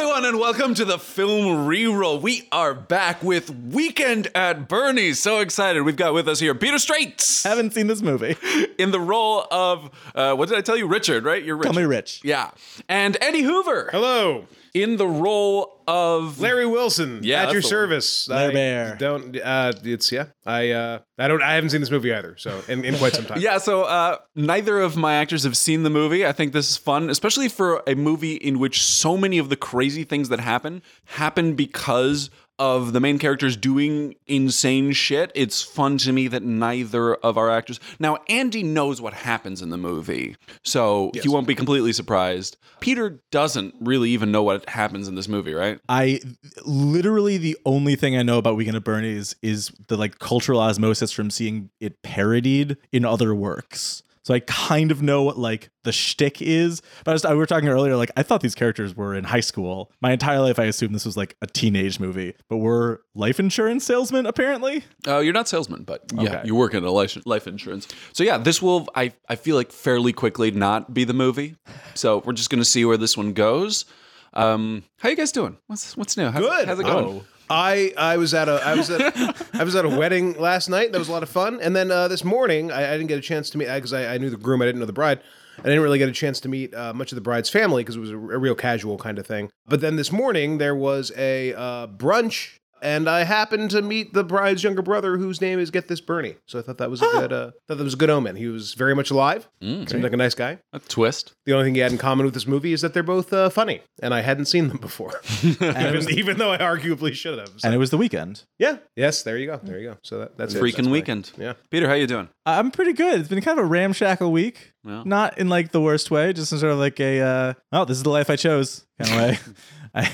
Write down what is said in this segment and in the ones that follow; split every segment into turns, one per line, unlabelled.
Welcome to the film reroll. We are back with Weekend at Bernie's. So excited. We've got with us here Peter Straits
Haven't seen this movie.
in the role of, uh, what did I tell you? Richard, right? You're Richard.
Call me Rich.
Yeah. And Eddie Hoover
Hello,
in the role of.
Larry Wilson.
Yeah,
at your
that's the
service.
Larry
I
Bear.
Don't. Uh, it's yeah. I uh, I don't. I haven't seen this movie either. So in, in quite some time.
Yeah, so uh, neither of my actors have seen the movie. I think this is fun, especially for a movie in which so many of the crazy things that happen happen because of the main characters doing insane shit. It's fun to me that neither of our actors. Now, Andy knows what happens in the movie, so he won't be completely surprised. Peter doesn't really even know what happens in this movie, right?
I literally the only thing I know about Weekend at Bernie's is the like cultural osmosis from seeing it parodied in other works. So I kind of know what like the shtick is, but I, was, I we were talking earlier. Like I thought these characters were in high school. My entire life, I assumed this was like a teenage movie, but we're life insurance salesmen apparently.
Uh, you're not salesman, but yeah,
Okay.
you work in a life, life insurance. So yeah, this will I I feel like fairly quickly not be the movie. So we're just gonna see where this one goes. Um, how you guys doing? What's what's new? How's,
Good. Oh.
How's it going?
I I was at a I was at I was at a wedding last night. That was a lot of fun. And then uh, this morning, I, I didn't get a chance to meet because I, I knew the groom. I didn't know the bride. I didn't really get a chance to meet uh, much of the bride's family because it was a, a real casual kind of thing. But then this morning there was a uh, brunch, and I happened to meet the bride's younger brother, whose name is Get This Bernie. So I thought that was a good uh, thought that was a good omen. He was very much alive.
Mm,
Seemed like a nice guy.
A twist.
The only thing he had in common with this movie is that they're both uh, funny, and I hadn't seen them before, even, even though I arguably should have. So-
And it was the weekend.
yeah. Yes. There you go. There you go. So that, that's it. That's
Freaking
my-
weekend.
Yeah.
Peter, how you doing?
I'm pretty good. It's been kind of a ramshackle week.
Yeah.
Not in like the worst way, just in sort of like a uh, oh, this is the life I chose kind of way. I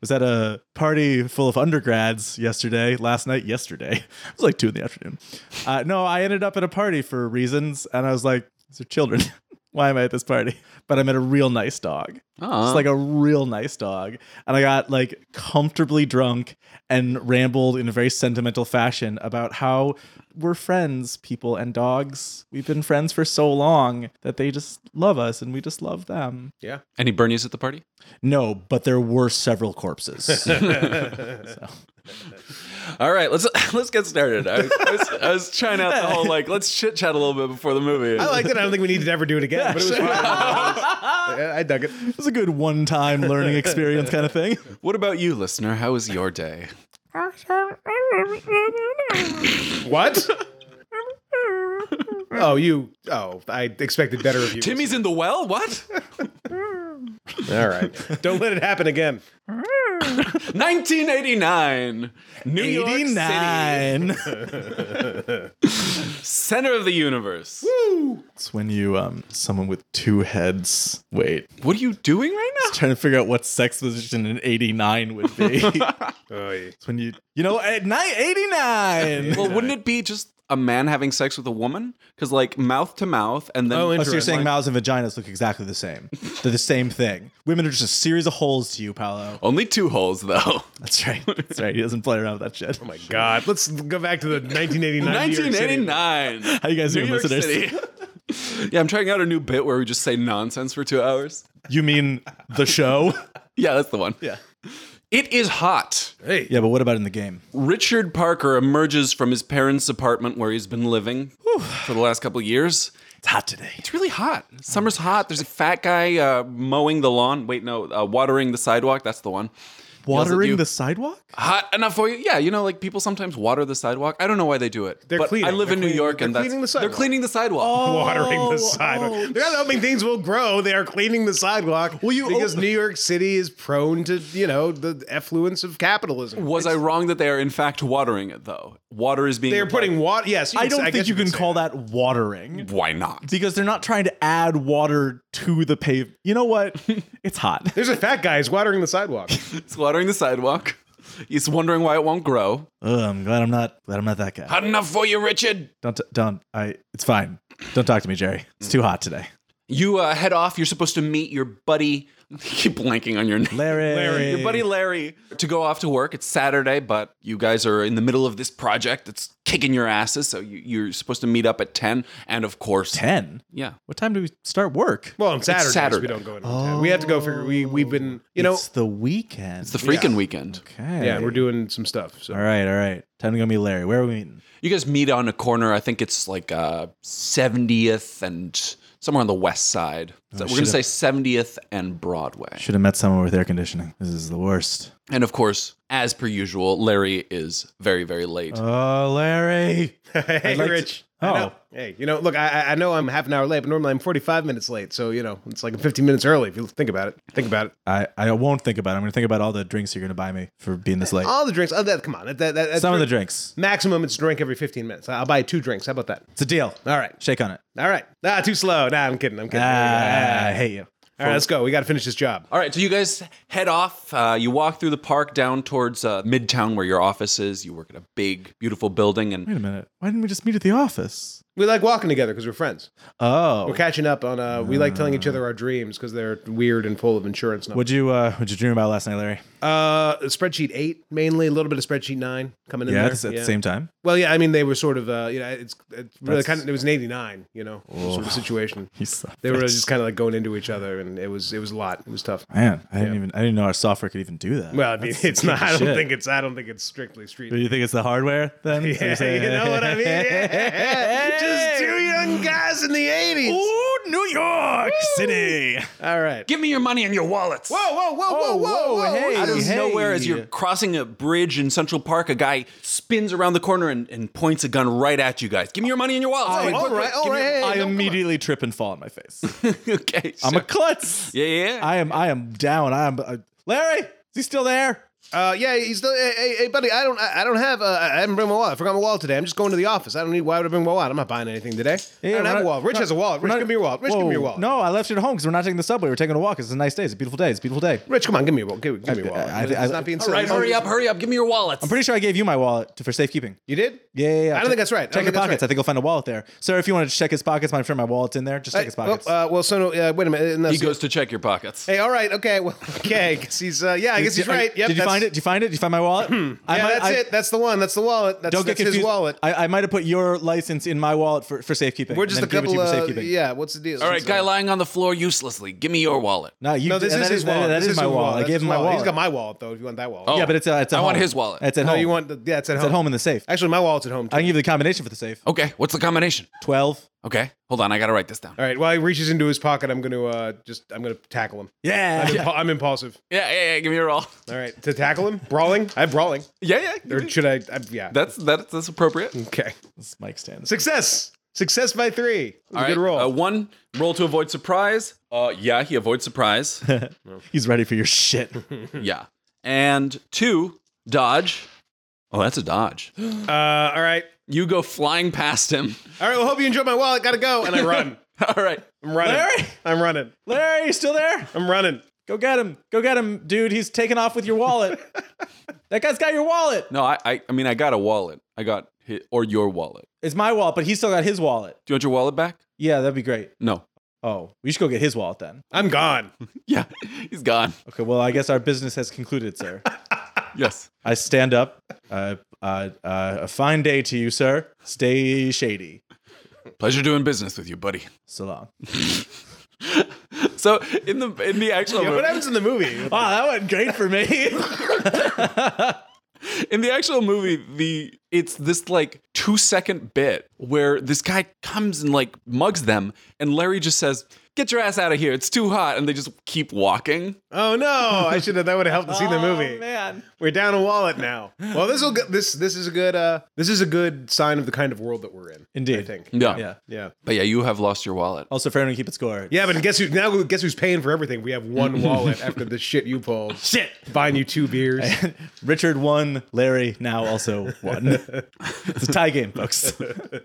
was at a party full of undergrads yesterday, last night, yesterday. It was like two in the afternoon. Uh, no, I ended up at a party for reasons, and I was like, these are children. Why am I at this party? But I met a real nice dog.
Aw.
It's like a real nice dog. And I got like comfortably drunk and rambled in a very sentimental fashion about how we're friends, people and dogs. We've been friends for so long that they just love us and we just love them.
Yeah.
Any Bernies at the party?
No, but there were several corpses.
All right, let's let's get started. I, was- I was, I was trying out the whole like let's chit chat a little bit before the movie.
I liked it. I don't think we need to ever do it again. but it was fun. I I dug it.
it was a good one time learning experience kind of thing.
what about you, listener? How was your day?
What? Oh, you. Oh, I expected better of you.
Timmy's in the well. What?
All right. Don't let it happen again.
1989, New York City,
89.
center of the universe.
it's when you, um, someone with two heads. Wait.
What are you doing right now?
Trying to figure out what sex position an 89 would be.
Oy.
It's when you, you know, at night 89.
Well, wouldn't it be just a man having sex with a woman? Because like mouth to mouth, and then
Oh,
Oh, so you're saying
Interesting.
mouths and vaginas look exactly the same. They're the same thing. Women are just a series of holes to you, Paolo.
only two holes though.
That's right. That's right. He doesn't play around with that shit.
Oh my God. Let's go back to the 1989. New York City.
1989.
How you guys
New
doing,
York
listeners?
City. yeah, I'm trying out a new bit where we just say nonsense for two hours.
You mean the show?
Yeah, that's the one. Yeah. It is hot.
Hey.
yeah, but what about in the game?
Richard Parker emerges from his parents' apartment where he's been living for the last couple of years.
It's hot today.
It's really hot. Summer's hot. There's a fat guy uh, mowing the lawn. Wait, no, uh, watering the sidewalk. That's the one. Yells at you.
Watering the sidewalk?
Hot enough for you? Yeah, you know, like people sometimes water the sidewalk. I don't know why they do it.
They're
but
cleaning.
I live in
They're
New York,
cleaning-
and
they're
that's
cleaning the
they're
sidewalk.
cleaning the sidewalk.
watering
Oh,
the sidewalk. They're not helping things will grow. They are cleaning the sidewalk. Well,
you
because
open-
New York City is prone to you know the effluence of capitalism.
Was I wrong that they are in fact watering it though? Water is being.
They're
applied.
putting water. Yes,
I
can-
don't
guess
think you can
say
call that watering
Why not?
because they're not trying to add water to the pave. You know what? It's hot.
There's a fat guy who's watering the sidewalk.
It's watering the sidewalk. He's wondering why it won't grow.
Ugh, I'm glad I'm not glad I'm not that guy.
Hot enough for you, Richard.
Don't don't I. It's fine. Don't talk to me, Jerry. It's too hot today.
You uh, head off. You're supposed to meet your buddy. I keep blanking on your name.
Larry.
Your buddy Larry to go off to work. It's Saturday, but you guys are in the middle of this project. It's kicking your asses. So you, you're supposed to meet up at 10. And of course,
10.
yeah.
What time do we start work?
Well, on Saturdays
Saturday.
we don't go in. on Saturday. We have to go figure. We we've been you know
Oh, it's the weekend.
It's the freaking weekend.
okay.
yeah we're doing some stuff. So
All right, all right. Time to go meet Larry. Where are we meeting?
You guys meet on a corner. I think it's like uh, 70th and somewhere on the west side. So we're going to say 70th and Broadway.
Should have met someone with air conditioning. This is the worst.
And of course, as per usual, Larry is very, very late.
Oh, Larry.
hey
like to-
Rich.
Oh.
I know. Hey, you know, look, I I- I know I'm half an hour late, but normally I'm 45 minutes late. So you know, it's like 15 minutes early. If you think about it, think about it.
I, I won't think about it. I'm going to think about all the drinks you're going to buy me for being this late.
All the drinks. Oh, that come on. That, that, that,
Some of the
drink-
drinks.
maximum. It's drink every 15 minutes. I'll buy two drinks. How about that?
It's a deal.
All right,
Shake on it.
all right. Ah, too slow. Nah, I'm kidding. I'm kidding.
Ah, I hate you.
all right, let's go. We got to finish this job.
All right, so you guys head off. Uh, you walk through the park down towards uh, Midtown where your office is. You work at a big, beautiful building. And
Wait a minute. Why didn't we just meet at the office?
We like walking together because we're friends.
Oh.
We're catching up on. Uh, we like telling each other our dreams because they're weird and full of insurance. Numbers.
What'd you, uh, what'd you dream about last night, Larry?
Uh, spreadsheet eight mainly, a little bit of spreadsheet nine coming in
Yeah,
there.
it's at the same time.
Well, yeah, I mean they were sort of, uh, you know, it's, it's really
That's-
kind of it was an eighty nine, you know, sort of situation.
You suck.
They were just kind of like going into each other, and it was it was a lot. It was tough.
Man, I didn't even I didn't know our software could even do that.
Well, I mean, it's not. I don't
shit.
think it's. I don't think it's strictly street.
Do you think it's the hardware then?
Yeah, you know what I mean. Yeah. Just two young guys in the eighties.
Ooh, New York City.
All right.
give me your money and your wallets.
whoa, whoa,
Oh, whoa, hey.
Out of
Hey.
nowhere, as you're crossing a bridge in Central Park, a guy spins around the corner and, and points a gun right at you guys. Give me your money and your wallets.
Oh, all right, all right. hey,
I
no, come on.
immediately trip and fall on my face.
okay.
I'm a
sure.
klutz.
yeah, yeah. yeah.
I am I am down. I am uh, Larry, is he still there?
Uh, yeah, he's still. Hey, hey, hey, buddy, I don't, I, I don't have. Uh, I haven't bring my wallet. I forgot my wallet today. I'm just going to the office. I don't need. Why would I bring my wallet? I'm not buying anything today. I don't have a wallet. Rich has a wallet. Rich, give me your wallet. Rich, give me your wallet.
No, I left it at home because we're not taking the subway. We're taking a walk. It's a nice day. It's a beautiful day. It's a beautiful day.
Rich, come on, give me your wallet. Give, give me your wallet.
I- I-
it's
I-
not being
All
silly.
right, hurry up, hurry up. Give me your wallets.
I'm pretty sure I gave you my wallet to, for safekeeping.
You did?
Yeah, yeah, yeah.
I don't think that's right. I
Check
don't
your
think that's
pockets.
right.
I think you'll find a wallet there. Sir, if you want to check his pockets, I'm sure my wallet's in there. Just check his
Well,
pockets.
uh, well, so no. Uh, wait a minute. no,
he
so-
goes to check your pockets.
Hey, all right, okay, well, okay. I guess he's. Uh, yeah, I guess he's
Did-
right.
Did
Yep,
you
that's-
find it? Did you find it? Did you find my wallet? I
Yeah,
might-
that's
I-
it. That's the one. That's the wallet. That's,
Don't get
that's
confused.
his wallet.
I, I might have put your license in my wallet for, for safekeeping.
We're just a
and then gave it
couple.
to you for
Uh,
safekeeping.
yeah, what's the deal?
All right, guy lying on the floor uselessly. Give me your wallet.
No, you,
No, this
that
is his
that-
wallet.
that
This
is
his
my wallet. I
That's
gave
his
him my
wallet.
wallet.
He's got my wallet though. If you want that wallet.
Oh.
yeah, but it's uh, it's at
I
home.
want his wallet.
It's at
No,
home.
you want the yeah? It's at
it's
home.
at home in the safe.
Actually, my wallet's at home. Too.
I can give you the combination for the safe.
Okay, what's the combination?
Twelve.
Okay, hold on. I got to write this down.
All right. While he reaches into his pocket, I'm going to uh, just I'm going to tackle him.
Yeah.
I'm, impu- I'm impulsive.
Yeah, yeah, yeah. Give me your roll.
All right. To tackle him, brawling. I'm brawling.
Yeah, yeah.
Or should I? I yeah.
That's that's that's appropriate.
okay.
This mic stand.
Success. Success by three. It was
All
a
right,
good roll.
Uh, one roll to avoid surprise. Uh, yeah, he avoids surprise.
He's ready for your shit.
yeah, and two dodge. Oh, that's a dodge.
Uh, all right.
You go flying past him.
All right. Well, hope you enjoyed my wallet. Gotta go. And I run.
All right.
I'm running.
Larry?
I'm running.
Larry, you still there?
I'm running.
Go get him. Go get him, dude. He's taking off with your wallet. that guy's got your wallet.
No, I, I, I mean, I got a wallet. I got hit, or your wallet.
It's my wallet, but he's still got his wallet.
Do you want your wallet back?
Yeah, that'd be great.
No.
Oh, we should go get his wallet then.
I'm gone.
Yeah, he's gone.
Okay, well, I guess our business has concluded, sir.
Yes.
I stand up. Uh, uh, uh, a fine day to you, sir. Stay shady.
Pleasure doing business with you, buddy.
So long.
So in the in the actual
Yeah,
movie,
what happens in the movie?
Wow, that went great for me.
in the actual movie the it's this like two second bit where this guy comes and like mugs them and larry just says get your ass out of here it's too hot and they just keep walking
Oh no! I should have. That would have helped to see the movie.
Oh, man.
We're down a wallet now. Well, this will. This this is a good. Uh, this is a good sign of the kind of world that we're in.
Indeed.
I think.
yeah.
Yeah.
Yeah.
but yeah you have lost your wallet
Also, for anyone to keep it score.
Yeah, but guess who? Now, guess who's paying for everything? We have one wallet after the shit you pulled.
Shit.
Buying you two beers.
Richard won. Larry now also won. it's a tie game, folks.
Um,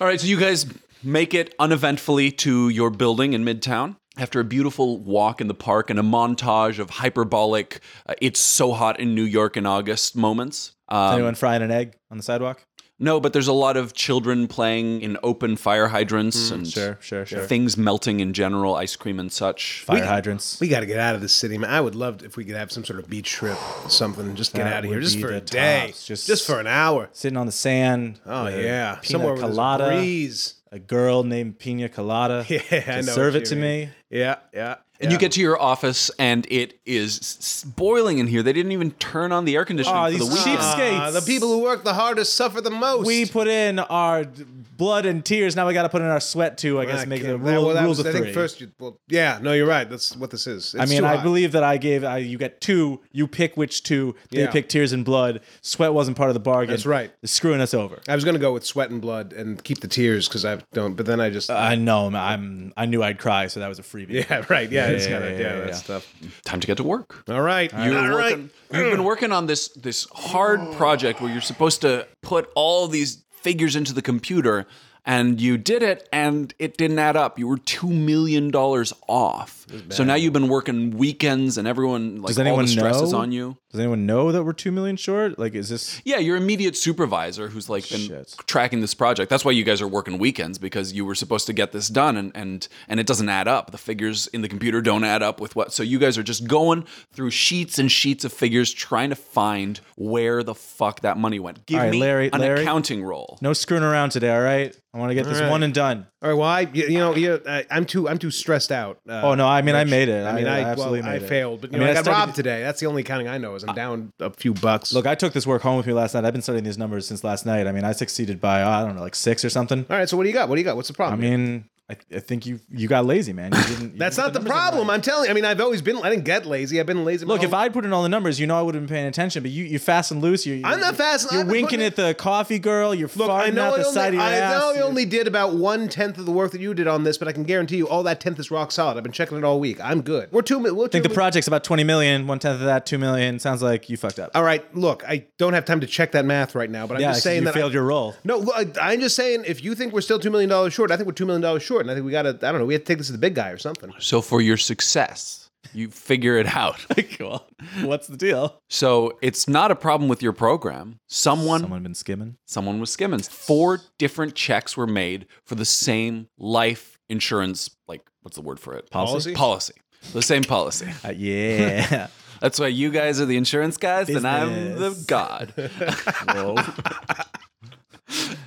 all right so you guys make it uneventfully to your building in midtown after a beautiful walk in the park and a montage of hyperbolic uh, it's so hot in new york in august moments um,
Anyone frying an egg on the sidewalk?
No, but there's a lot of children playing in open fire hydrants and
Mm, Sure, sure, sure.
things melting in general, ice cream and such.
Fire hydrants.
We got to get out of this city, man. I would love if we could have some sort of beach trip, something. Just get
That
out of here,
would
just
be
for a
the
day,
tops.
just,
Just-
for an hour.
Sitting on the sand.
Oh
with a
yeah,
Pina
somewhere with
colada.
a breeze.
a girl named Pina Colada.
Yeah, I
to
know what
serve
you
it to
mean.
me.
Yeah, yeah.
And you get to your office and it is s- boiling in here. They didn't even turn on the air conditioning
Aw,
for the
these
weekend.
cheap-
Ah,
Skates.
the people who work the hardest suffer the most.
We put in our d- blood and tears. Now we got to put in our sweat too. I guess make
Okay,
the
that-
rule,
well, that
rules of
was- I
three.
think first, you, well, yeah, no, you're right. That's what this is.
I
It's
mean,
too
I
hot.
believe that I gave. I, you get two. You pick which two. They
Yeah.
pick tears and blood. Sweat wasn't part of the bargain.
That's right.
It's screwing us over.
I was gonna go with sweat and blood and keep the tears because I don't. But then I just
I know. I'm. I knew I'd cry, so that was a freebie.
yeah, right, yeah, it's
yeah,
kind of
yeah,
yeah,
yeah,
that
yeah.
stuff.
Time to get to work.
All right, all
You're
right.
working, You've been working on this this hard project where you're supposed to put all these figures into the computer, and you did it, and it didn't add up. You were two million dollars off. So now you've been working weekends, and everyone like
Does anyone
all the stress
know?
is on you.
Does anyone know that we're two million short? Like, is this?
Yeah, your immediate supervisor who's like been
Shit.
tracking this project. That's why you guys are working weekends because you were supposed to get this done and and and it doesn't add up. The figures in the computer don't add up with what. So you guys are just going through sheets and sheets of figures trying to find where the fuck that money went. Give
All right,
me
Larry-
an
Larry?
accounting roll.
No screwing around today. All right. I want to get this
right.
one and done.
All right. Well, I you, you know you, I, I'm too I'm too stressed out. Uh,
Oh no! I mean, I made it.
I mean, I,
absolutely
well, I
made it.
failed, but you
I mean,
know, I,
I
got
started-
robbed today. That's the only accounting I know is I'm down a few bucks.
Look, I took this work home with me last night. I've been studying these numbers since last night. I mean, I succeeded by I don't know, like six or something.
all right. So what do you got? What do you got? What's the
I
problem?
mean, I, I think you you got lazy, man. You didn't. you
that's
didn't
not the
put numbers in
problem. Oh.
right.
I'm telling. you. I mean, I've always been. I didn't get lazy. I've been lazy. my
Look, if
whole-
I put in all the numbers, you know I would have been paying attention. But you you fast and loose. You, you
I'm not fast and-
You're
I've been
winking
putting
at the coffee girl. You're
Look, I
farting
know
out
I
the
only,
side of your
I
ass.
know I
You're-
only did about one tenth of the work that you did on this, but I can guarantee you all that tenth is rock solid. I've been checking it all week. I'm good. We're two. mi- We're two
I think
mi-
the project's about twenty million. One tenth of that, two million. Sounds like you fucked up.
all right. Look, I don't have time to check that math right now, but I'm
yeah,
just
'cause
saying
you
that. I-
failed your role.
no, look, I, I'm just saying. If you think we're still two million dollars short, I think we're two million dollars short, and I think we got to. I don't know. We have to take this to the big guy or something.
So for your success, you figure it out.
Cool. What's the deal?
So it's not a problem with your program. Someone
Someone been skimming.
Someone was skimming. Four different checks were made for the same life insurance, like what's the word for it?
Policy?
Policy. The same policy.
Uh, yeah.
That's why you guys are the insurance guys, and I'm the
Business.
god.
Whoa.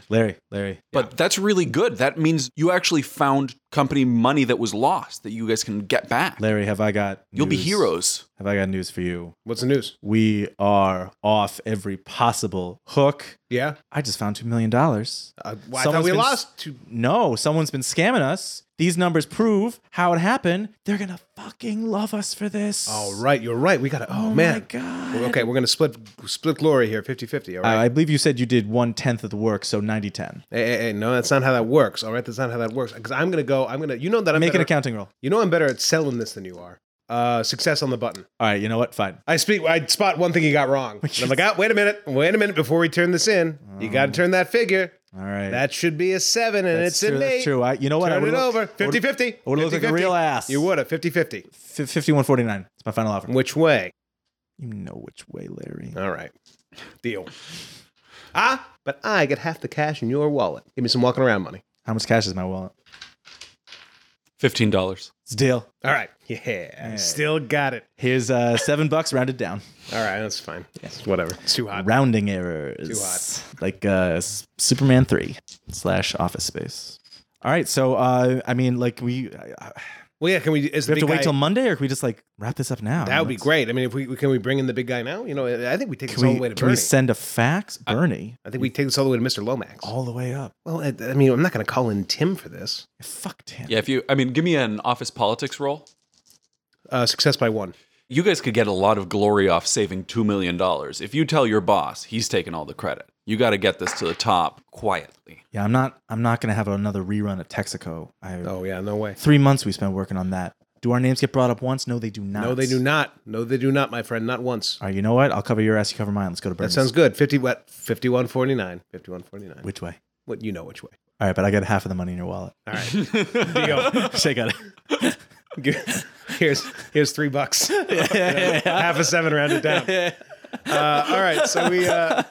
Larry, Larry.
But that's really good. That means you actually found company money that was lost that you guys can get back.
Larry, have I got
You'll be
news-
heroes.
Have I got news for you?
What's the news?
We are off every possible hook.
Yeah.
I just found two million dollars.
Uh, well,
Someone's
I thought we
been s-
lost two.
No, someone's been scamming us. These numbers prove how it happened. They're gonna fucking love us for this.
Oh, right. You're right. We got to. Oh,
Oh
man.
my god.
Okay, we're going to split split glory here 50 50. All
Uh,
right.
I believe you said you did one tenth of the work, so 90-10.
hey, hey, hey, no, that's not how that works. All right. That's not how that works. Because I'm going to go. I'm going to. You know that I'm
Make an
better-
accounting roll.
You know I'm better at selling this than you are. Uh, success on the button.
All right, you know what? Fine.
I speak. I spot one thing you got wrong. And I'm like, ah, wait a minute, wait a minute. Before we turn this in, you got to turn that figure.
All right.
That should be a seven, and
Mm. That's
it's
true,
an
that's
eight.
true. I- you know what? I
Turn it
would've-
over.
I would've-
50 50.
I would've looked like a real ass.
You would have 50 50.
F- 5149. It's my final offer.
Which way?
You know which way, Larry.
All right. Deal. ah, but I get half the cash in your wallet. Give me some walking around money.
How much cash is in my wallet?
$15.
It's a deal.
All right. Yeah. Still got it.
Here's uh, seven bucks rounded down.
All right. That's fine. Yes. Whatever. It's too hot.
Rounding errors.
Too hot.
Like uh, S- Superman 3 slash Office Space. All right. So, uh, I mean, like, we, I, I-
Well, yeah. Can we? Is
we have
the
to
big
wait
guy-
till Monday or can we just, like, wrap this up now?
That would be
Let's-
great. I mean, if we can we bring in the big guy now? You know, I think we take this
Can,
all
we,
the way to Uh,
can
Bernie.
we send Oh. a fax? Bernie.
I think we take this all the way to Mr. Lomax.
all the way up.
Well, I, I mean, I'm not going to call in Tim for this.
Fuck him.
Yeah, if you, I mean, give me an office politics roll.
Uh, success by one.
You guys could get a lot of glory off saving $2 million. If you tell your boss, he's taking all the credit. You got to get this to the top quietly.
Yeah, I'm not. I'm not gonna have another rerun of Texaco. I,
Oh yeah, no way.
Three months we spent working on that. Do our names get brought up once? No, they do not.
No, they do not. No, they do not, my friend. Not once.
All right, you know what? I'll cover your ass. You cover mine. Let's go to
That
Bernie's.
sounds good. Fifty what? Fifty-one forty-nine. Fifty-one forty-nine.
Which way?
What you know which way?
All right, but I got half of the money in your wallet.
All right. Deal.
Shake out.
here's here's three bucks. Half a seven rounded down. Uh, all right, so we. Uh,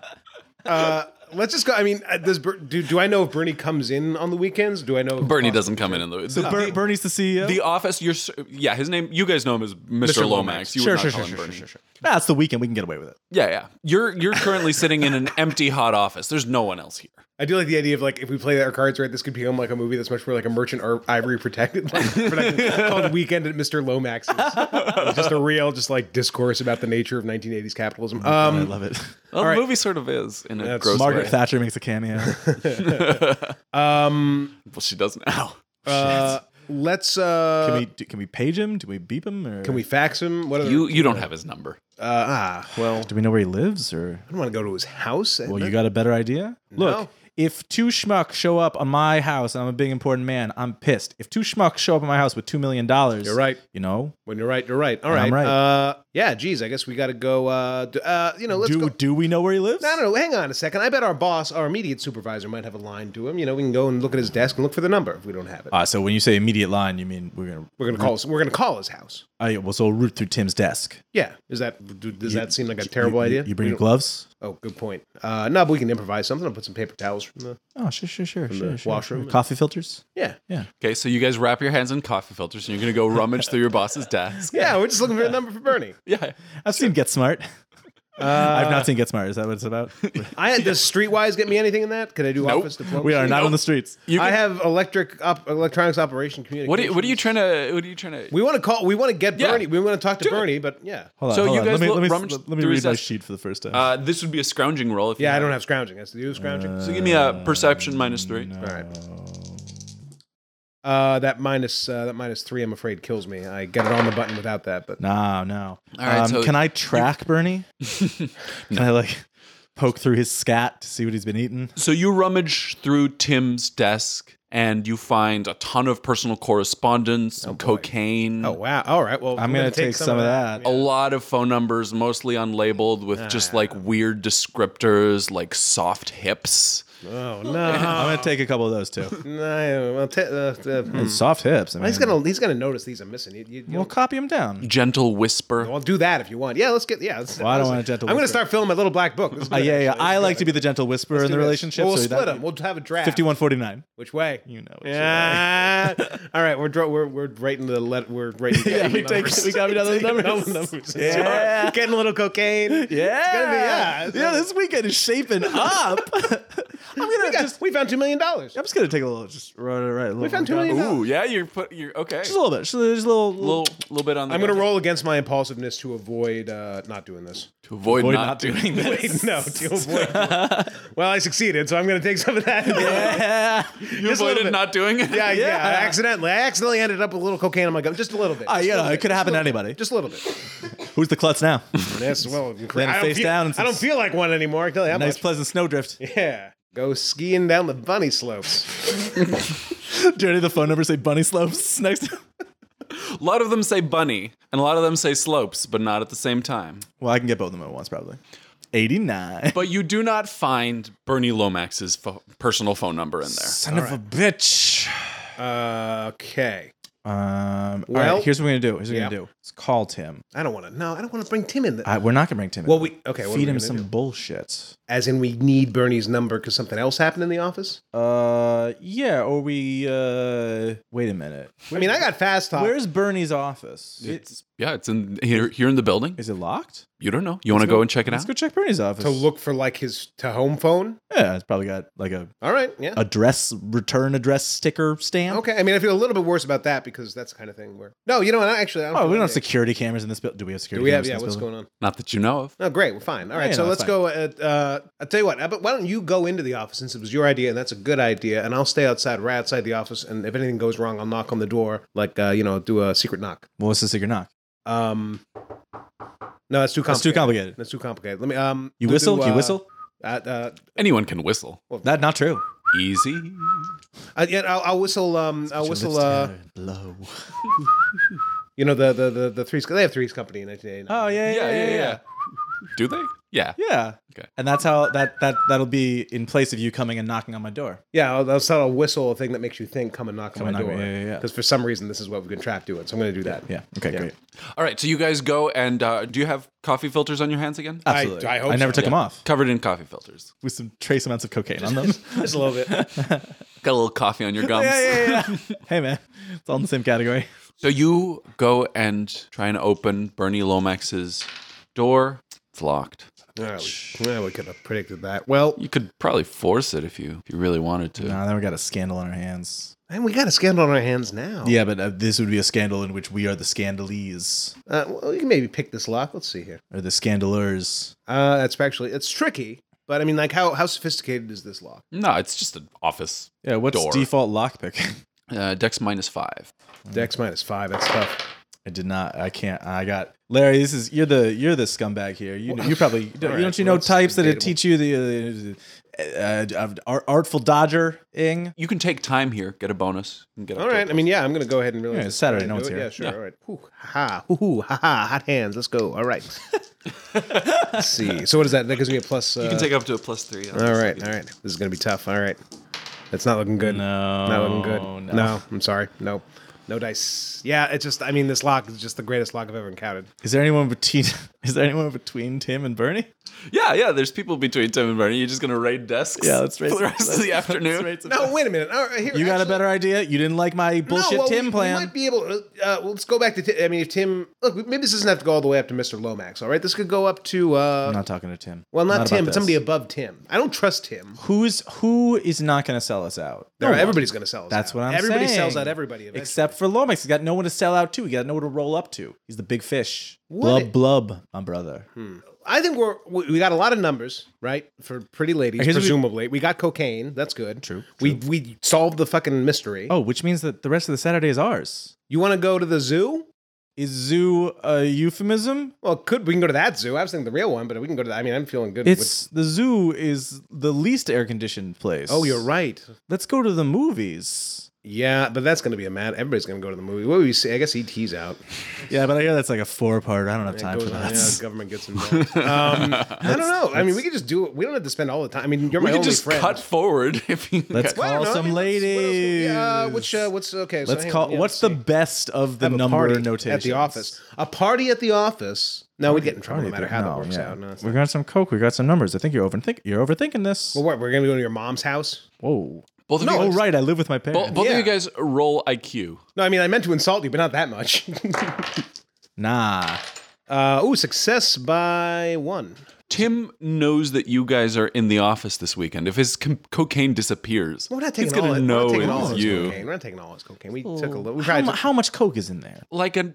uh, let's just go. I mean, uh, does Ber- do do I know if Bernie comes in on the weekends? Do I know if
Bernie doesn't come in in the
So Ber- Bernie's the E CEO.
the office. You're s- yeah, his name. You guys know him as Mr. Lomax. You would
sure,
not
sure,
call
sure,
him
sure,
Bernie.
sure, sure. Nah, it's the weekend. We can get away with it.
Yeah, yeah. You're you're currently sitting in an empty, hot office. There's no one else here.
I do like the idea of like if we play our cards right, this could become like a movie that's much more like a merchant or ivory protected, like, protected called Weekend at Mr. Lomax's. It's just a real just like discourse about the nature of 1980s capitalism.
I
Um,
love it.
Well,
right.
the movie sort of is in a
That's
gross
Margaret
way.
Thatcher makes a cameo.
um,
well, she does now.
uh, let's uh,
Can we do, can we page him? Do we beep him? Or
can we fax him? What are the-
You you don't have his number.
uh, ah well,
Do we know where he lives? Or
I don't want to go to his house. eh? and-
well, you got a better idea.
No.
Look, if two schmuck show up on my house, and I'm a big important man. I'm pissed. If two schmuck show up on my house with two million dollars,
You're right.
You know,
When you're right, you're right. All right.
I'm right.
Uh, yeah, geez, I guess we got to go. Uh, d- uh, you know, let's
do
go.
do we know where he lives?
No, no, no. Hang on a second. I bet our boss, our immediate supervisor, might have a line to him. You know, we can go and look at his desk and look for the number if we don't have it.
Uh, so when you say immediate line, you mean we're gonna
we're gonna call. His, we're gonna call his house.
I well, so we'll root through Tim's desk.
Yeah. Is that? do- Does that seem like a
You-
terrible
you-
idea?
You bring
We
your
don't-
gloves.
Oh, good point. Uh, no, but we can improvise something. I'll put some paper towels from the.
Oh, sure, sure, sure, sure,
the
sure, sure.
washroom.
Coffee filters.
Yeah.
Okay, so you guys wrap your hands in coffee filters and you're gonna go rummage through your boss's desk.
Yeah, we're just looking for a number for Bernie.
Yeah.
I've seen Get Smart. I've not seen Get Smart. Is that what it's about?
I does Streetwise get me anything in that? Could I do office diplomacy?
we are not
Nope.
on the streets.
You
I
can-
have electric op, electronics operation communication.
what are you, what are you trying to what are you trying to
We want to call. We want to get
Yeah.
Bernie. We want to talk to
Do it.
Bernie, but yeah.
Hold on,
So
hold
you
on.
guys
let me,
lo-
let me,
rummaged
let me
through
read
his
my
desk.
sheet for the first time.
uh, this would be a scrounging roll if you
Yeah, I
had
don't
it.
have scrounging. That's the do scrounging.
Uh,
So give me a perception minus three.
No.
All right. Uh, that minus uh, that minus three, I'm afraid, kills me. I got it on the button without that, but
No, no.
All right,
um,
so-
can I track Bernie? Can I like poke through his scat to see what he's been eating?
So you rummage through Tim's desk and you find a ton of personal correspondence, some cocaine,
oh wow, all right. Well,
Mm. I'm
we're
gonna take some of that.
a lot of phone numbers, mostly unlabeled, with
Ah.
just like weird descriptors like soft hips.
Oh no,
I'm gonna take a couple of those too.
no. Well, ta- uh, uh, hmm.
And soft hips. I mean,
he's gonna he's gonna notice these are missing. You, you,
We'll
you
copy him down.
Gentle whisper.
well, do that if you want. Yeah, let's get yeah. Let's,
Well, I don't
let's-
want a gentle
I'm gonna
whisper.
start filming my little black book. This is
Uh,
good,
yeah, yeah.
actually.
I
This is
like
good.
to be the gentle whisperer in
Do
the
this.
relationship.
Well, we'll
so
split
that-
them. We'll have a draft.
5149.
Which way?
You know. What you like.
Yeah. All right, we're dro- we're we're right in the let we're right. In the
Yeah, we
numbers.
take- we copied out those
Taking all the
numbers.
numbers.
Yeah.
getting a little cocaine.
Yeah.
gonna be- yeah, it's
Yeah,
gonna-
this weekend is shaping up. I'm gonna
Yeah,
just
we found two million dollars.
I'm just gonna take a little just right, right, right. a little-
found two million
Ooh, yeah, you're put you're okay.
Just a little bit. Just a little, just a little,
little little bit on the
I'm gonna
go-
roll against my impulsive to avoid uh, not doing this.
to avoid,
Avoid
not,
not
doing,
doing
this.
this.
no, to avoid. well, I succeeded, so I'm gonna take some of that. Yeah,
Yeah.
You
a little
avoided
bit.
not doing it.
yeah.
Yeah.
I accidentally, I accidentally ended up with a little cocaine on my gum, just a little bit.
Uh, you
just a
know,
little
it could
bit,
happen to anybody.
Just a little bit.
Who's the klutz now?
Yes, well, you
Landed
I don't
face
feel,
down and
I
some-
don't feel like one anymore. I tell you how
nice
much.
pleasant snowdrift.
Yeah, go skiing down the bunny slopes.
Journey the phone number say bunny slopes next.
A lot of them say bunny, and a lot of them say slopes, but not at the same time.
well, I can get both of them at once probably. 89.
But you do not find Bernie Lomax's pho- personal phone number in there.
Son of a bitch.
Uh, okay,
Um, all
Well-
right, here's what we're gonna do. Here's what
Yeah.
we're gonna do. Let's call Tim.
I don't want to. No, I don't want to bring Tim in.
Uh, we're not gonna bring Tim. in.
Well, we- okay, what are we
Feed him
gonna
some
do?
bullshit.
As in, we need Bernie's number because something else happened in the office.
Uh, yeah. Or we. Uh, wait a minute.
I mean, I got fast talk.
Where's Bernie's office? It,
It's yeah, it's in here here in the building.
is it locked?
You don't know. You want to go and check it
Let's
out?
go check Bernie's office.
to look for like his to home phone.
Yeah, it's probably got like a
All right, yeah.
address return address sticker stamp.
Okay, I mean, I feel a little bit worse about that because that's the kind of thing where. No, you know what? I Actually, I don't
Oh, we
feel
don't have
like-
security cameras in this building. Do we have
Do
security?
we have?
cameras
Yeah,
in
what's
this building?
going on?
Not that you know of.
No, great. We're fine. All right,
Yeah,
so
no,
let's
fine.
go. At, uh, I'll tell you what. uh, But why don't you go into the office since it was your idea and that's a good idea, and I'll stay outside, right outside the office, and if anything goes wrong, I'll knock on the door, like uh, you know, do a secret knock.
Well, what's the secret knock?
Um, no, that's too complicated.
That's too complicated.
That's too complicated. Let me. Um,
You
we'll
whistle?
do,
you
uh,
whistle?
Uh, uh,
Anyone can whistle.
That not true.
Easy.
uh, yeah, I'll, I'll whistle. Um, I'll whistle. Uh,
blow.
you know the the the, the threes. They have threes company in 1989.
Oh yeah, yeah, yeah, yeah.
Do they? Yeah.
Yeah.
Okay.
And that's how that that that'll be in place of you coming and knocking on my door.
Yeah, I'll, I'll sell a whistle, a thing that makes you think, come and knock
Come
on
and
my
knock-
door.
yeah, yeah, yeah.
Because for some reason, this is what we've been trapped doing. So I'm going to do that.
Yeah. Okay.
Yeah.
Great.
All right. So you guys go and uh, do you have coffee filters on your hands again?
Absolutely.
I hope
never
so.
took them off
Covered in coffee filters.
with some trace amounts of cocaine on them.
Just a little bit.
Got a little coffee on your gums.
yeah, yeah, yeah. hey man, it's all in the same category.
So you go and try and open Bernie Lomax's door. It's locked.
yeah, we, yeah, we could have predicted that. Well,
You could probably force it if you if you really wanted to.
Nah, then we got a scandal on our hands.
and we got a scandal on our hands now.
Yeah, but uh, this would be a scandal in which we are the scandalees
Uh, well, we can maybe pick this lock. Let's see here.
or the scandalers.
Uh, that's actually, it's tricky. But I mean, like, how, how sophisticated is this lock?
No, it's just an office.
Yeah, what's
Door.
default lockpick?
Uh, Dex minus five.
Mm.
Dex minus five. That's tough.
I did not. I can't. I got Larry. This is you're the you're the scumbag here. You you probably don't,
right,
don't you
well,
know
that's
types that
debatable.
teach you the uh, uh, art- artful dodger ing.
You can take time here, get a bonus. You can get up
All
to a
right. I mean, yeah, I'm going to go ahead and really.
Yeah, it's
just
Saturday,
try and
no
do
one's
it.
here.
Yeah, sure. All right. Hoo, ha, hoo, hoo, ha, ha, hot hands. Let's go. All right. Let's see. So what is that? That gives me a plus. Uh,
You can take up to a plus three. on
All
this.
right, all right. This is gonna be tough. All right, that's not looking good.
No,
not looking good.
no.
No. I'm sorry. No, no dice. Yeah, it's just. I mean, this lock is just the greatest lock I've ever encountered.
Is there anyone between? Is there anyone between Tim and Bernie?
Yeah, yeah. There's people between Tim and Bernie. You're just gonna raid desks.
right.
for the rest of the afternoon.
No, wait a minute. All right, here,
You got a
actually-
better idea? You didn't like my
No,
bullshit
well, we-
Tim plan.
We might be able. Uh, uh, let's go back to. Ti- I mean, if Tim, look, maybe this doesn't have to go all the way up to Mr. Lomax. All right, this could go up to. Uh,
I'm not talking to Tim.
well, not,
about
Tim, but
this.
somebody above Tim. I don't trust Tim.
Who's who is not going to sell us out?
There, everybody's going to sell. Us
That's
out.
what I'm
everybody
saying.
sells out everybody. Eventually.
Except for Lomax, he's got no one to sell out to. He got no one to roll up to. He's the big fish.
What? Hmm.
Blub blub, my brother.
I think we're we we got a lot of numbers, right? For pretty ladies,
Here's what we-
presumably. We, got cocaine. That's good.
True,
We we solved the fucking mystery.
Oh, which means that the rest of the Saturday is ours.
You want to go to the zoo?
Is zoo a euphemism?
Well, could we can go to that zoo? I was thinking the real one, but we can go to. that. I mean, I'm feeling good.
It's the zoo is the least air conditioned place.
with- oh, you're right.
Let's go to the movies.
Yeah, but that's going to be a mad. Everybody's going to go to the movie. What do we see? I guess ET's out.
Yeah, but I hear that's like a four part. I don't have time
Goes
for
on,
that.
yeah, government gets involved. um, I don't know. I mean, we could just do it. We don't have to spend all the time. I mean, you're
We
my
can
only
just
friend.
cut forward if you.
Let's
Well, I
call
don't know. I
some
mean, let's- what else would
ladies.
we- Uh, which uh, what's okay? So
let's
hang
call.
on, yeah,
what's
let's
the
see.
best of the
have a
number
party
notation
at the office. A party at the office. No, we'd get in trouble no matter how that works out. No, it's
we
not-
got some coke. We got some numbers. I think you're overthink. You're overthinking this.
well, what we're gonna go to your mom's house?
Whoa.
both of
oh
you.
right, I live with my
bo-
parents.
Both of
Yeah.
you guys roll IQ.
No, I mean I meant to insult you, but not that much.
nah.
uh, ooh, success by one.
Tim knows that you guys are in the office this weekend. If his com- cocaine disappears,
We're not taking
he's gonna
all.
know
we're not
it
taking all
was
his
you.
cocaine. We're not taking all his cocaine. We took a little. We
How,
tried.
mu-
to,
how much coke is in there?
Like a,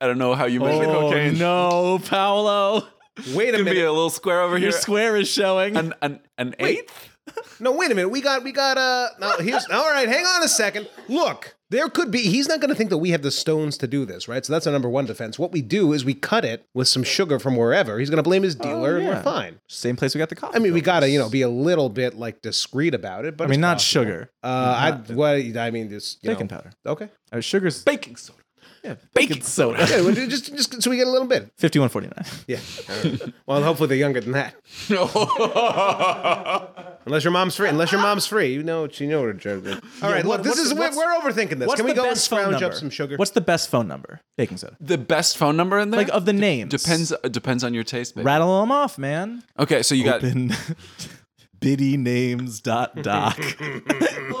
I don't know how you measure
Oh,
cocaine.
Oh, no, Paolo.
wait a
Give me
minute.
a little square over here.
Your square is showing.
An an an eighth.
no, wait a minute. We got. We got. Uh. No, here's. all right. Hang on a second. Look. There could be. He's not going to think that we have the stones to do this, right? So that's our number one defense. What we do is we cut it with some sugar from wherever. He's going to blame his dealer, and
Oh, yeah.
we're fine.
Same place we got the coffee.
I mean, we
filters.
gotta you know be a little bit like discreet about it, but
I mean,
it's
not
possible.
sugar.
Uh, I what I mean just you
Baking
know.
powder.
Okay,
Uh, sugar's
Baking soda.
yeah, baking soda.
okay, well, just just so we get a little bit.
Fifty-one forty-nine.
Yeah. All right. Well, hopefully they're younger than that. Unless your mom's free. Unless your mom's free, you know you know what a joke is. All right, look, this
what's-
is
what's-
we're, we're overthinking this.
What's
Can we
the
go and
best phone
scrounge up
number?
some sugar?
What's the best phone number? Baking soda.
The best phone number in there,
Like of the names.
depends uh, depends on your taste. Babe.
Rattle them off, man.
Okay, so you got
Open biddy names dot doc.
you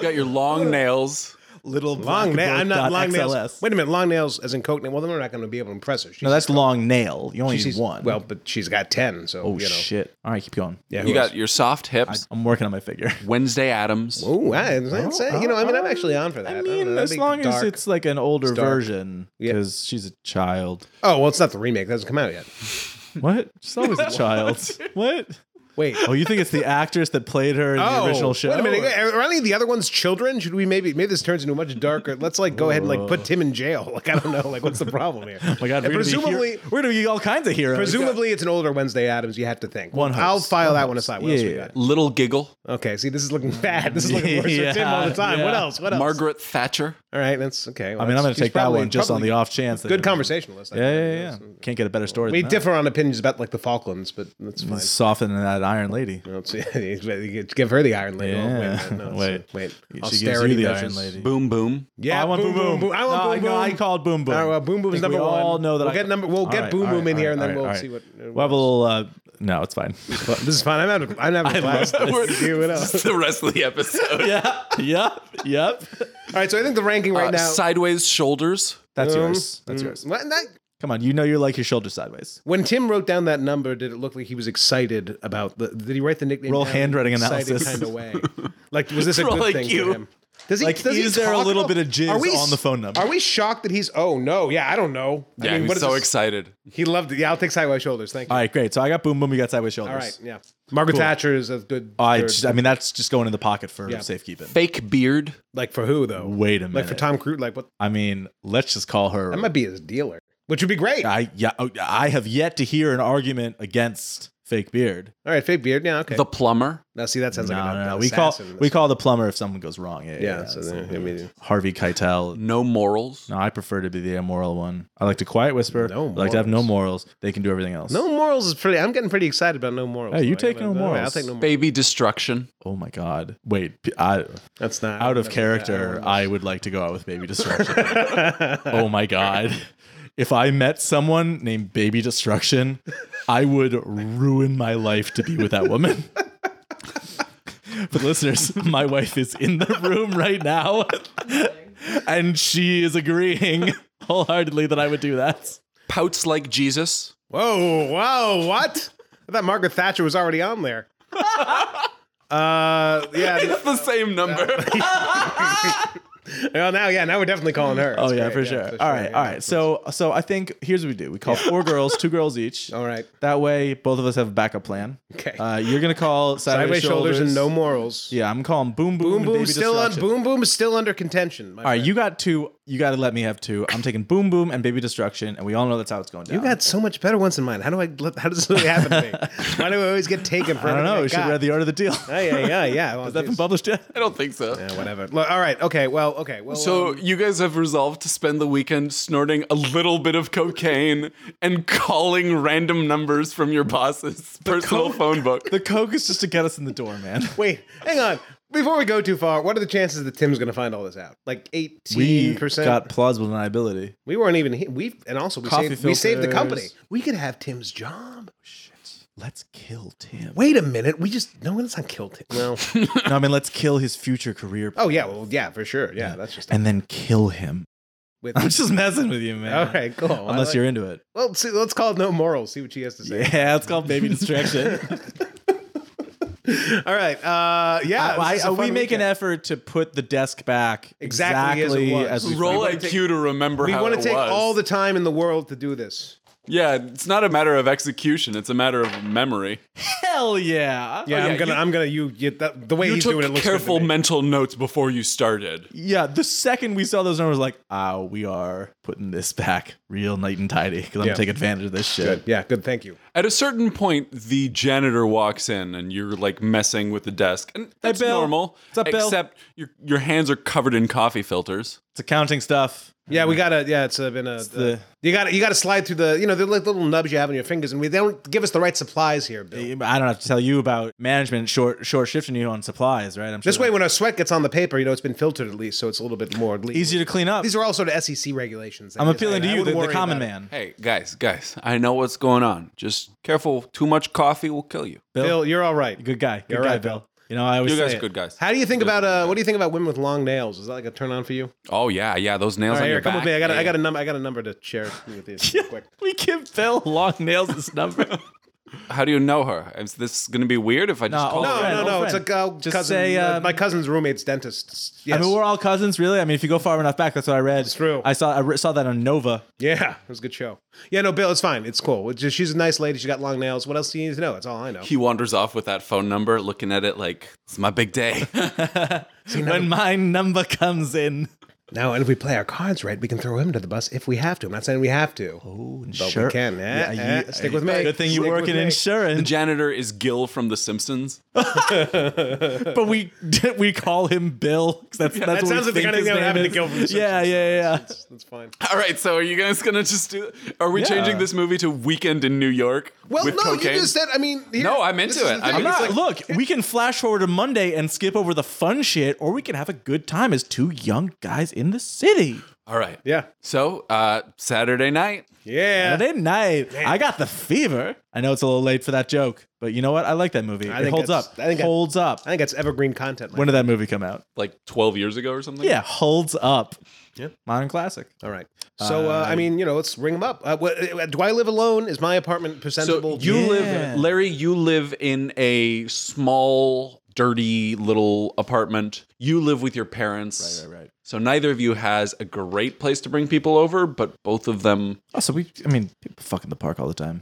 got your long nails.
Little
long nail?
black
I'm
book
not
dot
long nails.
XLS.
Wait a minute, long nails as in coke nail. Well, then we're not going to be able to impress her. She's,
No, that's long nail. You only need
she's
one.
Well, but she's got ten, so
oh
you know.
shit. All right, keep going.
Yeah,
You got your soft hips.
I'm working on my figure.
Wednesday Adams.
Oh, I, I'd say, you know, I mean, I'm actually on for that.
I
don't know,
mean,
that'd
as
be
long as
dark.
it's like an older
dark.
version,
Yeah.
because she's a child.
Oh well, it's not the remake. That hasn't come out yet.
What? She's always a child. What?
Wait.
Oh, you think it's the actress that played her in the original show?
Oh, Wait a minute. Are are any of the other ones children? Should we maybe maybe this turns into a much darker? Let's like go ahead and like put Tim in jail. Like I don't know. Like what's the problem here?
Uh. Oh my god, we're gonna
And
be hero-
presumably
we're gonna be all kinds of heroes.
presumably it's an older Wednesday Adams. You have to think.
One
I'll
hopes.
file
One
that one
hopes.
aside. What else we
Yeah.
got?
Little Giggle,
Okay. See, this is looking bad. This is looking worse
Yeah,
for Tim all the time. What else? What else?
Margaret Thatcher.
All right. That's okay.
I mean, I'm gonna take that one just on the off chance. that-
Good conversationalist. I
Yeah,
think.
yeah, Uh, yeah. Can't get a better story.
We
than
differ on opinions about like the Falklands, but that's
That.
fine.
Soften that Iron Lady.
Let's see. Give her the Iron Lady. Oh,
Yeah.
wait, no, no,
Wait.
wait.
She gives you
Austerity
the
measures.
Iron Lady.
Boom boom.
Yeah,
I want boom boom.
I want
No,
boom boom.
I, I called boom boom.
All right, well, boom
I
boom's
think
number
we
one.
all know that.
We'll
I,
get number- we'll
All
get boom
all
boom in
all
here and then
all
we'll
all
see what-
We'll have a little. Uh, no, it's fine.
Well, this is fine. I'm out of, I'm out of class. Let's do it up.
the rest of the episode.
yeah. Yep. Yep.
All right, so I think the ranking right
Uh,
now.
sideways shoulders.
That's
Um,
yours. That's
Mm,
yours.
when that-
Come on. You know you're like your shoulder sideways.
when Tim wrote down that number, did it look like he was excited about the? Did he write the nickname?
Roll
down
handwriting
in an excited
analysis.
kind of way. Like, was this a
Roll
good thing
IQ.
for him? Does he?
Like,
does he
is there a
talk
little
about-
bit of jizz
Are we
on
s-
the phone number?
Are we shocked that he's? Oh no, yeah, I don't know. I
Yeah,
mean,
he's
what is
so
this?
excited.
He loved it. Yeah, I'll take sideways shoulders. Thank you.
All right. Great. So I got boom boom. You got sideways shoulders. Oh,
All right, yeah. Margaret Thatcher is a good.
I,
third.
just, I mean, that's just going in the pocket for safekeeping.
Fake beard.
like for who though?
Wait a minute.
Like for Tom Cruise? Like what?
I mean, let's just call her.
That might be his dealer, which would be great.
I yeah. oh, I have yet to hear an argument against fake beard.
All right, fake beard. Yeah, okay.
The plumber.
now see, that sounds
No,
like an,
no,
an
no. We call
assassin.
we call the plumber if someone goes wrong. Yeah.
Yeah, so
it's
there-
like
I mean-
Harvey Keitel.
No morals.
No, I prefer to be the immoral one. I like to quiet whisper.
No
I like to have no
morals.
morals. They can do everything else.
no morals is pretty. I'm getting pretty excited about no morals.
Hey, you
I
take
gotta-
no
all right, I'll
morals.
take no morals.
Baby destruction.
Oh my God. Wait. p- I,
That's not
out of
that's-
character, I would like to go out with Baby Destruction. oh my God. If I met someone named Baby Destruction, I would ruin my life to be with that woman. But listeners, my wife is in the room right now, and she is agreeing wholeheartedly that I would do that.
Pouts like Jesus.
Whoa! Wow! What? I thought Margaret Thatcher was already on there. uh, yeah.
The same number.
Well, now, yeah, now we're definitely calling her.
Oh
That's
yeah,
great.
for sure.
for
All right,
yeah.
all right. So, so I think here's what we do: we call four girls, two girls each.
All right.
That way, both of us have a backup plan.
Okay.
Uh, you're gonna call sideways,
Sideways shoulders and no morals.
Yeah, I'm calling boom boom.
Boom
and
boom
baby
still on.
Destruction.
Boom boom is still under contention.
All right, you got two. You got to let me have two. I'm taking boom boom and baby destruction, and we all know that's how it's going down.
You got so much better ones in mind. How do I? let- How does this really happen to me? Why do I always get taken for?
I don't know.
everything
We should
got?
read the art of the deal.
Oh, yeah, yeah, yeah. Well,
Has that been
geez.
published yet?
I don't think so.
Yeah, whatever. Look, all right. Okay. Well. Okay. Well.
So
um,
you guys have resolved to spend the weekend snorting a little bit of cocaine and calling random numbers from your boss's personal phone book.
The coke is just to get us in the door, man.
wait, hang on. Before we go too far, what are the chances that Tim's going to find all this out? Like
We
eighteen
got
percent.
plausible deniability.
We weren't even. He- we and also we
Coffee
saved, we saved the company.
filters.
We could have Tim's job.
Let's kill Tim.
Wait a minute. We just no. Let's not kill Tim. No.
No, I mean let's kill his future career
oh yeah. Well yeah. For sure. Yeah. That's just
and then kill him.
with.
I'm just messing with you, man.
All right. Cool. I
Unless
like-
you're into it.
Well, see, let's call it no morals. See what she has to say.
Yeah, it's called baby distraction.
All right. Uh, yeah.
I-
this is a
I- we
fun
make
weekend.
an effort to put the desk back
Exactly
exactly,
as it was.
as, we
Roll
found it.
IQ to remember
We
how
want
it
to take
was.
all the time in the world to do this.
yeah, it's not a matter of execution; it's a matter of memory.
Hell Oh, yeah.
Yeah, I'm
Oh, yeah,
gonna,
you-
I'm gonna, you, you that, the way
You
he's
took
doing it looks
careful
Good to me.
mental notes before you started.
Yeah, the second we saw those numbers, like, ah, we are putting this back real night and tidy because I'm
Yeah.
gonna take advantage of this shit.
Good. Yeah, good. Thank
Uh,
you.
At a certain point, the janitor walks in, and you're like messing with the desk, and that's
Bill.
normal.
What's up, Bill?
Except your your hands are covered in coffee filters.
It's accounting stuff.
Yeah, we gotta. Yeah, it's uh, been a.
the-
you gotta, you gotta slide through the, you know, the li- little nubs you have on your fingers, and we they don't give us the right supplies here, Bill.
I don't have to tell you about management short short shifting you on supplies, right? I'm sure
This way, when our sweat gets on the paper, you know, it's been filtered at least, so it's a little bit more
that's easy to clean up.
These are all sort of SEC regulations.
I'm appealing to you, the,
wouldn't
the
worry
common
about it.
man.
Hey guys, guys, I know what's going on. Just careful; too much coffee will kill you.
Bill,
Bill, you're all right.
good guy. Good
You're
guy,
right,
Bill. You know, I always
You guys
say
are
it.
good guys.
How do you think about? Uh, what do you think about women with long nails? Is that like a turn on for you?
Oh yeah, yeah. Those nails
All right,
on
here,
your
come
back.
with me. I got, a,
yeah,
I got a number. I got a number to share with you. Quick.
We give Bill long nails this number.
How do you know her? Is this going to be weird if I just
No,
call
all
her?
No,
friend,
no,
old
no. It's
friend.
a uh,
Just
cousin.
say,
uh,
um,
my cousin's roommate's dentist. Yes.
I mean, we're all cousins, really. I mean, if you go far enough back, that's what I read. It's
true.
I saw I re- saw that on Nova.
yeah, it was a good show. Yeah, no, Bill, it's fine. It's cool. It's just- she's a nice lady. She got long nails. What else do you need to know? That's all I know.
He wanders off with that phone number, looking at it like it's my big day.
when my number comes in,
Now, and if we play our cards right, we can throw him to the bus if we have to. I'm not saying we have to.
oh,
but we can. Eh, eh, stick with me.
Good thing you
Stick
work
with
in
me.
the
insurance,
janitor is Gil from The Simpsons.
but we we call him Bill 'cause that's that's
that
what
sounds
we
like the
think
kind of
his
thing that would
name
happen to
is.
Gil from The
Yeah, yeah, yeah.
That's fine.
All right, so are you guys going to just do? Are we changing this movie to Weekend in New York
Well,
with
no,
cocaine?
you just said. I mean, here-
No, I'm into
this is
it.
the
I'm
thing.
I'm not,
It's
like-
look, we can flash forward to Monday and skip over the fun shit, or we can have a good time as two young guys in the city.
All right.
yeah,
So uh, Saturday night,
yeah.
Saturday night, I got the fever. I know it's a little late for that joke, but you know what? I like that movie.
I
it
think
holds
that's-
up.
I think I-
holds up.
I think that's evergreen content. Like,
when did that movie come out?
like 12 years ago or something.
Yeah, holds up.
Yeah.
Modern classic.
all right. So, uh,
Uh,
I mean, you know, let's ring them up. Uh, what, uh, do I live alone? Is my apartment presentable?
So you
Yeah.
live, Larry. You live in a small, dirty little apartment. You live with your parents.
right.
So neither of you has a great place to bring people over, but both of them.
Oh, so we, I mean, people fuck in the park all the time.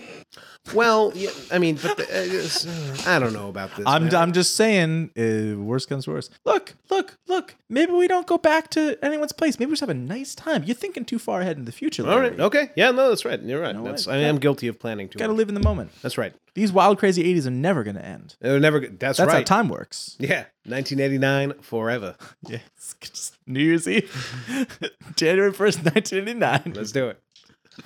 Well, yeah, I mean, but the, uh, it's- uh, I don't know about this.
I'm,
man.
I'm just saying, uh, worse comes to worse. Look, look, look. Maybe we don't go back to anyone's place. Maybe we just have a nice time. You're thinking too far ahead in the future.
All
Larry.
right. Okay. Yeah. No, that's right. You're right.
No
that's.
way.
I mean, I'm guilty of planning too
Gotta
much.
live in the moment.
That's right.
These wild, crazy 80s are never gonna end.
They're never. good. That's,
That's
right.
how time works.
yeah. 1989 forever.
Yes. New Year's Eve, January 1st, 1989.
Let's do it.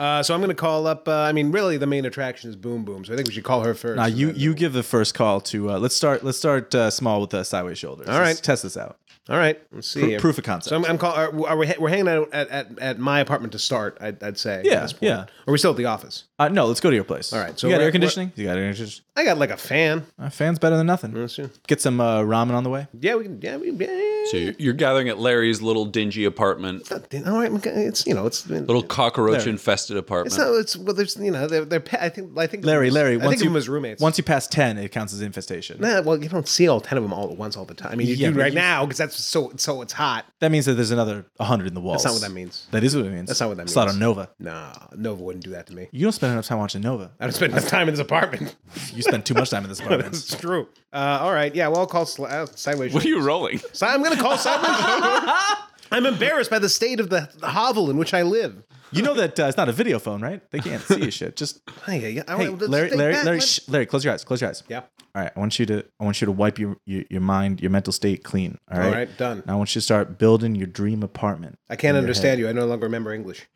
Uh, so I'm going to call up. Uh, I mean, really, the main attraction is Boom Boom. So I think we should call her first.
Now
and
you
then-
you give the first call to uh, let's start let's start uh, small with the sideways shoulders.
All
Let's
right.
test this out.
All right. Let's see.
Pro-
here.
proof of concept.
So I'm, I'm call. uh, Are, are we? We're hanging out at, at, at my apartment to start. I'd, I'd say. at
Yeah,
this point.
yeah.
Are we still at the office?
Uh, no, let's go to your place. All
right, so
you got
we're-
air conditioning. You got air conditioning.
I got like a fan.
Uh, fans better than nothing.
Let's see.
Get some uh, ramen on the way.
Yeah, we can. Yeah, we can. Yeah.
So you're you're gathering at Larry's little dingy apartment,
All right. okay, It's you know. It's
little cockroach infested
It's
apartment.
not. It's well. There's you know. They're, they're pa- I think. I think.
Larry, Larry.
I
once
think
you,
of them as roommates.
Once you pass ten, it counts as infestation.
Nah, well, you don't see all ten of them all at once all the time. I mean, you
Yeah,
do
but
right
you-
now because that's so so it's hot.
That means that there's another hundred in the walls.
That's not what that means.
That is what it means.
That's not what that
It's not
means.
on Nova.
Nah, Nova wouldn't do that to me.
You don't spend enough time watching Nova.
I don't spend enough time in this apartment.
You spend too much time in this apartment.
It's true. Uh, all right. Yeah. Well, I'll call sli- uh, sideways.
what are you rolling?
So I'm going to call sideways. Shoulders. I'm embarrassed by the state of the the hovel in which I live.
You know that uh, it's not a video phone, right? They can't see you shit. Just
Hey, yeah, all
hey,
right, let's
Larry,
think
Larry,
back,
Larry,
let-
shh, Larry, close your eyes, close your eyes.
Yeah.
All right, I want you to, I want you to wipe your your, your mind, your mental state clean. All right.
All right, done.
Now I want you to start building your dream apartment.
I can't understand you. I no longer remember English.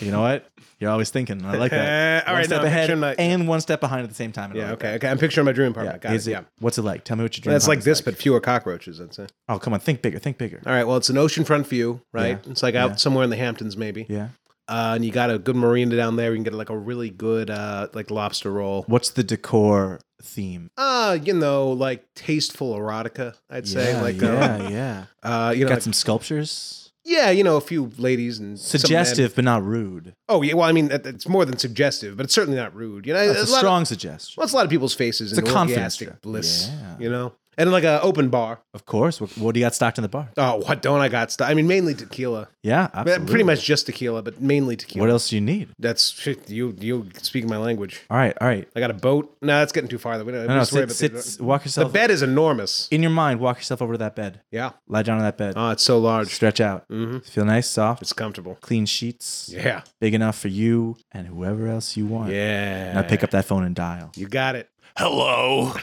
You know what? You're always thinking. I like that.
Uh, all
one
right,
step
no,
ahead
picture night.
and one step behind at the same time. and I
Yeah.
like
Okay. Okay. I'm picturing my dream
that.
apartment.
Yeah.
Got
Is
it.
it,
Yeah.
What's it like? Tell me what your dream.
That's like
apartment's
this, but fewer cockroaches. That's it.
Oh, come on, think bigger, think bigger.
All right. Well, it's an oceanfront view, right?
Yeah,
It's like out somewhere in the Hamptons, maybe.
Yeah.
Uh, and you got a good marina down there. You can get like a really good uh, like lobster roll.
What's the decor theme?
Uh, you know, like tasteful erotica. I'd say
yeah,
like
yeah, yeah.
Uh, uh, you know,
Got
like-
some sculptures.
yeah, you know, a few ladies and some men.
Suggestive, but not rude.
Oh yeah, well, I mean, that- that's more than suggestive, but it's certainly not rude. You know,
That's a,
lot
strong
Of,
suggestion.
well, it's a lot of people's faces.
It's
and
a confidence
orgastic
trip.
bliss.
Yeah.
You know, and like a open bar.
Of course. What, what do you got stocked in the bar?
Oh, what don't I got? St- I mean, mainly tequila.
Yeah,
But
absolutely.
Pretty much just tequila, but mainly tequila.
What else do you need?
That's shit, you. You speaking my language.
All right, all right.
I got a boat. No, that's getting too far. Though. We don't, we
No, no,
just worry
sit, sit,
about the-
s- walk
the,
yourself
bed is enormous.
in your mind. Walk yourself over to that bed.
Yeah.
Lie down on that bed.
Oh, it's so large. Mm-hmm.
Stretch out.
mm-hmm.
Feel nice, soft,
It's comfortable.
clean sheets,
Yeah.
big enough for you and whoever else you want.
Yeah.
Now pick up that phone and dial.
You got it.
Hello,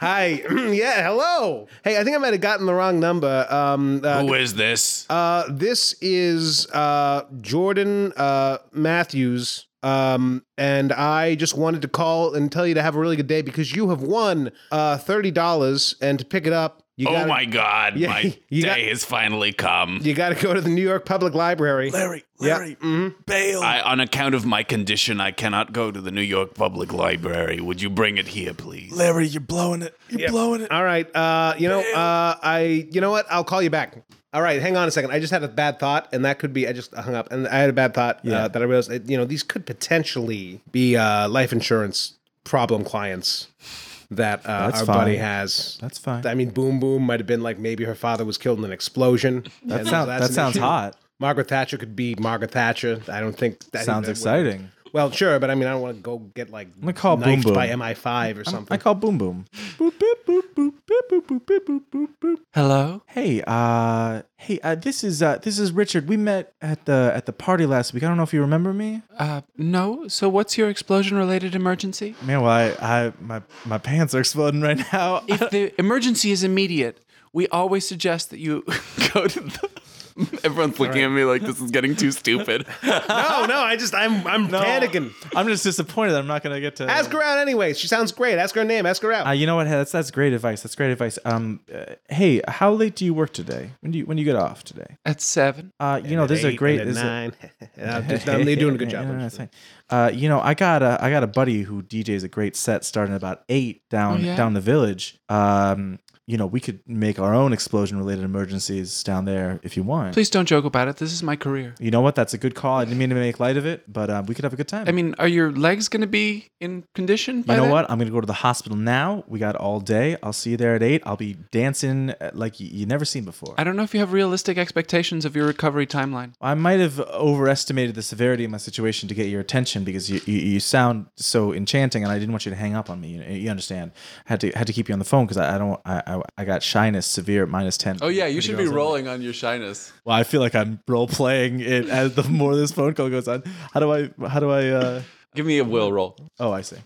Hi. yeah. Hello. Hey, I think I might have gotten the wrong number. Um, uh,
who is this?
uh, this is uh, Jordan uh, Matthews. Um, and I just wanted to call and tell you to have a really good day because you have won uh, $30 and to pick it up. You
oh
gotta,
my God,
Yeah,
my day
you got-
has finally come.
You got to go to the New York Public Library.
Larry,
Yeah. Mm.
Larry, bail. I, on account of my condition, I cannot go to the New York Public Library. Would you bring it here, please?
Larry, you're blowing it. You're blowing it.
All right. Uh, you know, uh, I, you know what? I'll call you back. All right. Hang on a second. I just had a bad thought, and that could be. I just hung up, and I had a bad thought uh, that I realized. uh, You know, these could potentially be uh, life insurance problem clients that uh,
That's
our buddy
fine.
has.
That's fine.
I mean, Boom Boom might have been like maybe her father was killed in an explosion.
That
And
sounds
that's
that
an
sounds
issue.
hot.
Margaret Thatcher could be Margaret Thatcher. I don't think I think that
Sounds
would-
exciting.
Well, sure, but I mean, I don't want to go get like I'm
gonna call Boom Boom.
by MI5 or something.
I call boom boom. Boop boop boop boop boop boop boop boop boop boop boop.
Hello?
Hey, uh, hey, uh, this is uh, this is Richard. We met at the at the party last week. I don't know if you remember me.
Uh, no. So what's your explosion related emergency?
Man, well, I, I my my pants are exploding right now.
If the emergency is immediate, we always suggest that you go to the. Everyone's looking at me like this is getting too stupid.
Oh, no, no, I just I'm I'm panicking.
I'm just disappointed. that I'm not gonna get to
Ask her out anyway. She sounds great. Ask her name. Ask her out.
Uh, you know what? That's that's great advice. That's great advice. Um, uh, hey, how late do you work today? When do you when do you get off today?
At seven.
Uh, you know,
At
this is a
eight
great.
and
This
at
is a-
nine. I'm just- I'm- they're doing a good
Yeah,
job.
no, no, it's fine. Uh, you know, I got a I got a buddy who DJs a great set starting about eight down
yeah?
down the village. Um, you know, we could make our own explosion related emergencies down there if you want.
Please don't joke about it. This is my career.
You know what? That's a good call. I didn't mean to make light of it, but um, we could have a good time.
I mean, are your legs going to be in condition? By
you know
then?
what? I'm gonna go to the hospital now. We got all day. I'll see you there at eight. I'll be dancing uh, like you, you never seen before.
I don't know if you have realistic expectations of your recovery timeline.
I might have overestimated the severity of my situation to get your attention because you, you, you sound so enchanting, and I didn't want you to hang up on me. You, you understand? had to had to keep you on the phone because I, I don't I, I I got shyness severe at minus ten.
Oh yeah, you should be rolling on your shyness.
Well, I feel like I'm role playing it as the more this phone call goes on. How do I how do I? Uh,
Give me a will roll.
oh, I see.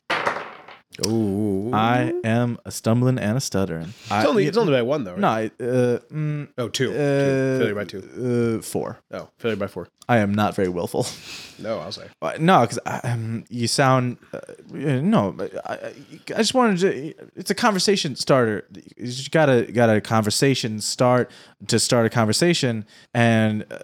Ooh.
I am a stumbling and a stuttering. I,
It's only it's only by one though. Right?
no, I, uh, mm,
Oh, two. Two.
uh,
Failure by two.
uh, four.
Oh, failure by four.
I am not very willful.
No, I'll say.
Uh, no, because um, you sound uh, yeah, no. but I, I I just wanted to. It's a conversation starter. You just gotta got a conversation start to start a conversation, and uh,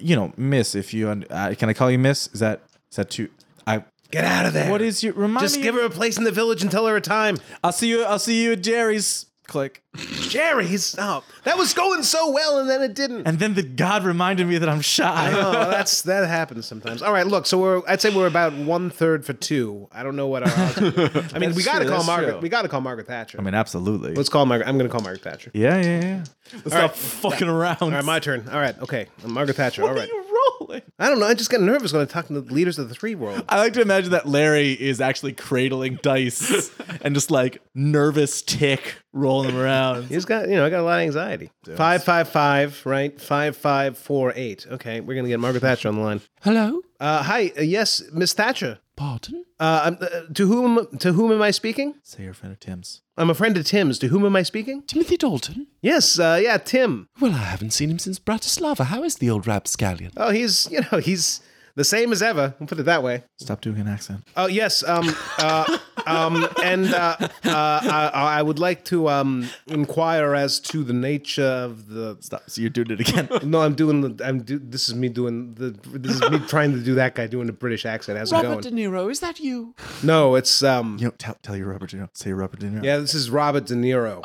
you know, Miss, if you un- uh, can I call you Miss? Is that is that too? I
Get out of there.
what is your remind
Just
me?
give her a place in the village and tell her a time.
I'll see you. I'll see you at Jerry's. Click,
Jerry's. Oh, that was going so well, and then it didn't.
and then the God reminded me that I'm shy.
Oh, that's that happens sometimes. All right, look. So we're I'd say we're about one third for two. I don't know what our. odds are. I mean, we
That's
got to
true,
call
that's
Margaret.
true.
We got to call Margaret Thatcher.
I mean, absolutely.
Let's call Margaret. I'm going to call Margaret Thatcher.
yeah, yeah, yeah. Let's stop fucking around.
All right, my turn. All right, okay, Margaret Thatcher. All
What
right.
are you rolling?
I don't know. I just got nervous when I talked to the leaders of the three world.
I like to imagine that Larry is actually cradling dice and just like nervous tick rolling them around.
He's got, you know, I got a lot of anxiety. Five, five, five, right? Five, five, four, eight. Okay, we're gonna get Margaret Thatcher on the line.
Hello.
Uh, hi, uh, yes, Miss Thatcher.
Pardon?
Uh, I'm, uh, to whom to whom am I speaking?
Say your friend of Tim's.
I'm a friend of Tim's. To whom am I speaking?
Timothy Dalton?
Yes, uh, yeah, Tim.
Well, I haven't seen him since Bratislava. How is the old rapscallion?
Uh,
Oh, he's, you know, he's the same as ever. We'll put it that way.
Stop doing an accent.
Oh yes, um, uh, um, and uh, uh, I, I would like to um, inquire as to the nature of the.
Stop. So you're doing it again.
No, I'm doing. the I'm do, This is me doing the. This is me trying to do that guy doing the British accent. How's it
Robert De
going?
Niro, is that you?
No, it's um.
You know, tell, tell your Robert De Niro. Say your Robert De Niro.
Yeah, this is Robert De Niro.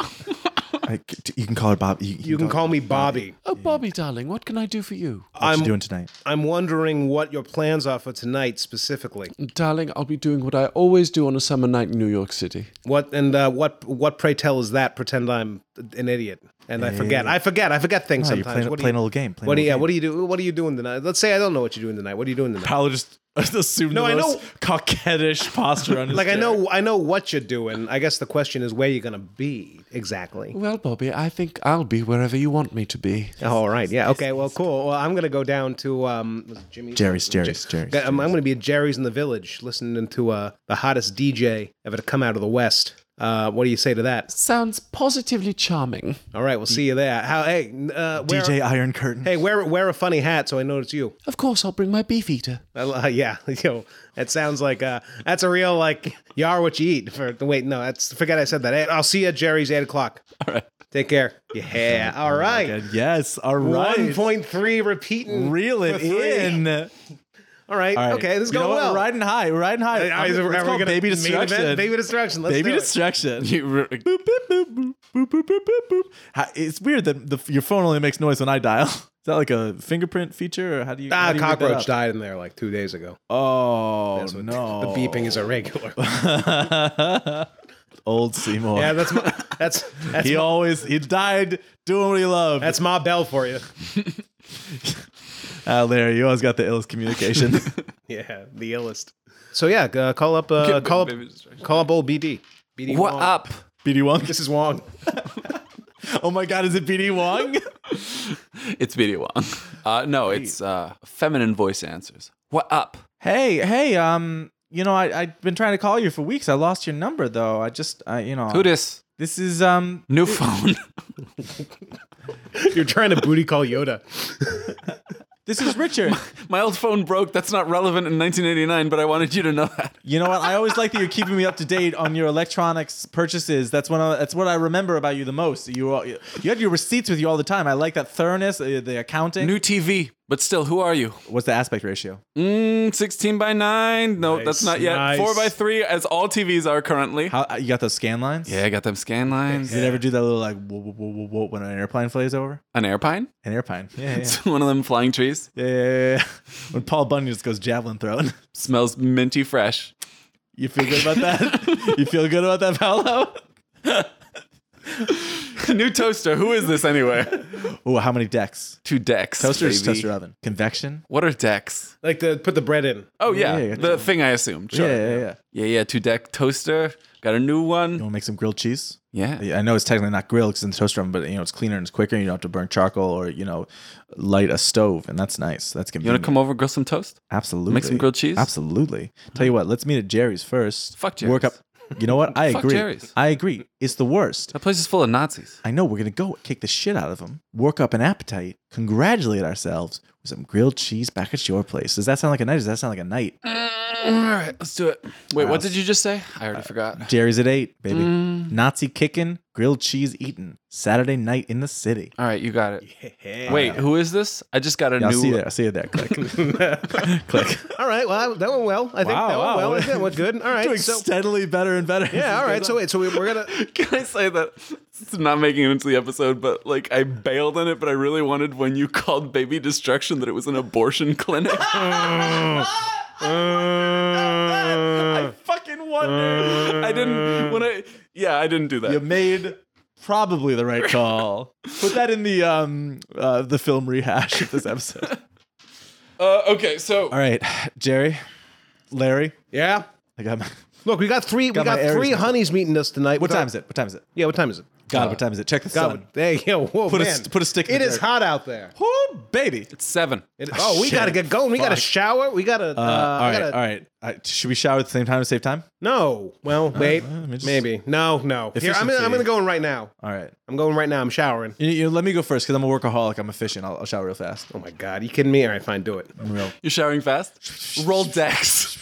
I- you can call it Bob. You,
You can call me Bobby.
Oh, Bobby, darling, what can I do for you?
What you doing tonight?
I'm wondering what your plans are for tonight specifically.
Darling, I'll be doing what I always do on a summer night in New York City.
What and uh, what what pray tell is that? Pretend I'm an idiot and I forget. I forget. I forget things
No, you're
sometimes.
playing,
what do
playing
you,
a little game. Playing
what
a
do you,
little
yeah,
game.
what do you do? What are you doing tonight? Let's say I don't know what you're doing tonight. What are you doing tonight?
I'll just assume
No,
the
I
most
know-
coquettish posture on his
Like I
chair.
know I know what you're doing. I guess the question is where you're gonna be exactly.
Well, Bobby, I think I'll be wherever you want me to be.
All right. Yeah. Okay. Well. Cool. Well, I'm gonna go down to um was it Jimmy
Jerry's, Jerry's, Jerry's.
I'm, I'm gonna be at Jerry's in the village, listening to uh the hottest DJ ever to come out of the West. Uh, what do you say to that?
Sounds positively charming.
All right, we'll see you there. How? Hey, uh, wear,
DJ Iron Curtain.
Hey, wear wear a funny hat so I know it's you.
Of course, I'll bring my beef eater.
I lo- yeah, you know, that sounds like uh, that's a real like you are what you eat. For wait, no, that's forget I said that. Hey, I'll see you at Jerry's eight o'clock. All
right.
take care. Yeah, all right.
And yes. All right.
One point three repeating.
Reel it
for three.
in.
All right.
All right.
Okay, this is
You know
going
what?
well.
We're riding high. We're riding high.
All right,
It's
are we
called
gonna
baby
main event?
destruction.
Baby destruction. Let's
Baby
do it.
destruction.
You re-
Boop, boop, boop, boop, boop, boop, boop, boop, boop. how, it's weird that the, your phone only makes noise when I dial. Is that like a fingerprint feature, or how do you? how
Ah,
do you make that
cockroach
up?
died in there like two days ago.
Oh
That's what-
no!
The beeping is irregular.
Old Seymour.
yeah, that's my, that's that's
he
my,
always he died doing what he loved.
that's my bell for you.
Ah, Larry, you always got the illest communication.
Yeah, the illest. So yeah, uh, call up uh, call up
Baby distraction.
call up old BD. BD
What
Wong.
up?
BD Wong.
This is Wong.
Oh my God, is it BD Wong?
It's video Wong. Uh, no, it's uh, feminine voice answers. What up?
hey, hey, um, you know, I I've been trying to call you for weeks. I lost your number though. I just, I, you know,
Who dis?
this is um,
New phone.
You're trying to booty call Yoda.
this is Richard.
My old phone broke. That's not relevant in 1989, but I wanted you to know that.
You know what? I always like that you're keeping me up to date on your electronics purchases. That's when I, that's what I remember about you the most. You uh, you had your receipts with you all the time. I like that thoroughness, uh, the accounting.
New TV, but still, who are you?
What's the aspect ratio?
Mm, 16 by 9. No,
Nice,
that's not yet.
nice.
4 by 3, as all TVs are currently.
How uh, you got those scan lines?
yeah, I got them scan lines.
Did you ever do that little like whoa, whoa, whoa, whoa, whoa, when an airplane flies over?
An airpine?
An airplane. Yeah, yeah,
One of them flying trees.
yeah. yeah, yeah, yeah. When Paul Bunyan just goes javelin throwing.
Smells minty fresh.
You feel good about that? you feel good about that, Paolo?
New toaster. Who is this anyway?
Oh, how many decks?
Two decks.
Toaster,
baby.
is toaster oven, convection.
What are decks?
Like to put the bread in.
Oh, yeah.
yeah,
the thing I assumed. Sure.
Yeah, yeah, yeah. You want
Yeah, yeah, two deck toaster. Got a new one.
to make some grilled cheese?
Yeah.
I know it's technically not grilled because in the toaster oven, but you know it's cleaner and it's quicker. And you don't have to burn charcoal or you know light a stove, and that's nice. That's
You want
convenient.
to come over, grill some toast?
Absolutely.
make some grilled cheese?
Absolutely. Tell you what, let's meet at Jerry's first.
Fuck
Work up.
Jerry's.
You know what? I
Fuck
agree.
Jerry's.
I agree. It's the worst.
That place is full of Nazis.
I know we're gonna go kick the shit out of them, work up an appetite, congratulate ourselves with some grilled cheese back at your place. Does that sound like a night? Does that sound like a night?
All right, let's do it. Wait, what did you just say? I
Uh,
already forgot.
Jerry's at eight, baby. Nazi kicking, grilled cheese eating. Saturday night in the city.
All right, you got it. Wait, who is this? I just got a
Yeah, I'll
new.
see you there. I'll see you there. Click. Click.
All right. Well, I- that went well. I think
Wow,
that went
wow.
well. I think that went good. All right.
Doing
So,
steadily better and better.
yeah. All right. So wait. So we, we're gonna.
Can I say that it's not making it into the episode, but like I bailed on it, but I really wanted when you called baby destruction that it was an abortion clinic. I fucking wondered. I didn't when I yeah, I didn't do that.
you made probably the right call. Put that in the um uh, the film rehash of this episode.
Uh, okay, so
All right, Jerry, Larry,
Yeah.
I got my.
Look, we got three.
Got
we
my
got
Aries
three
mixed up.
honeys meeting us tonight.
What time is it? What time is it?
Yeah. What time is it?
God, what time is it? Check the
God,
sun.
hey, yo, whoa,
Put a
man.
st- put a stick in
It
the
is
dirt.
hot out there.
Woo, Oh, baby.
it's seven.
It-
Oh,
oh, we gotta
shit.
get going. We gotta
Fuck.
shower. We gotta.
Uh,
Uh,
all
I
right,
gotta-
all right. I, should we shower at the same time to save time?
No. Well, wait.
Uh, let me just-
Maybe. No. No. Here, I'm. Gonna,
Efficiency.
I'm gonna go in right now.
All right.
I'm going right now. I'm showering.
You, you let me go first because I'm a workaholic. I'm efficient. I'll, I'll shower real fast.
Oh my god. You kidding me? All right. Fine. Do it.
I'm real.
You're showering fast? Roll decks.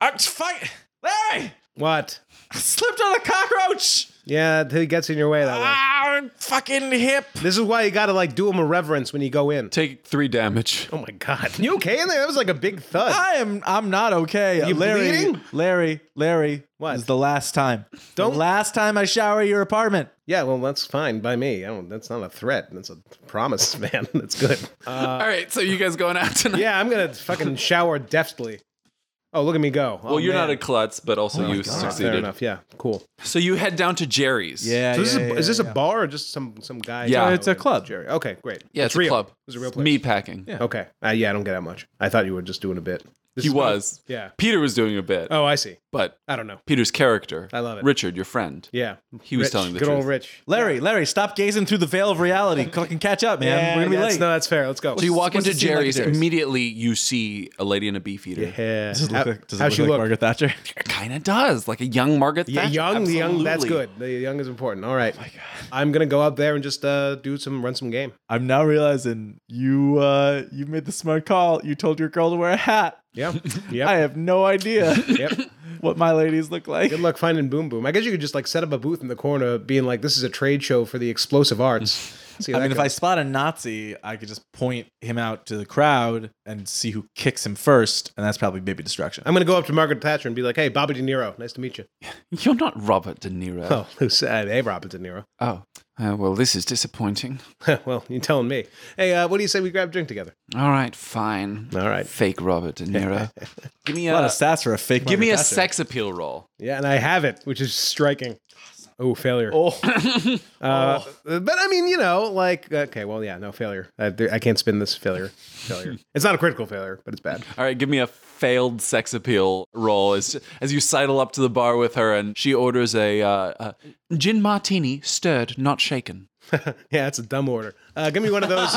I'm fight, Larry.
What?
I slipped on a cockroach.
Yeah. He gets in your way that way.
Ah, fucking hip.
This is why you gotta like do him a reverence when you go in.
Take three damage.
Oh my god. You okay in there? That was like a big thud.
I am. I'm not okay.
You
Larry,
bleeding?
Larry, Larry.
What?
is the last time?
Don't-
The last time I shower at your apartment.
Yeah. Well, that's fine by me. I don't. That's not a threat. That's a promise, man. That's good.
All right, so you guys going out tonight?
Yeah. I'm gonna fucking shower deftly. Oh, look at me go.
Well, you're not a klutz, but also you
Oh Fair
succeeded.
enough. Yeah. Cool.
So you head down to Jerry's.
Yeah.
So this
yeah,
is,
yeah,
a, is this
yeah.
a bar or just some some guy?
Yeah.
It's a club.
Jerry. Okay, great.
Yeah, it's, a
real.
club.
It's a real
It's
place.
Me packing. Yeah.
Okay. Uh, yeah, I don't get that much. I thought you were just doing a bit. This
He
is my-
was.
yeah.
Peter was doing a bit,
Oh, I see.
but
I don't know.
Peter's character,
I love it.
Richard, your friend,
Yeah.
he was
Rich.
telling the
Good
truth.
old Rich.
Larry, Larry, stop gazing through the veil of reality. Fucking catch up, man.
Yeah,
We're gonna be
that's-
late.
No, that's fair. Let's go.
So you walk
What's
into
it seem like
Jerry's,
at Jerry's?
immediately you see a lady in a beefeater.
Yeah.
Does it
How-
look like, does it
how
look
she
like
look?
Margaret Thatcher?
It kind of does, like a young Margaret
Yeah,
Thatcher.
young, the young. That's
Absolutely.
good. The young is important. All
Oh
right. I'm gonna go up there and just uh, do some run some game.
I'm now realizing you uh, you made the smart call. You told your girl to wear a hat.
Yeah.
I
yep.
have no idea
yep.
what my ladies look like.
Good luck finding Boom Boom. I guess you could just like set up a booth in the corner, being like, "This is a trade show for the explosive arts." See
I mean, if I spot a Nazi, I could just point him out to the crowd and see who kicks him first, and that's probably baby destruction.
I'm going to go up to Margaret Thatcher and be like, "Hey, Bobby De Niro, nice to meet you."
You're not Robert De Niro.
Oh, who's uh, hey, Robert De Niro.
Oh, uh, well, this is disappointing.
well, you're telling me. Hey, uh, what do you say we grab a drink together?
All right, fine.
All right.
Fake Robert De Niro. give me
a lot
a,
of stats for Uh, a fake.
give me a
Margaret Thatcher.
sex appeal roll.
Yeah, and I have it, which is striking. Oh, failure.
Oh,
Uh, But I mean, you know, like okay, well, yeah, no failure. I, I can't spin this failure. Failure. it's not a critical failure, but it's bad.
All right, give me a failed sex appeal roll as as you sidle up to the bar with her and she orders a, uh, a gin martini, stirred, not shaken.
Yeah, it's a dumb order. Uh, give me one of those.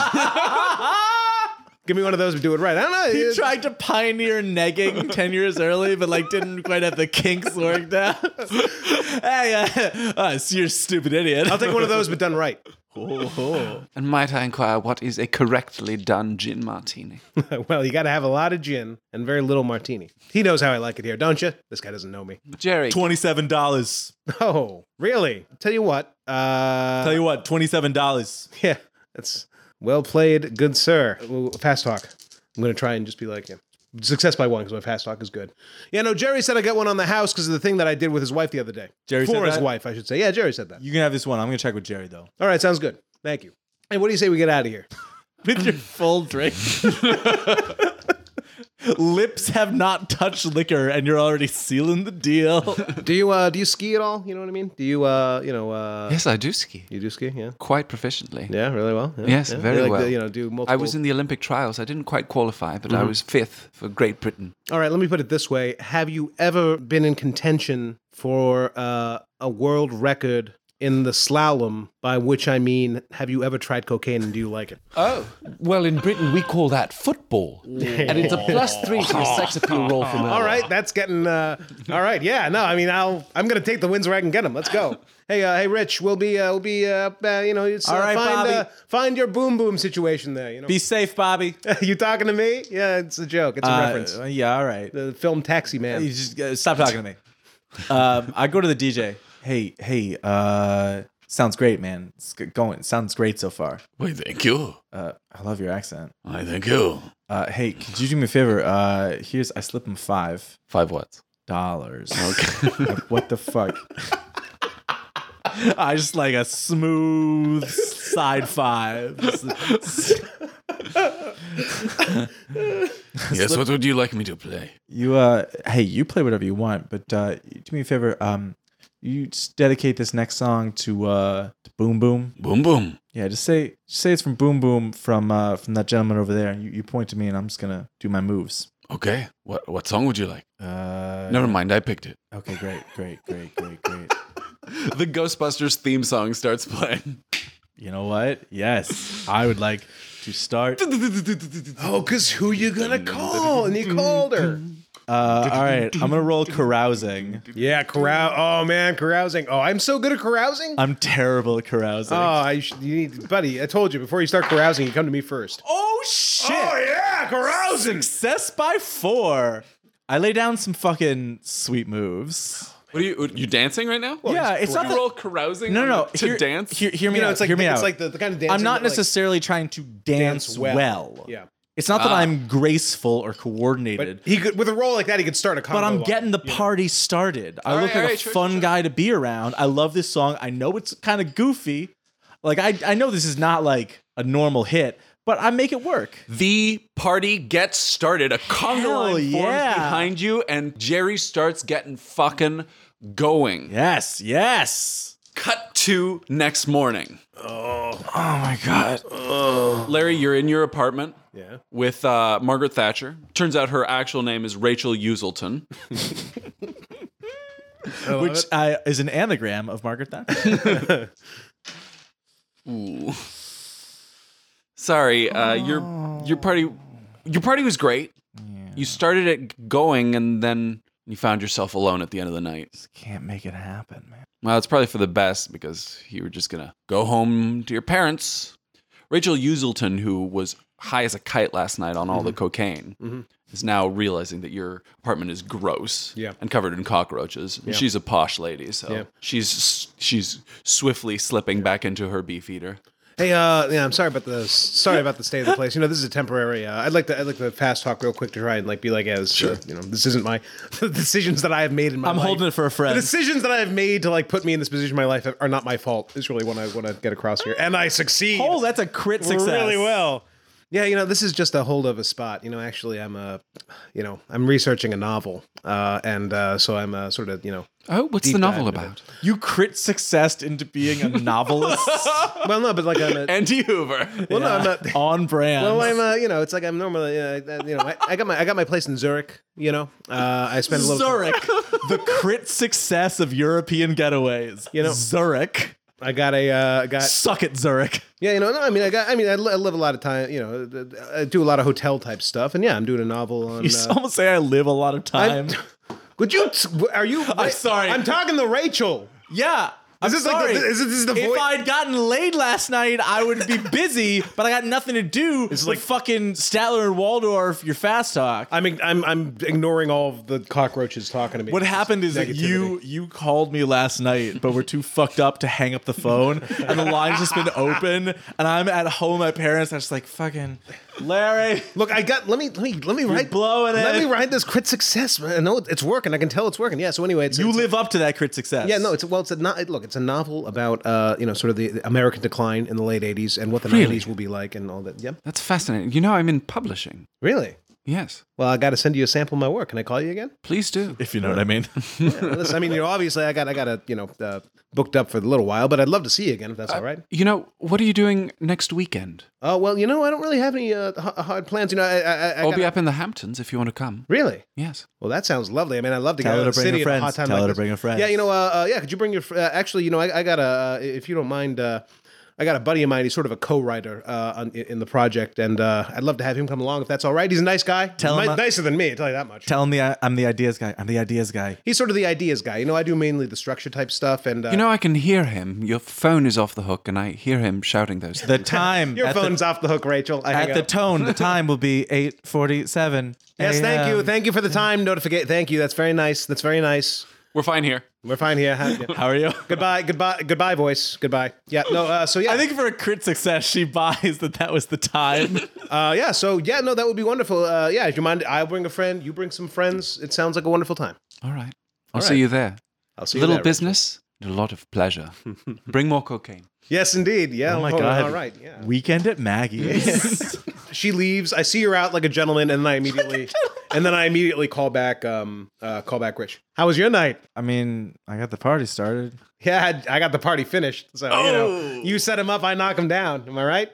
give me one of those. and Do it right. I don't know.
he
it's-
tried to pioneer negging ten years early, but like didn't quite have the kinks worked out. hey, uh, uh, so you're a stupid idiot.
I'll take one of those, but done right.
Oh.
And might I inquire what is a correctly done gin martini?
well, you got to have a lot of gin and very little martini. He knows how I like it here, don't you? This guy doesn't know me.
Jerry,
Twenty-seven dollars.
Oh, really? Tell you what. Uh,
Tell you what, twenty-seven dollars.
yeah, that's well played, good sir. Ooh, Fast talk. I'm gonna try and just be like him. Success by one because my fast talk is good. Yeah, no. Jerry said I got one on the house because of the thing that I did with his wife the other day.
Jerry
for
said
his
that?
wife, I should say. Yeah, Jerry said that.
You can have this one. I'm gonna check with Jerry though.
All right, sounds good. Thank you. Hey, what do you say we get out of here?
with your full drink. Lips have not touched liquor, and you're already sealing the deal.
Do you uh do you ski at all? You know what I mean? Do you uh you know uh
yes, I do ski
you do ski? Yeah.
quite proficiently.
Yeah, really well. Yeah,
Yes,
yeah.
very
You like
well.
to, you know, do multiple.
I was in the Olympic trials. I didn't quite qualify, but I was fifth for Great Britain.
All right, let me put it this way: Have you ever been in contention for uh, a world record in the slalom? By which I mean, have you ever tried cocaine and do you like it?
Oh. Well, in Britain, we call that football. and it's a plus three to your sex appeal roll from
All right, that's getting. Uh, all right, yeah, no, I mean, I'll, I'm gonna take the wins where I can get them. Let's go. Hey, uh, hey, Rich, we'll be, uh, we'll be, uh, uh, you know, it's,
All
uh,
right,
find,
Bobby.
uh, find your boom boom situation there. You know,
Be safe, Bobby.
you talking to me? Yeah, it's a joke. It's a reference.
Uh, yeah, all right.
The film Taxi
You
Man.
just uh, stop talking to me. Um, I go to the DJ. Hey, hey. Uh, sounds great, man. It's g- going. Sounds great so far.
Why, thank you.
Uh, I love your accent.
I thank you.
Uh, hey, could you do me a favor? Uh, here's I slip him five
Five watts.
dollars. what the fuck? I just like a smooth side five.
Yes, what would you like me to play?
You uh, hey, you play whatever you want, but uh, do me a favor. Um, you just dedicate this next song to uh, to Boom Boom.
Boom, boom.
Yeah, just say just say it's from Boom Boom from uh from that gentleman over there, and you, you point to me, and I'm just gonna do my moves.
Okay. What what song would you like?
Uh,
Never mind, I picked it.
okay, great, great, great, great, great.
The Ghostbusters theme song starts playing.
You know what? Yes, I would like to start. uh,
Oh, cause who you gonna call? And you called her.
Uh, all right, I'm gonna roll carousing.
Yeah, corou. Oh man, carousing. Oh, I'm so good at carousing.
I'm terrible at carousing.
oh, I sh- you need, buddy. I told you before you start carousing, you come to me first.
oh shit!
yeah, carousing.
Success by four. I lay down some fucking sweet moves.
What are you? Are you dancing right
Oh,
now?
yeah, it's not
you
that-
roll carousing.
No, no, no.
on- to
Hear-
dance.
Hear, hear me
You know,
out.
it's like
hear me
it's
out.
like the, the kind of dance.
I'm not necessarily trying to dance,
dance well.
well.
Yeah.
It's not that
Ah.
I'm graceful or coordinated,
But
but,
he could with a roll like that, he could start a combo.
I'm
line,
getting the
you know?
party started. I
All
look
right,
like
all
a
right, sure,
fun
sure.
guy to be around. I love this song. I know it's kind of goofy. Like I, I know this is not like a normal hit, but I make it work.
The party gets started. A conga
Hell
line forms
yeah.
behind you, and Jerry starts getting fucking going.
Yes, yes.
Cut to next morning.
Oh my god.
Larry, you're in your apartment.
Yeah.
With uh, Margaret Thatcher. Turns out her actual name is Rachel Uselton.
Which I, is an anagram of Margaret Thatcher.
Ooh. Sorry, uh, your your party your party was great. You started it going, and then you found yourself alone at the end of the night.
Can't make it happen, man.
Well, it's probably for the best because you were just gonna go home to your parents. Rachel Uselton, who was high as a kite last night on all
Mm-hmm.
the cocaine, is now realizing that your apartment is gross
Yeah.
and covered in cockroaches. And she's a posh lady, so
Yeah.
she's she's swiftly slipping back into her beef eater.
Hey, uh, yeah, I'm sorry about the sorry about the state of the place. You know, this is a temporary. Uh, I'd like to I'd like to fast talk real quick to try and like be like as uh, you know, this isn't my the decisions that I have made in my.
I'm
life.
holding it for a friend.
The decisions that I have made to like put me in this position in my life are not my fault. Is really what I want to get across here, and I succeed.
Oh, that's a crit success.
Really well. Yeah, you know, this is just a holdover spot. You know, actually, I'm a, you know, I'm researching a novel, uh, and uh, so I'm a sort of, you know,
Oh, what's
Deep
the
dive
novel
into
about?
You crit success into being a novelist.
well, no, but like I'm a,
Andy Hoover.
well, no, I'm not.
on brand.
Well, I'm, uh, you know, it's like I'm normally, uh, uh, you know, I, I got my, I got my place in Zurich. You know, uh, I spend a little.
Zurich, the crit success of European getaways.
You know-
Zurich.
I got a, uh, got
Suck it, Zurich.
Yeah, you know, no, I mean, I got, I mean, I, li- I live a lot of time, you know, th- th- I do a lot of hotel type stuff, and yeah, I'm doing a novel on.
You
uh,
almost say I live a lot of time.
I'm- would you? Are you?
I'm sorry.
I'm talking to Rachel.
yeah. I'm
this like
sorry.
the- is this- this is the
if
voi-
I'd gotten laid last night, I would be busy, but I got nothing to do. It's
like-
like fucking Statler and Waldorf. Your fast talk.
I'm, ig- I'm, I'm ignoring all of the cockroaches talking to me.
What
It's just
happened is that
negativity.
you you called me last night, but we're too fucked up to hang up the phone, and the line's just been open, and I'm at home at my parents. I'm just like fucking Larry.
Look, I got. Let me, let me, let me write.
blowing
Let
it.
me write this crit success. Man. I know it- it's working. I can tell it's working. Yeah. So anyway, it's
You
it's-
live up to that crit success.
Yeah, no, it's well, it's a not look, it's a novel about uh, you know, sort of the, the American decline in the late '80s and what the
Really?
'90s will be like and all that. Yep,
That's fascinating. You know, I'm in publishing.
really.
Yes,
Well, I got to send you a sample of my work. Can I call you again?
please do.
if you know what I mean.
Yeah, listen, I mean, you know, obviously, I got, I got a, you know, uh, booked up for a little while, but I'd love to see you again if that's all right.
You know, what are you doing next weekend?
Oh well, you know, I don't really have any uh, h- hard plans. You know, I, I, I, I
I'll
gotta-
be up in the Hamptons if you want to come.
Really?
Yes.
Well, that sounds lovely. I mean, I love to
Tell
go
her
to
to
the
bring
city
her
at a
friends.
hot time
Tell
like
her to
this.
bring her friends.
Yeah, you know, uh, uh, yeah. Could you bring your? fr- Uh, actually, you know, I, I got a. Uh, if you don't mind, uh, I got a buddy of mine. He's sort of a co-writer uh, on, in the project, and uh, I'd love to have him come along if that's all right. He's a nice guy.
Tell him I-
nicer than me. I tell you that much.
Tell me I, I'm the ideas guy. I'm the ideas guy.
He's sort of the ideas guy. You know, I do mainly the structure type stuff, and uh,
You know, I can hear him. Your phone is off the hook, and I hear him shouting those.
The time
your
at the-
phone's off the hook, Rachel. I hang
at the
up.
tone. The time will be eight forty-seven.
Yes, thank you, thank you for the time notification. Thank you. That's very nice. That's very nice.
We're fine here.
We're fine here. Ha- yeah.
How are you?
goodbye, goodbye, goodbye, voice. Goodbye. Yeah. No. Uh, so yeah.
I think for a crit success, she buys that that was the time.
Uh, yeah, so yeah, no, that would be wonderful. Uh, yeah, if you mind, I'll bring a friend. You bring some friends. It sounds like a wonderful time.
All right.
All
I'll see
right.
you there.
I'll see
Little
you there.
business, and a lot of pleasure. Bring more cocaine.
Yes, indeed. Yeah.
Oh my
hold on,
God.
All right. Yeah.
Weekend at Maggie's.
She leaves. I see her out like a gentleman, and then I immediately, and then I immediately call back. Um, uh, call back Rich. How was your night?
I mean, I got the party started.
Yeah, I, had- I got the party finished. So you know, you set him up, I knock him down. Am I right?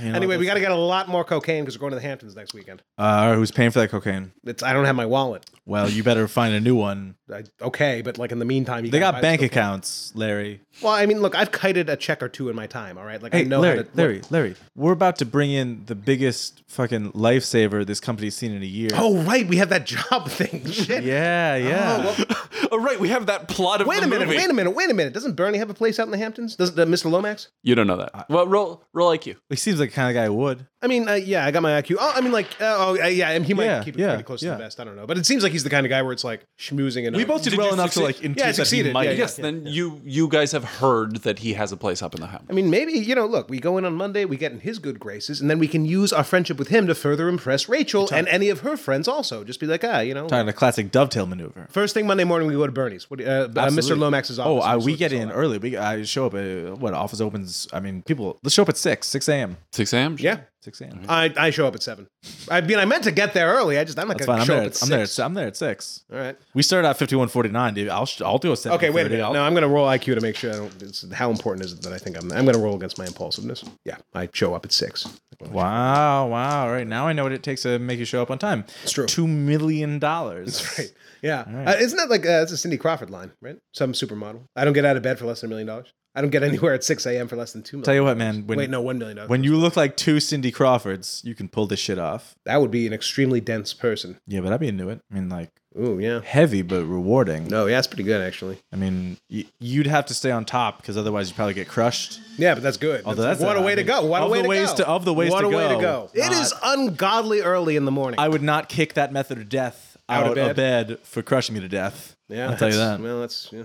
You know,
anyway, we
Oh. that's-
got to get a lot more cocaine because we're going to the Hamptons next weekend.
Uh, who's paying for that cocaine?
It's I don't have my wallet.
Well, you better find a new one.
I, okay, but like in the meantime, you
They
gotta
got
buy the
bank
stuff.
accounts, Larry.
Well, I mean, look, I've kited a check or two in my time. All right, like I
Hey,
know
Larry,
how to.
Larry, Larry. We're about to bring in the biggest fucking lifesaver this company's seen in a year.
Oh right, we have that job thing. Shit. Oh,
yeah, yeah.
All right, we have that plot of
Wait a minute. Wait a minute. Wait a minute. Doesn't Bernie have a place out in the Hamptons? Does uh, Mr. Lomax?
You don't know that. Well, roll roll IQ.
he seems like the kind of guy who would.
I mean, uh, yeah, I got my IQ. Oh, I mean, like, uh, oh, uh, yeah, and he might
Yeah,
keep it
yeah,
pretty close
yeah.
to the best. I don't know, but it seems like he's the kind of guy where it's like schmoozing and
We both did,
Did
well
you
enough to like
succeed?
intuit
Yeah, I
that he
succeeded.
might.
Yeah, yeah.
Yes, then you you guys have heard that he has a place up in the Hamptons.
I mean, maybe you know. Look, we go in on Monday, we get in his good graces, and then we can use our friendship with him to further impress Rachel and any of her friends. Also, just be like, ah, you know.
Talking a classic dovetail maneuver.
First thing Monday morning, we go to Bernie's. What, do you- uh, uh, Mr.
Absolutely.
Lomax's
Oh,
office.
I,
We'll
we
sort
get
this all
in
out.
early. We I show up. At, what office opens? I mean, people. Let's show up at six, six a.m.
Six a.m.
Yeah,
Six a.m.
I, I show up at seven. I mean, I meant to get there early. I just I'm not
That's
gonna
fine. I'm
show
there.
up at
I'm there.
six.
At, I'm there at six.
All right.
We start at fifty-one forty-nine, dude. I'll sh- I'll do a seven.
Okay, wait a minute. No, I'm going to roll IQ to make sure. I don't, it's, how important is it that I think I'm? I'm going to roll against my impulsiveness. Yeah, I show up at six.
Wow, wow. All right, now I know what it takes to make you show up on time. It's
true.
Two million dollars. That's
Right. Yeah. Uh, isn't that like uh, it's a Cindy Crawford line, right? Some supermodel. I don't get out of bed for less than a million dollars. I don't get anywhere at six a.m. for less than two million.
Tell you what, man. When,
Wait, no, one million dollars.
When you look like two Cindy Crawfords, you can pull this shit off.
that would be an extremely dense person.
Yeah, but I'd be into it. I mean, like
Ooh, yeah.
heavy but rewarding.
No, yeah, that's pretty good actually.
I mean, y- you'd have to stay on top because otherwise you'd probably get crushed.
Yeah, but that's good.
Although
That's-
that's
what a
not-
way
I
to
mean,
go. What a
of
way
the
to
ways
go.
to- of the ways
what
to
a way to
go.
go. It is ungodly early in the morning.
I would not kick that method of death
Out
out,
of
of, bed. for crushing me to death.
yeah,
I'll tell you
that's-
that.
Well, that's yeah.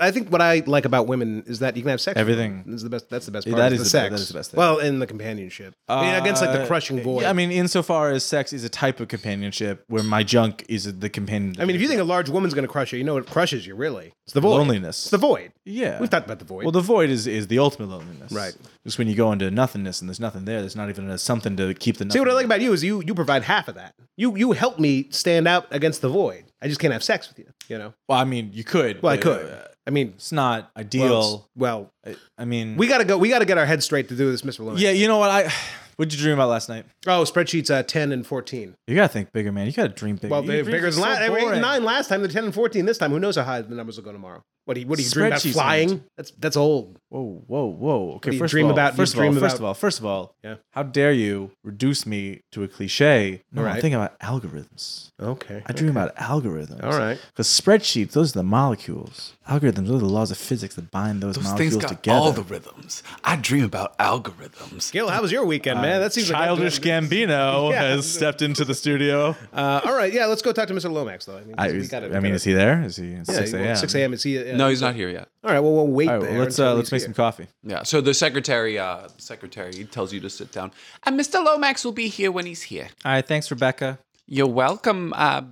I think what I like about women is that you can have sex. with
Everything.
them. is the best. That's the best
Yeah,
part.
that
is
is
the
the-
sex.
that is the best thing.
Well, and the companionship. I mean, against like the
Uh,
crushing void.
I mean, insofar as sex is a type of companionship, where my junk is the companion.
I mean, if you think a large woman's going to crush you, you know what crushes you really? It's the void.
loneliness,
It's the void.
yeah,
We've talked about the void.
Well, the void is is the ultimate loneliness,
Right.
Just when you go into nothingness and there's nothing there, there's not even a something to keep the.
See what I
nothing-
like about you is you you provide half of that. You you help me stand out against the void. I just can't have sex with you. You know.
Well, I mean, you could.
Well, I
but,
could.
uh,
I mean,
It's not
well,
ideal.
it's- well,
I mean,
we got to go. We got to get our heads straight to do this, Mister Lewis.
Yeah, you know what? I what'd you dream about last night?
Oh, spreadsheets uh, ten and fourteen.
You gotta think bigger, man. You gotta dream bigger.
Well,
You
they're
dream
bigger than
so
last. eight
boring.
and nine last time. They're ten and fourteen this time. Who knows how high the numbers will go tomorrow? What do you, what do you dream about
Spreadsheets
flying?
aren't.
That's that's old.
Whoa, whoa, whoa. Okay,
do you
first
dream
of all,
about? You
first of all,
dream
first
about-
of all, first of all,
Yeah.
how dare you reduce me to a cliche? No,
All right.
I'm thinking about algorithms.
Okay.
I dream about algorithms.
All right.
Because spreadsheets, those are the molecules. Algorithms, those are the laws of physics that bind those,
Those
molecules
things got
together.
all the rhythms. I dream about algorithms.
Gil, how was your weekend, man? That seems
Uh, Childish
like
Gambino
Yeah.
has stepped into the studio.
Uh, all right, yeah. Let's go talk to Mr. Lomax, though. I mean,
I,
we
is,
gotta-
I mean,
gotta-
is he there? Is he? It's
yeah,
six
well,
a.m.
Six a.m. Is he? Uh,
No, he's not here yet.
All right. Well, we'll wait.
All right,
there
well, let's
until
uh,
he's
let's make
here.
some coffee.
Yeah. So the secretary, uh, secretary tells you to sit down. Uh, Mr. Lomax will be here when he's here.
All right, thanks, Rebecca.
You're welcome. Uh,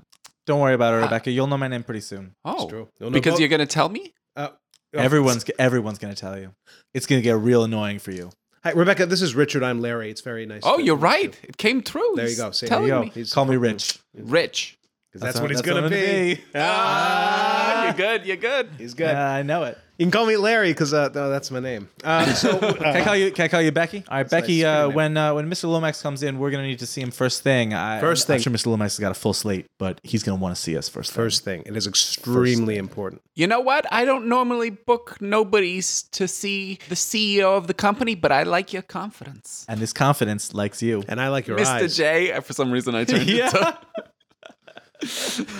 Don't worry about it, Rebecca. You'll know my name pretty soon.
oh,
true. You'll know
because
both-
you're gonna tell me.
Uh, oh,
Everyone's everyone's gonna tell you. It's gonna get real annoying for you.
Hi, Rebecca. This is Richard. I'm Larry. It's very nice.
Oh,
to-
you're right. It came through.
There you
He's
go. See,
telling
Yo,
me.
He's-
call me Rich.
Rich.
'Cause That's,
That's
what
what-
he's
that's
gonna
what I'm
be.
gonna be.
Ah,
you're good. You're good.
he's
Uh,
good.
I know it.
you can call me Larry because uh, no, that's my name. Um, so
Can I
uh,
call you? Can I call you Becky? All right, Becky.
nice.
Uh, when uh, when Mr. Lomax comes in, we're gonna need to see him first thing. I,
First
I'm
thing.
sure Mr. Lomax has got a full slate, but he's gonna want to see us first. thing.
first thing, it is extremely important.
You know what? I don't normally book nobodies to see the CEO of the company, but I like your confidence.
And this confidence likes you.
And I like your
Mr.
eyes.
J, uh, for some reason I turned
Yeah.
it to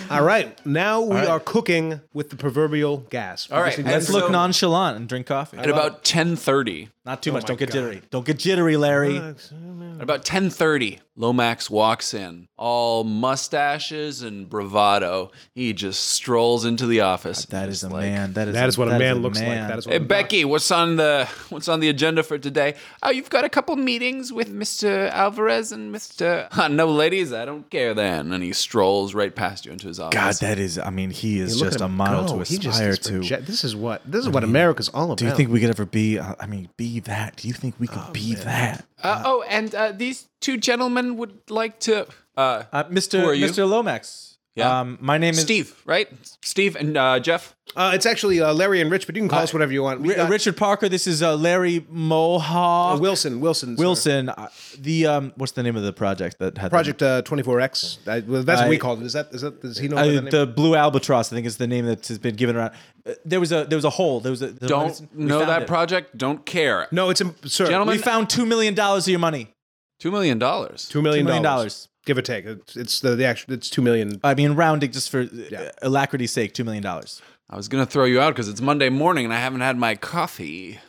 All right, now we
right.
are cooking with the proverbial gas. All
right, and
Let's look
so-
nonchalant and drink coffee.
at about 10:30.
Not
Oh
too much. Don't get jittery. Don't get jittery, Larry.
Mm.
At about 10:30, Lomax walks in, all mustaches and bravado. He just strolls into the office.
That is a
Just like,
man. That is
That is what a man looks
man.
like. That is what
Hey
a man-
Becky, what's on the what's on the agenda for today? Oh, you've got a couple meetings with Mr. Alvarez and Mr. Ah, no, ladies, I don't care then. And he strolls right past you into his office.
God, that is. I mean, he is
Look at
just a
him
model
go.
to
He just
aspire
is
to.
proje- This is what this is what America's all about.
Do you think we could ever be? Uh, I mean, be that? Do you think we
Oh,
could be that?
Uh, oh, and uh, these two gentlemen would like to. Uh,
Uh, Mr.
Who are you?
Mr. Lomax.
Yeah.
Um, my name is
Steve, right? Steve and uh, Jeff.
Uh, it's actually uh, Larry and Rich, but you can call us whatever you want. We
Ri-
got-
Richard Parker. This is uh, Larry Mohawk
uh, Wilson, Wilson, sir.
Wilson. Uh, the um, what's the name of the project that had
Project uh, 24X. I, well, that's what
I-
we called it. Is that is that does he know
The,
what
uh,
that name?
the Blue Albatross, I think, is the name that has been given around. Uh, there was a there was a hole. There was a there was-
Don't
we
know
found
that
it.
project. Don't care.
no, it's a sir.
Gentlemen,
We found two million dollars of your money.
Two million dollars.
two million
$2 million.
dollars, give or take. It's, it's the, the actual. It's two million.
I mean, rounding just for uh alacrity's sake, two million dollars.
I was gonna throw you out because it's Monday morning and I haven't had my coffee.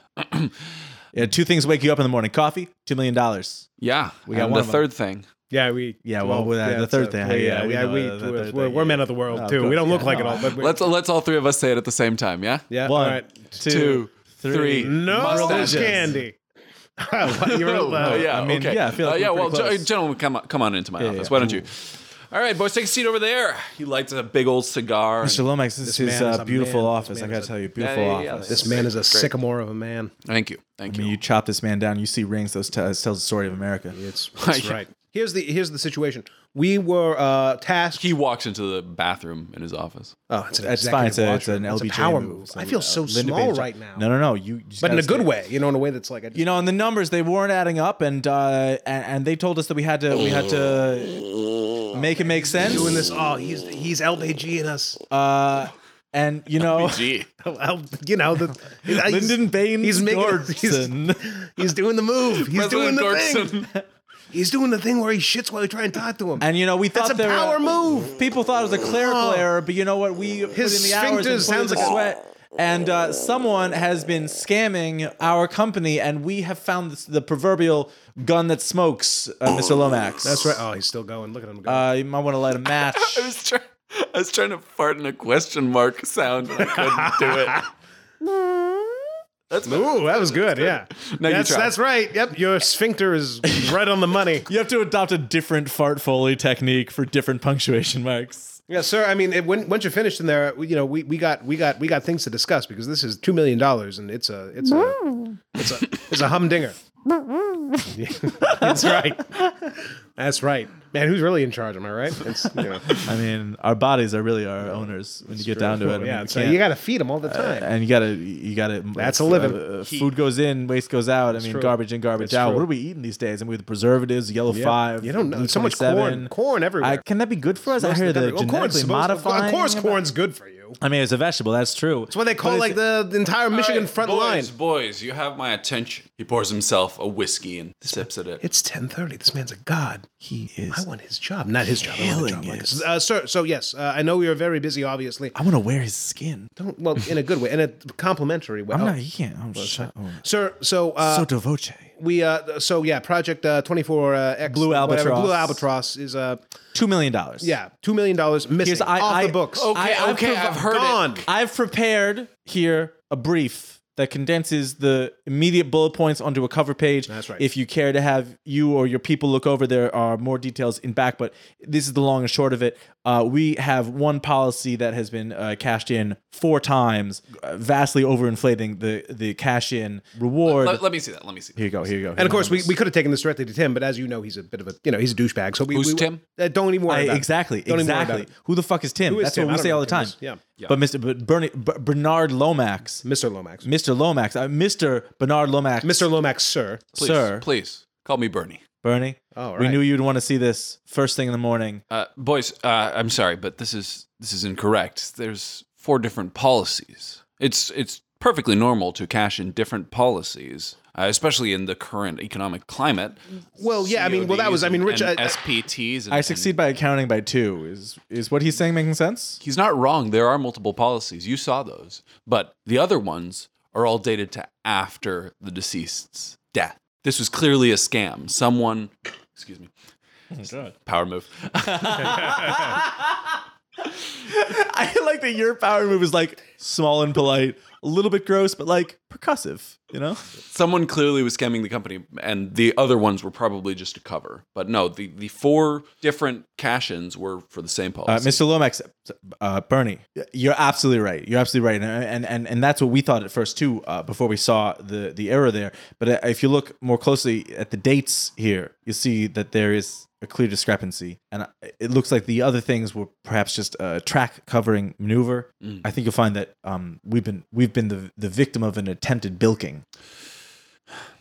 Yeah, two things wake you up in the morning: coffee, two million dollars.
Yeah, we
got
and
one
the
of 'em.
third thing.
Yeah, we.
Yeah, well, well, that- the third
so-
thing,
Yeah, yeah,
yeah, we
yeah,
know
we,
the- the
we're,
third
we're,
thing,
we're men
yeah.
of the world
Oh, of
too. We
course,
don't look
yeah,
like it
no.
all, but we're,
Let's let's all three of us say it at the same time. Yeah.
yeah. all
One,
right.
two,
Two,
three.
three.
No
Mustaches.
candy. You're allowed.
Oh, yeah.
I mean,
okay.
yeah, I feel like
uh, yeah.
we're
Well,
pretty
gen-
close.
gentlemen, come on, come on into my office.
yeah.
Why don't you? All right, boys, take a seat over there. He lights a big old cigar. and-
Mr. Lomax, this,
man
is
is
a
a
beautiful
man. This
office. I
man
gotta
is a-
tell you, beautiful
Yeah, yeah, yeah.
office.
This man is a
Great.
sycamore of a man.
Thank you. Thank
I mean,
you.
you chop this man down, you see rings. Those t- tells the story of America.
It's that's
Yeah.
right. Here's the here's the situation. We were uh, tasked.
He walks into the bathroom in his office.
oh, it's an
That's
executive
fine. It's, a,
watcher.
it's an
That's
LBJ
a power
move.
move.
It's
I
a-
feel
uh,
so
Linda
small
Page-
right now.
No, no, no. You, you just
but in a
gotta
good
stay-
way. You know, in a way that's like I just,
You know, and the numbers they weren't adding up, and uh, and, and they told us that we had to we had to make it make sense.
doing this. Oh, he's he's LBG in us.
Uh, and you know,
Gee.
Well, you know the
Lyndon Baines
He's making he's,
Gordson.
he's doing the move. He's doing the thing.
President
He's doing the thing where he shits while you try and talk to him.
and you know, we thought
That's a
there
power move.
People thought it was a clerical
Oh.
error, but you know what? We put in
His
the hours and
sphincters
put in
sounds
the
like a-
sweat. And uh, someone has been scamming our company, and we have found this, the proverbial gun that smokes, uh, Mr. Lomax.
That's right. Oh, he's still going. Look at him go.
Uh, you might want to light a match.
I was, try- I was trying to fart in a question mark sound. And I couldn't do it.
Ooh, that was good. Yeah.
you
that's,
try.
that's right. Yep. Your sphincter is right on the money.
You have to adopt a different fart foley technique for different punctuation marks.
Yeah, sir. I mean, it, when, once you're finished in there, you know, we, we got we got we got things to discuss because this is two million dollars, and it's a it's a it's a it's a humdinger. That's right. That's right. Man, who's really in charge? Am I right? It's, you know,
I mean, our bodies are really our owners when you get down to it. I mean,
yeah.
we
So
can't-
uh, you got to feed them all the time.
and you gotta you gotta
That's a living.
uh, food goes in waste goes out i mean
true.
garbage in garbage
That's
out
true.
what are we eating these days i mean with preservatives yellow
Yeah.
five
You don't know.
Blue
So much
27.
corn. Corn everywhere.
I, can that be good for us i
Most
hear
of every-
they're
well,
genetically
corn's supposed-
modifying
Of course,
it.
corn's good for you.
i mean it's a vegetable that's true
That's why they call like the, the entire Michigan front line.
boys, boys, you have my attention. He pours himself a whiskey and sips at it.
It's ten thirty. This man's a god.
he
I
is
want his job, not his job. I want the job.
Killing
like
it.
this. Uh, sir, so yes, uh, I know we are very busy. Obviously,
i want to wear his skin
don't well in a good way, in a complimentary way.
i'm
Oh,
not he can't i'm shut oh,
sir, so uh,
so devoce
we uh, so yeah, Project uh, Twenty Four uh, X
Blue
whatever,
Albatross.
Blue Albatross is uh
two million dollars
yeah two million dollars missing
Here's- I-
off
I-
the books.
oh,
Okay,
I- I've
okay,
prov-
I've heard
gone.
it.
I've prepared here a brief that condenses the immediate bullet points onto a cover page.
That's right.
If you care to have you or your people look over, there are more details in back, but this is the long and short of it. Uh, we have one policy that has been uh, cashed in four times, uh, vastly overinflating the the cash in reward.
Let, let me see that. Let me see.
here you go. Here you go.
And of course, we, we could have taken this directly to Tim, but as you know, he's a bit of a you know he's a douchebag. So we,
Who's
we-
Tim?
Uh, don't even worry.
I,
about it.
exactly,
Don't even worry about
exactly.
it.
Who the fuck is Tim?
Who is
That's
Tim?
what
I
we
don't
say all the
remember
time.
who it is. Yeah.
But Mr. But Bernie, Ber- Bernard Lomax,
Mr. Lomax,
Mr. Lomax, uh, Mr. Bernard Lomax,
Mr. Lomax, sir.
Please,
sir,
please call me Bernie.
Bernie.
Oh,
We
right.
knew you'd want to see this first thing in the morning.
Uh, boys, uh, I'm sorry, but this is this is incorrect. There's four different policies. It's it's perfectly normal to cash in different policies, uh, especially in the current economic climate.
Well, yeah, I mean, well, that was-
CODs
I mean,
and-
Rich, uh,
and
I- I-
SPTs. And,
I succeed by accounting by two. Is is what he's saying making sense?
and- he's not wrong. There are multiple policies. You saw those, but the other ones are all dated to after the deceased's death. This was clearly a scam. Someone, excuse me,
Oh
power move.
I like that your power move is like small and polite, a little bit gross, but like percussive. You know,
someone clearly was scamming the company and the other ones were probably just a cover but no the, the four different cash-ins were for the same
uh,
policy
Mr. Lomax, uh, Bernie, you're absolutely right. You're absolutely right, and and and, and that's what we thought at first too. Uh, before we saw the the error there, but uh, if you look more closely at the dates here, you see that there is a clear discrepancy, and uh, it looks like the other things were perhaps just a track covering maneuver. I think you'll find that um, we've been we've been the the victim of an attempted bilking,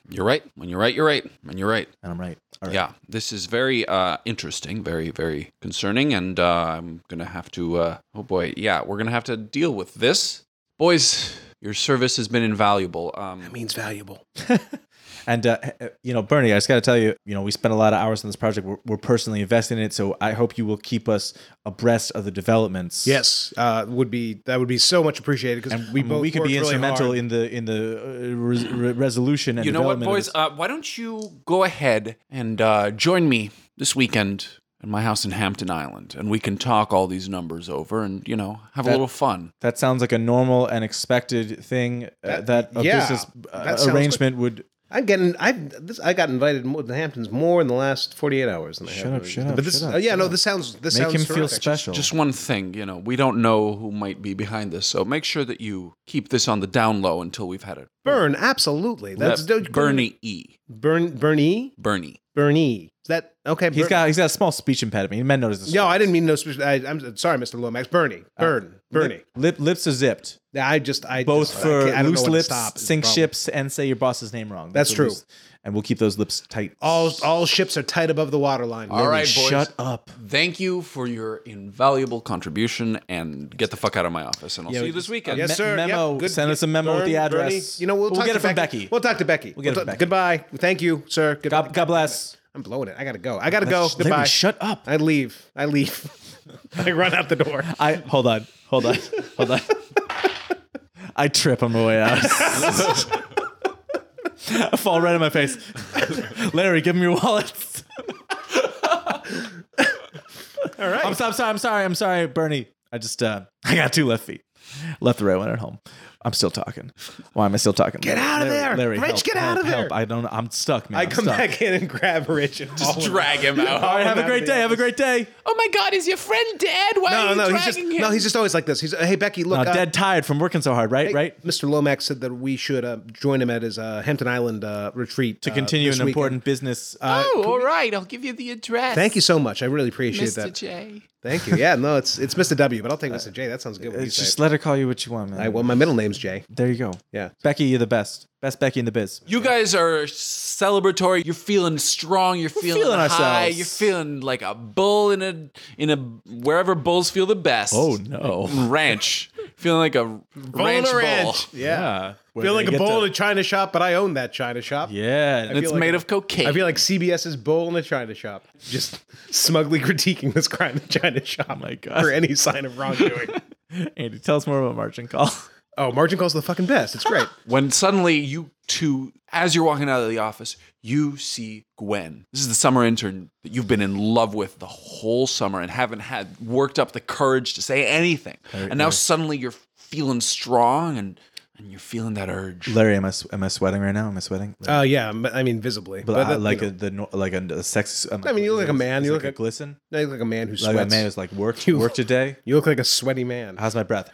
you're right when you're right you're right when you're right
and I'm right. All right.
yeah this is very uh, interesting very very concerning and uh, i'm gonna have to uh, oh boy yeah we're gonna have to deal with this boys your service has been invaluable um,
That means valuable.
And uh, h- you know, Bernie, I just got to tell you, you know, we spent a lot of hours on this project. We're, we're personally invested in it, so I hope you will keep us abreast of the developments.
Yes, uh, would be that would be so much appreciated because
and
we
we,
both
we could
worked
be
really
instrumental
hard.
in the in the uh, res- re- resolution and
you know what
development of
boys
this.
uh, why don't you go ahead and uh, join me this weekend at my house in hampton island and we can talk all these numbers over and you know have a
That-
little fun
that sounds like a normal and expected thing uh, that,
That-
a
yeah,
business
that
uh,
sounds good.
arrangement would.
I'm getting I this I got invited more the Hamptons more in the last 48 hours than I
Shut
have.
up, shut up,
But this
shut up,
uh, yeah
shut
no
up.
this sounds this
Make
sounds
him feel
terrific.
special.
just one thing you know we don't know who might be behind this so make sure that you keep this on the down low until we've had a
Burn absolutely. That's
that- bernie e
Burn Bernie
bernie
Bernie. Is that okay?
he's
Bern-
got he's got a small speech impediment. He meant notice this.
No, I didn't mean no special. I, I'm sorry, Mr. Lomax. Bernie.
Uh,
Burn. Bernie.
Lip, lips are zipped,
I just I
both
just, I
for
can't- I don't know
loose
when to
lips,
stop is the
sink
problem.
ships, and say your boss's name wrong.
That's
what
true.
loose- and we'll keep those lips tight.
All all ships are tight above the waterline.
all right boys
shut up.
thank you for your invaluable contribution and get the fuck out of my office and i'll
Yeah,
see
we
you this
just-
weekend
Yes,
Me-
sir.
memo.
Yep.
Send us a memo with the
Bernie.
address.
You know,
We'll
we'll, talk
get
to
it from
Becky.
Becky.
We'll talk to Becky. We'll
get it
ta-
from Becky.
Goodbye. Thank you, sir. Good-
God, God bless.
I'm blowing it. I gotta go. I gotta go.
Sh- Libby,
Goodbye.
shut up.
I leave. I leave. I run out the door.
I hold on. Hold on. Hold on. I trip on my way out. I fall right in my face. Larry, give me your wallets.
All right.
I'm, so- I'm sorry. I'm sorry. I'm sorry, Bernie. I just uh, I got two left feet. Left the right one at home. I'm still talking. Why am I still talking?
Get out of there! Rich, get out
help,
of there!
help. I don't. I'm stuck, man.
I
I'm
come
stuck.
back in and grab Rich and just
Drag him out.
All right, have a
out
great
of
day.
the
Have a great day.
Oh my God, is your friend dead? Why
No,
are you
no, he's
dragging
just
him?
no, he's just always like this. He's hey Becky, look,
Uh,
uh,
dead tired from working so hard, right?
hey,
right.
Mr. Lomax said that we should uh, join him at his uh, Hampton Island uh, retreat
To continue
uh, this
an
weekend.
important business. Uh,
oh, all right. I'll give you the address.
Thank you so much. I really appreciate
Mr.
that.
J.
Thank you. Yeah, no, it's it's Mr. W, but I'll take Mr. J. That sounds good. What you
it's just
say.
let her call you what you want, man.
I, well, my middle name's Jay.
There you go.
Yeah.
Becky, you're the best. Best Becky in the biz.
You guys are celebratory. You're feeling strong. You're feeling,
feeling
high.
ourselves.
You're feeling like a bull in a in a wherever bulls feel the best.
Oh, no.
ranch. feeling like a ranch bull.
Yeah.
Where
Feel
they
like a
get
bowl
to-
in a China shop, but I own that China shop.
Yeah.
It's
like
made
a-
of cocaine.
I feel like CBS's bowl in a China shop, just smugly critiquing this crime in China shop. Oh
my God.
For any sign of wrongdoing.
Andy, tell us more about margin call.
oh, margin calls the fucking best. It's great.
when suddenly you two, as you're walking out of the office, you see Gwen. This is the summer intern that you've been in love with the whole summer and haven't had worked up the courage to say anything. and now suddenly you're feeling strong and and you're feeling that urge.
Larry, am I s- am I sweating right now? Am I sweating?
Oh yeah, m- I mean visibly,
but I,
that-
like
you
a, the no- like a, a sex. I'm
I mean, you look like a man.
is it
You look
like
like-
a glisten.
know, you look like a man who
Like
sweats.
a man who's like worked
You-
worked today.
you look like a sweaty man.
How's my breath?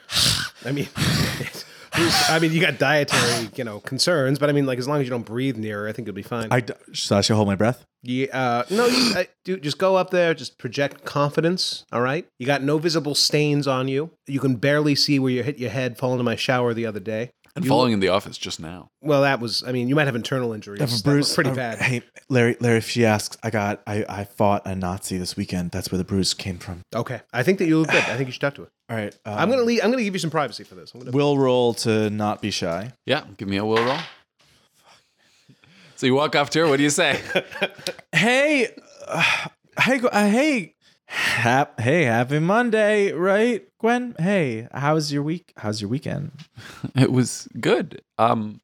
I mean, I mean, you got dietary, you know, concerns, but I mean, like as long as you don't breathe near her, I think you'll be fine.
I d- so I should hold my breath.
Yeah, uh, no, you, I, dude, just go up there, just project confidence. All right, you got no visible stains on you. You can barely see where you hit your head falling into my shower the other day.
and falling in the office just now.
Well, that was, I mean, you might have internal injuries. that were pretty
uh,
bad.
Hey, Larry, Larry, if she asks, I got I I fought a Nazi this weekend. That's where the bruise came from.
Okay, I think that you look good. I think you should talk to it.
All right, um,
I'm gonna leave. I'm gonna give you some privacy for this. I'm gonna.
Will roll to not be shy.
Yeah, give me a will roll. So you walk off to her. What do you say?
Hey, uh, hey, Gw- uh, hey, hap, hey, happy Monday, right, Gwen? Hey, how's your week? How's your weekend?
it was good. Um,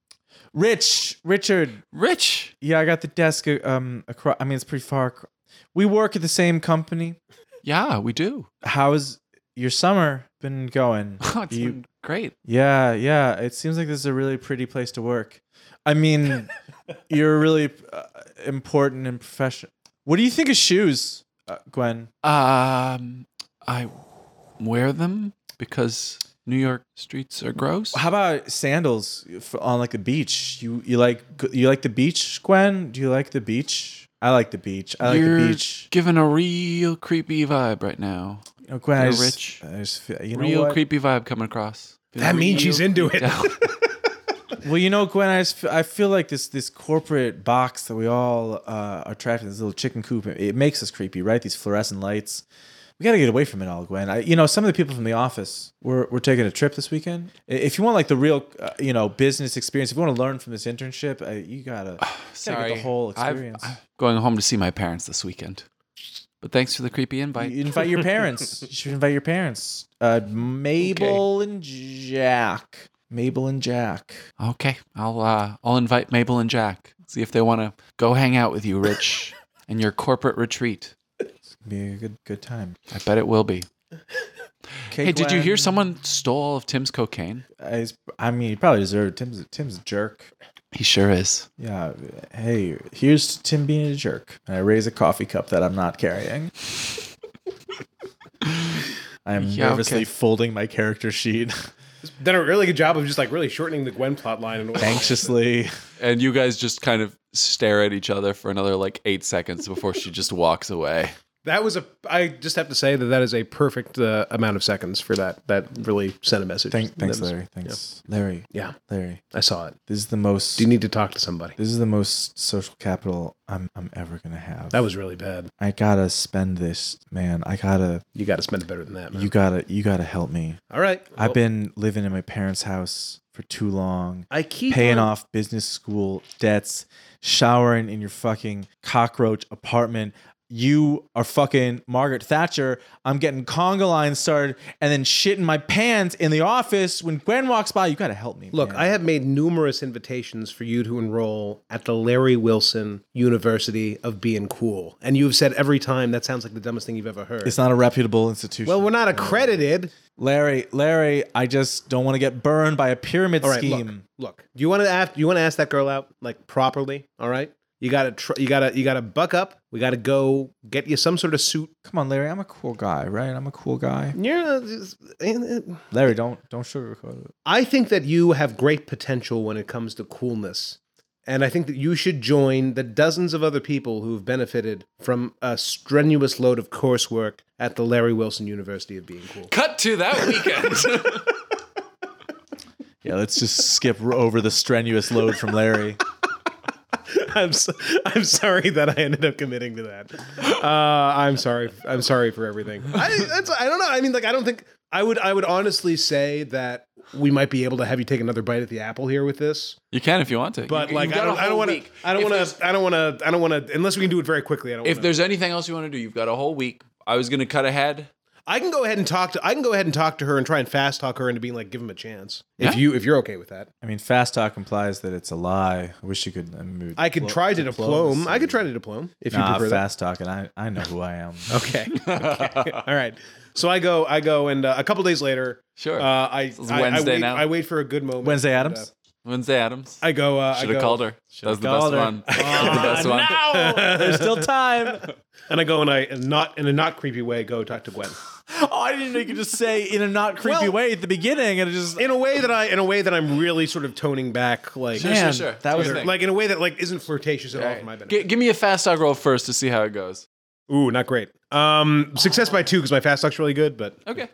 Rich, Richard,
Rich,
yeah, I got the desk. uh, Um, across. I mean, it's pretty far. acro- We work at the same company.
yeah, we do.
How's your summer been going?
It's
You-
been great.
Yeah, yeah. It seems like this is a really pretty place to work. I mean, you're really uh, important and professional. What do you think of shoes, uh, Gwen?
Um, I wear them because New York streets are gross.
How about sandals for, on like the beach? You you like you like the beach, Gwen? Do you like the beach? I like the beach. I like
You're
the beach.
giving a real creepy vibe right now.
You know, Gwen, I
you're rich.
just, I just feel, you know
real
what?
creepy vibe coming across.
That means she's into it.
Well, you know, Gwen, I just feel, I feel like this this corporate box that we all uh, are trapped in this little chicken coop. It, it makes us creepy, right? These fluorescent lights. We gotta get away from it all, Gwen. I, you know, some of the people from the office we're we're taking a trip this weekend. I- If you want like the real, uh, you know, business experience, if you want to learn from this internship, uh, you gotta, you gotta
Sorry,
get the whole
I've-
experience.
I'm going home to see my parents this weekend. But thanks for the creepy invite.
You invite your parents. you should invite your parents. Uh, Mabel and Jack. Mabel and Jack.
Okay, I'll uh, I'll invite Mabel and Jack. See if they want to go hang out with you, Rich, and your corporate retreat.
Be a good good time.
I bet it will be.
Okay,
Hey, did you hear
Gwen.
someone stole all of Tim's cocaine?
I, I mean, he probably deserved. it. Tim's Tim's a jerk.
He sure is.
Yeah. Hey, here's to Tim being a jerk. And I raise a coffee cup that I'm not carrying. I am
Yeah,
nervously
okay.
folding my character sheet
Done a really good job of just like really shortening the Gwen plot line. And
anxiously.
And you guys just kind of stare at each other for another like eight seconds before she just walks away.
that was a. I just have to say that that is a perfect uh, amount of seconds for that. That really sent a message.
Thank, thanks,
That was-
Larry. Thanks, Larry.
Yeah,
Larry.
I saw it.
This is the most.
Do you need to talk to somebody?
this is the most social capital I'm I'm ever gonna have.
That was really bad.
I gotta spend this, man. I gotta.
You got to spend it better than that, man.
You gotta. You gotta help me.
All right.
I've been living in my parents' house for too long.
I keep
paying
on-
off business school debts, showering in your fucking cockroach apartment. you are fucking Margaret Thatcher. I'm getting conga lines started and then shit in my pants in the office when Gwen walks by. You gotta help me.
Look,
man.
I have made numerous invitations for you to enroll at the Larry Wilson University of Being Cool. And you've said every time that sounds like the dumbest thing you've ever heard.
it's not a reputable institution.
well, we're not accredited.
Larry, Larry, I just don't want to get burned by a pyramid
All right,
scheme.
look. Look. Do you want to ask you want to ask that girl out like properly, all right? You got to tr- you got to you got to buck up. We got to go get you some sort of suit.
Come on, Larry, I'm a cool guy, right? I'm a cool guy.
Yeah. it's-
eh, Larry, don't don't sugarcoat it.
I think that you have great potential when it comes to coolness. And I think that you should join the dozens of other people who've benefited from a strenuous load of coursework at the Larry Wilson University of Being Cool.
Cut to that weekend.
Yeah, let's just skip over the strenuous load from Larry.
I'm, so, I'm sorry that I ended up committing to that. Uh, I'm sorry. I'm sorry for everything. I, that's, I don't know. I mean, like, I don't think I would. I would honestly say that we might be able to have you take another bite at the apple here with this.
you can if you want to.
But
You-
like,
you've
I
got a
don't. I
whole
don't want to.
week.
I don't
If
want
there's-
to. I don't want to. I don't want to. Unless we can do it very quickly. I don't.
If
wanna,
there's anything else you want to do, you've got a whole week. I was going to cut ahead.
I can go ahead and talk to I can go ahead and talk to her and try and fast talk her into being like give him a chance. If you if you're okay with that.
I mean, fast talk implies that it's a lie. I wish you could. I, mean,
I could
diplo-
try to diplome. I
diplomacy.
could try to diplome if you
Nah,
prefer that.
fast talk, and I, I know who I am.
Okay. okay. All right. So I go I go and uh, a couple days later
Sure.
uh, I,
is
I- I
Wednesday
wait,
now.
I wait for a good moment.
Wednesday
and,
Adams?
uh,
Wednesday Adams.
I go uh, I
Should have
go- Ah,
called her. That was the best
called her. Oh,
one. That was the best one.
no, there's still time.
and I go and I and not in a not creepy way go talk to Gwen.
Oh, I didn't know you could just say in a not creepy
Well-
way at the beginning, and it just
In a way that I in a way that I'm really sort of toning back like
sure,
man,
sure.
that
Do
was
your thing.
like in a way that like isn't flirtatious at all, for my
Alright.
benefit.
G- give me a fast dog roll first to see how it goes.
Ooh, not great. Um, success by two because my fast talk's really good. But
Okay.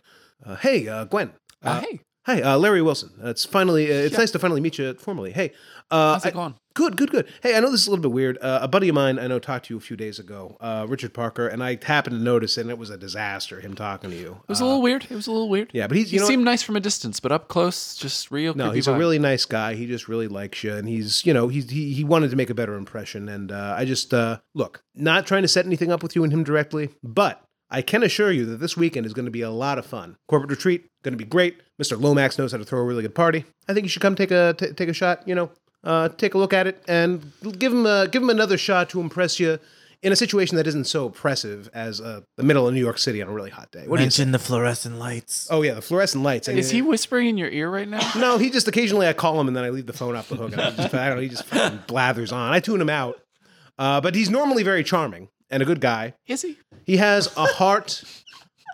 uh, hey, uh, Gwen. Uh,
Uh, hey,
Hi, uh, Larry Wilson. Uh, it's finally. Uh, it's nice to finally meet you formally. Hey, uh,
how's
I-
it going?
Good, good, good. Hey, I know this is a little bit weird. Uh, a buddy of mine I know talked to you a few days ago, uh, Richard Parker, and I happened to notice, it, and it was a disaster him talking to you. Uh,
It was a little weird. It was a little weird.
Yeah, but he's
He
you know what?
seemed nice from a distance, but up close, just real.
No,
creepy
he's
vibe.
a really nice guy. He just really likes you, and he's you know he's, he he wanted to make a better impression. And uh, I just uh, look, not trying to set anything up with you and him directly, but I can assure you that this weekend is going to be a lot of fun. Corporate retreat going to be great. Mister Lomax knows how to throw a really good party. I think you should come take a t- take a shot. You know, uh, take a look at it and give him a, give him another shot to impress you. In a situation that isn't so oppressive as uh, the middle of New York City on a really hot day. What do you say?
mention the fluorescent lights.
Oh yeah, the fluorescent lights. I
Is
mean-
he whispering in your ear right now?
no, he just occasionally I call him and then I leave the phone off the hook. And I, just, I don't. know, He just fucking blathers on. I tune him out. Uh, but he's normally very charming and a good guy.
Is he?
He has a heart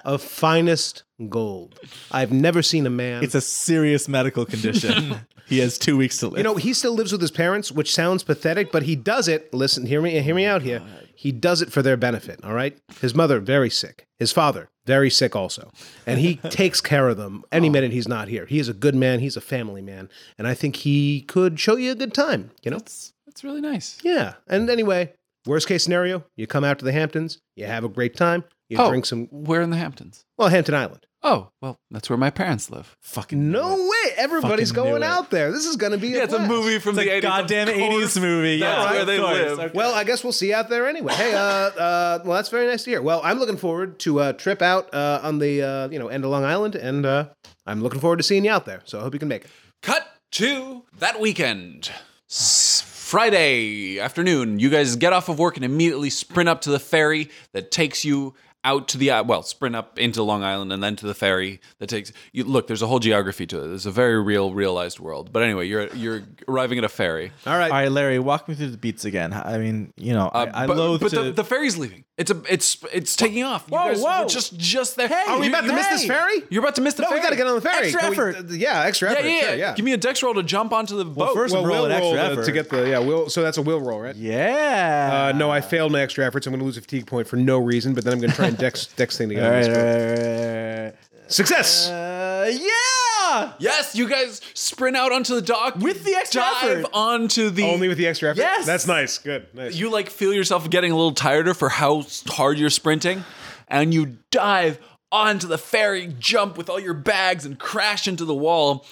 of finest gold. I've never seen a man.
It's a serious medical condition. he has two weeks to live.
you know, he still lives with his parents, which sounds pathetic, but he does it. Listen, hear me, hear me out here. He does it for their benefit. All right. His mother very sick. His father very sick also, and he takes care of them any minute he's not here. He is a good man. He's a family man, and I think he could show you a good time. You know.
That's that's really nice.
Yeah. And anyway, worst case scenario, you come out to the Hamptons, you have a great time, you
Oh.
drink some,
We're in the Hamptons.
well, Hampton Island.
Oh, well, that's where my parents live.
fucking
No way. Everybody's
Fucking knew
going
it.
out there. This is going to be a,
Yeah, it's a
blast.
movie from
It's
the
a
80s.
goddamn
Of course.
80s movie.
That's
yeah,
where
of
they
course.
live.
Okay.
Well, I guess we'll see you out there anyway. Hey, uh, uh, well, that's very nice to hear. Well, I'm looking forward to a trip out uh, on the, uh, you know, end of Long Island, and uh, I'm looking forward to seeing you out there. So I hope you can make it.
Cut to that weekend. S- Friday afternoon, you guys get off of work and immediately sprint up to the ferry that takes you out to the i- well, sprint up into Long Island and then to the ferry that takes you. Look, there's a whole geography to it. There's a very real, realized world. But anyway, you're you're arriving at a ferry.
All right.
All right, Larry, walk me through the beats again. I mean, you know, I, I
but
loathe
but
to.
the, the ferry's leaving. It's a it's it's taking off. You
Whoa,
guys were
whoa.
just just there.
Hey,
Are we
You-
about to
you-
miss this
hey.
ferry?
You're about to miss the
no,
ferry.
we got to get on the ferry.
Extra
Can we-
effort.
uh, yeah, extra
Yeah,
effort.
yeah,
sure,
yeah.
yeah.
Give me a dex roll to jump onto the boat.
first-
well,
roll
we'll
an extra
roll to-
effort.
to get the yeah. We'll, so that's a will roll, right?
yeah.
Uh, no, I failed my extra efforts. I'm going to lose a fatigue point for no reason, but then I'm going to try and dex, dex thing together.
All right, all right, all right.
Success!
Uh, yeah.
Yes, you guys sprint out onto the dock
With the extra
dive
effort.
onto the.
Only with the extra effort?
Yes!
That's nice. Good. Nice.
you like feel yourself getting a little tireder for how hard you're sprinting, and you dive onto the ferry, jump with all your bags, and crash into the wall.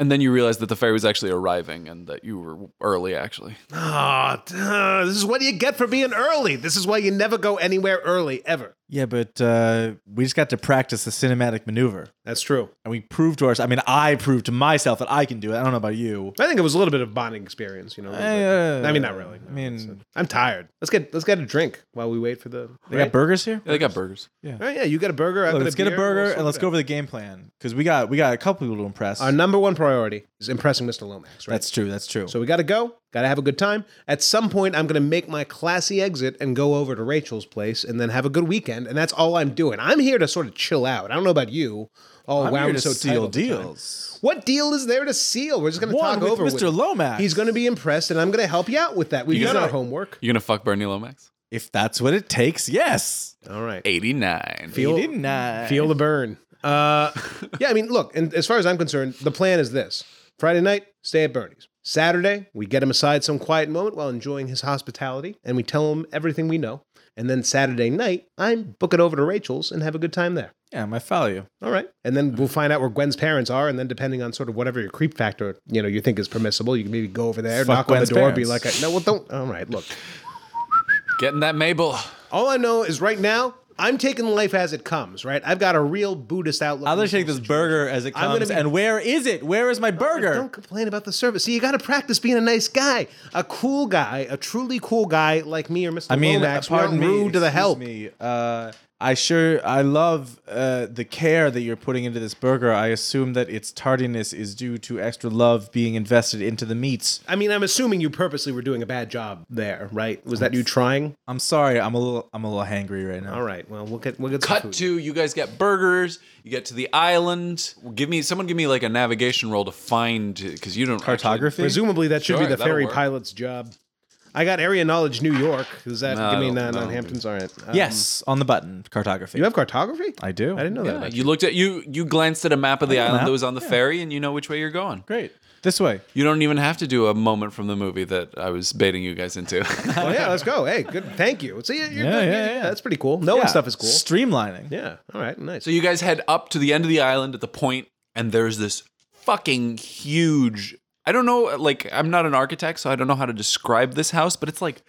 And then you realize that the ferry was actually arriving and that you were early, actually.
Ah, duh, this is what you get for being early. This is why you never go anywhere early ever.
Yeah, but uh, we just got to practice the cinematic maneuver,
That's true.
and we proved to ourselves. I mean, I proved to myself that I can do it. I don't know about you.
I think it was a little bit of bonding experience, you know.
Uh,
I mean, not really.
I mean,
I'm tired. Let's get let's get a drink while we wait for the.
they
right?
got burgers here.
Yeah, they got burgers.
All right, yeah, you got a burger. I've
Look,
got
let's get a
beer,
burger
we'll sort
and let's
it
go
out.
over the game plan because we got we got a couple people to impress.
Our number one priority is impressing Mr. Lomax, right?
That's true. That's true.
so we got to go. Got to have a good time. At some point, I'm going to make my classy exit and go over to Rachel's place and then have a good weekend. And that's all I'm doing. I'm here to sort of chill out. I don't know about you. Oh,
I'm
wow,
here
I'm
to
so tight
seal
all the time.
deals.
What deal is there to seal? We're just going to
One
talk
with
over
Mr.
With him.
Lomax.
He's going to be impressed, and I'm going to help you out with that. We've
You
done
gotta-
our homework.
You're going to fuck Bernie Lomax?
if that's what it takes. Yes.
All right.
89.
Feel-
He didn't I?
Feel the burn. Uh, yeah, I mean, look, and as far as I'm concerned, the plan is this Friday night, stay at Bernie's. Saturday, we get him aside some quiet moment while enjoying his hospitality, and we tell him everything we know. And then Saturday night, I'm book it over to Rachel's and have a good time there.
Yeah, I follow you.
All right. And then we'll find out where Gwen's parents are, and then depending on sort of whatever your creep factor, you know, you think is permissible, you can maybe go over there,
Fuck
knock
Gwen's
on the door, be
parents.
like, no, well, don't. All right, look.
Getting that Mabel.
All I know is right now, I'm taking life as it comes, right? I've got a real Buddhist outlook.
I'll
on
just
this
take
whole
this burger as it
I'm gonna
comes.
be-
and where is it? Where is my burger?
Don't complain about the service. See, you got to practice being a nice guy, a cool guy, a truly cool guy like me or Mr.
I mean,
Lomax.
uh, pardon me.
we aren't rude to the
excuse
help.
Me. Uh, I sure I love uh, the care that you're putting into this burger. I assume that its tardiness is due to extra love being invested into the meats.
I mean, I'm assuming you purposely were doing a bad job there, right? Was that you trying?
I'm sorry, I'm a little I'm a little hangry right now.
All right. Well, we'll get we'll get some
Cut
food.
to, you guys get burgers. You get to the island. Give me, someone give me like a navigation roll to find, because you don't. actually-
Cartography.
Presumably, that should
Sure,
be the
that'll
ferry
work.
pilot's job. I got area knowledge New York. Does that
No,
give me
I don't-
none
no.
on Hamptons? All right. Um,
yes, on the button. Cartography.
You have cartography?
I do.
I didn't know that.
Yeah,
about
you looked at you. You glanced at a map of the
a
island
map,
that was on the ferry, and you know which way you're going.
Great. This way.
You don't even have to do a moment from the movie that I was baiting you guys into.
Oh yeah, let's go. Hey, good. Thank you. See, you're
Yeah,
good.
yeah, yeah.
That's pretty cool. Knowing
Yeah.
stuff is cool.
Streamlining.
yeah. All right. Nice.
so you guys head up to the end of the island at the point, and there's this fucking huge. I don't know, like I'm not an architect, so I don't know how to describe this house, but it's like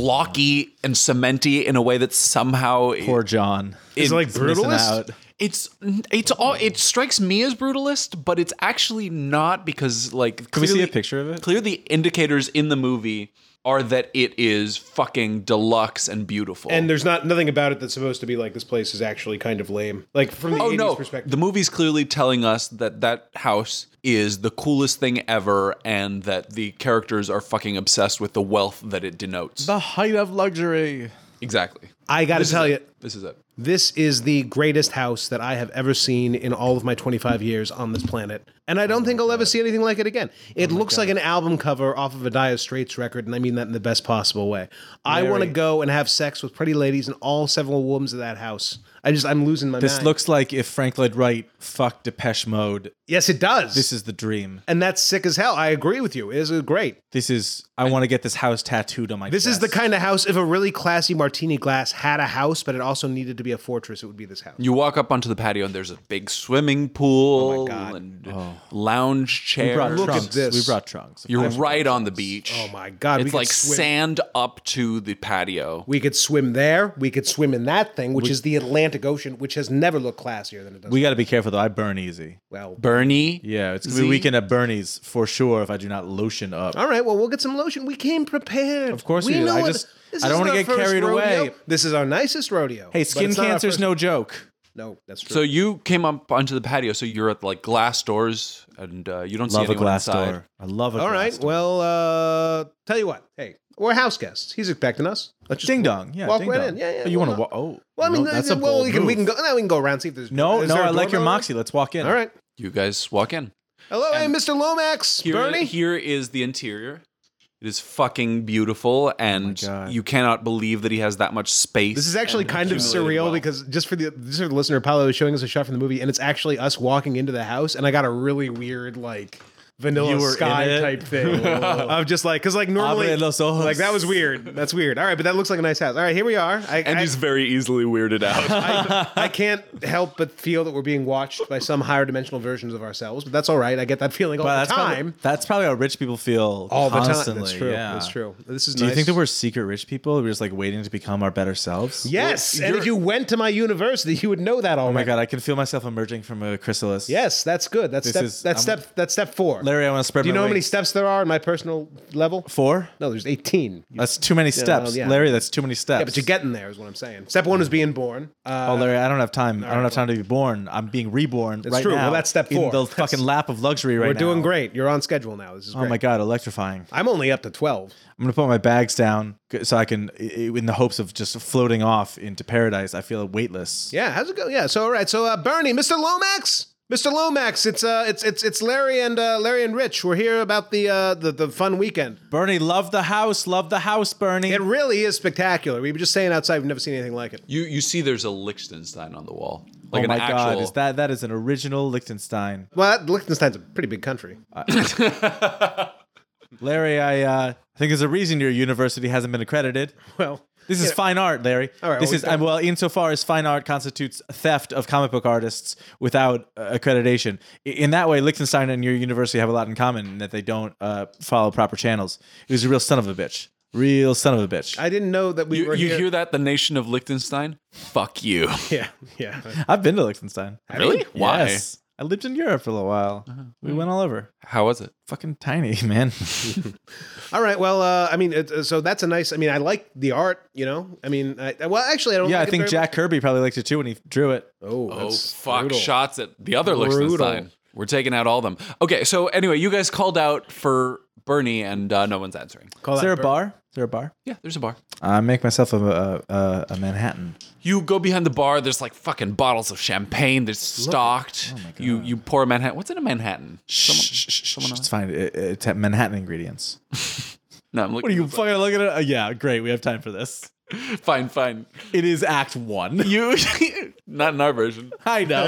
blocky and cementy in a way that somehow
Poor John.
Is it like
He's missing
brutalist?
out.
It's it's all it strikes me as brutalist, but it's actually not because like
Can we see a picture of it?
Clear the indicators in the movie are that it is fucking deluxe and beautiful.
And there's not nothing about it that's supposed to be like this place is actually kind of lame. Like from the
oh
80s
no,
perspective.
the movie's clearly telling us that that house is the coolest thing ever, and that the characters are fucking obsessed with the wealth that it denotes.
The height of luxury.
exactly.
I got to tell you,
This is it.
this is the greatest house that I have ever seen in all of my 25 years on this planet. And I don't think I'll ever see anything like it again. It looks like an album cover off of a Dire Straits record, and I mean that in the best possible way. I want to go and have sex with pretty ladies in all several rooms of that house. I just, I'm losing my
This
mind.
looks like if Frank Lloyd Wright fucked Depeche Mode.
yes, it does.
This is the dream.
and that's sick as hell. I agree with you. It is great.
This is. I want to get this house tattooed on my.
This is the
chest.
kind of house, if a really classy martini glass had a house, but it also needed to be a fortress, it would be this house.
You walk up onto the patio, and there's a big swimming pool
Oh God.
and lounge
We Oh. brought
chairs.
trunks.
this.
We brought trunks.
You're right on the beach.
Oh my God. we
It's
could
like
swim.
sand up to the patio.
We could swim there. We could swim in that thing, which is the Atlantic Ocean, which has never looked classier than it does.
We got to be careful though. I burn easy.
well,
Bernie.
Yeah, it's gonna be
See?
a weekend at Bernie's for sure if I do not lotion up.
all right. Well, we'll get some lotion. We came prepared.
Of course we did. I
it-
just-
this
I don't
isn't
wanna
our
get
first
carried
rodeo.
away.
This is our nicest rodeo.
Hey,
but
skin
it's not our
cancer's
first-
no joke.
No, that's true.
So you came up onto the patio, so you're at like glass doors, and uh, you don't see
Love a
anyone
glass
inside.
door. I love a
all
glass
right.
door.
Well, uh, tell you what. Hey, we're house guests. He's expecting us. Let's just
ding dong. Yeah,
walk
ding
right
dong.
in. Yeah, yeah,
Oh, you
why
want to
not?
walk? Oh,
Well, I mean,
no, that's
uh,
a
well,
bold
we can we
move.
can go. Now we can go around see if there's
No,
is
no,
there a
I like your
doorbell?
moxie. Let's walk in.
All right.
You guys walk in.
Hello, hey, Mr. Lomax,
Here,
Bernie.
here is the interior. It is fucking beautiful, and
Oh God.
you cannot believe that he has that much space.
This is actually
and
kind of
accumulated
surreal
wealth.
because just for the just for the listener, Paolo is showing us a shot from the movie, and it's actually us walking into the house, and I got a really weird like vanilla
You were in
sky
it?
type thing. I'm just like, because like normally,
Abre los ojos.
like that was weird. That's wered. All right, but that looks like a nice house. All right, here we are. I,
And
I,
he's very easily weirded out.
I, I can't help but feel that we're being watched by some higher dimensional versions of ourselves, but that's all right. I get that feeling all
But
the
that's
time.
Probably, that's probably how rich people feel
all the time.
constantly.
That's true.
Yeah.
That's true. This is.
Do you
nice.
think that we're secret rich people? We're just like waiting to become our better selves.
Yes,
Well,
and
you're-
if you went to my university, you would know that
Oh my
already.
god, I can feel myself emerging from a chrysalis.
Yes, that's good. That's
This
step.
is-
that's
I'm-
step. That's step four.
Larry, I want to spread.
Do you
my
know how many
wings.
steps there are in my personal level?
Four.
No, there's 18. Yeah,
That's too many steps,
yeah.
Larry. That's too many steps.
but you're getting there, is what I'm saying. Step one is being born. Uh,
Oh, Larry, I don't have time. I don't have time to be born. I'm being reborn right
true.
now.
Well, that's step
In
four.
the
That's-
fucking lap of luxury Oh, right
we're
now.
doing great. You're on schedule now. This is
Oh
great.
my god, electrifying!
I'm only up to 12.
I'm gonna put my bags down g- so I can, i- i- in the hopes of just floating off into paradise. I feel weightless.
Yeah, how's it go? Yeah, so all right. So uh, Bernie, Mr. Lomax, Mr. Lomax, it's uh, it's it's it's Larry and uh, Larry and Rich. We're here about the uh, the the fun weekend.
Bernie, love the house, love the house, Bernie. Oh
It really is spectacular. We were just saying outside. We've never seen anything like it.
You you see, there's a Liechtenstein on the wall,
oh
like an
my
actual.
god, is that that is an original Liechtenstein?
Well, that, Liechtenstein's a pretty big country.
Uh, Larry, I uh, think there's a reason your university hasn't been accredited.
Well,
This is fine art, Larry.
All right,
this
well,
is
we-
um, well, insofar as fine art constitutes theft of comic book artists without uh, accreditation. I- In that way, Liechtenstein and your university have a lot in common in that they don't uh, follow proper channels. He was a real son of a bitch. Real son of a bitch. I,
I didn't know that we
you
were
you
here.
hear that? The nation of Liechtenstein. Fuck you.
yeah, yeah.
have been to Liechtenstein.
Really? Why?
Yes. I lived in Europe for a little while. We went all over.
How was it?
Fucking tiny, man.
All right. Well, uh, I mean, it, uh, so that's a nice. I mean, I like the art. You know, I mean, I, well, actually, I don't.
yeah, I
like it
think
very
Jack Kirby probably liked it too when he drew it.
much. Oh,
Oh
that's
fuck!
brutal.
Shots at the other
Brutal.
Liechtenstein. We're taking out all of them. Okay, so anyway, you guys called out for Bernie, and uh, no one's answering.
Call
Is
that
there a
bur-
bar? Is there a bar?
Yeah, there's a bar.
I make myself a, a, a, a Manhattan.
You go behind the bar. There's like fucking bottles of champagne. They're stocked. you you pour a Manhattan. What's in a Manhattan? Someone, someone
It's fine. It, it's at Manhattan ingredients.
no, I'm
What are
looking.
you fucking looking at? Uh, yeah, great. We have time for this.
Fine, fine.
It is Act One.
You not in our version.
I know.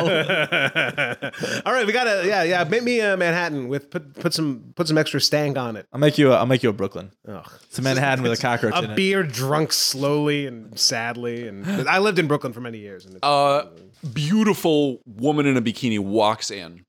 All right, we gotta. Yeah, yeah. Make me a Manhattan with put put some put some extra stank on it.
I'll make you. A, I'll make you a Brooklyn.
Ugh.
It's a Manhattan with a cockroach in
A
it.
beer drunk slowly and sadly, and I lived in Brooklyn for many years. And it's,
A Uh, beautiful woman in a bikini walks in.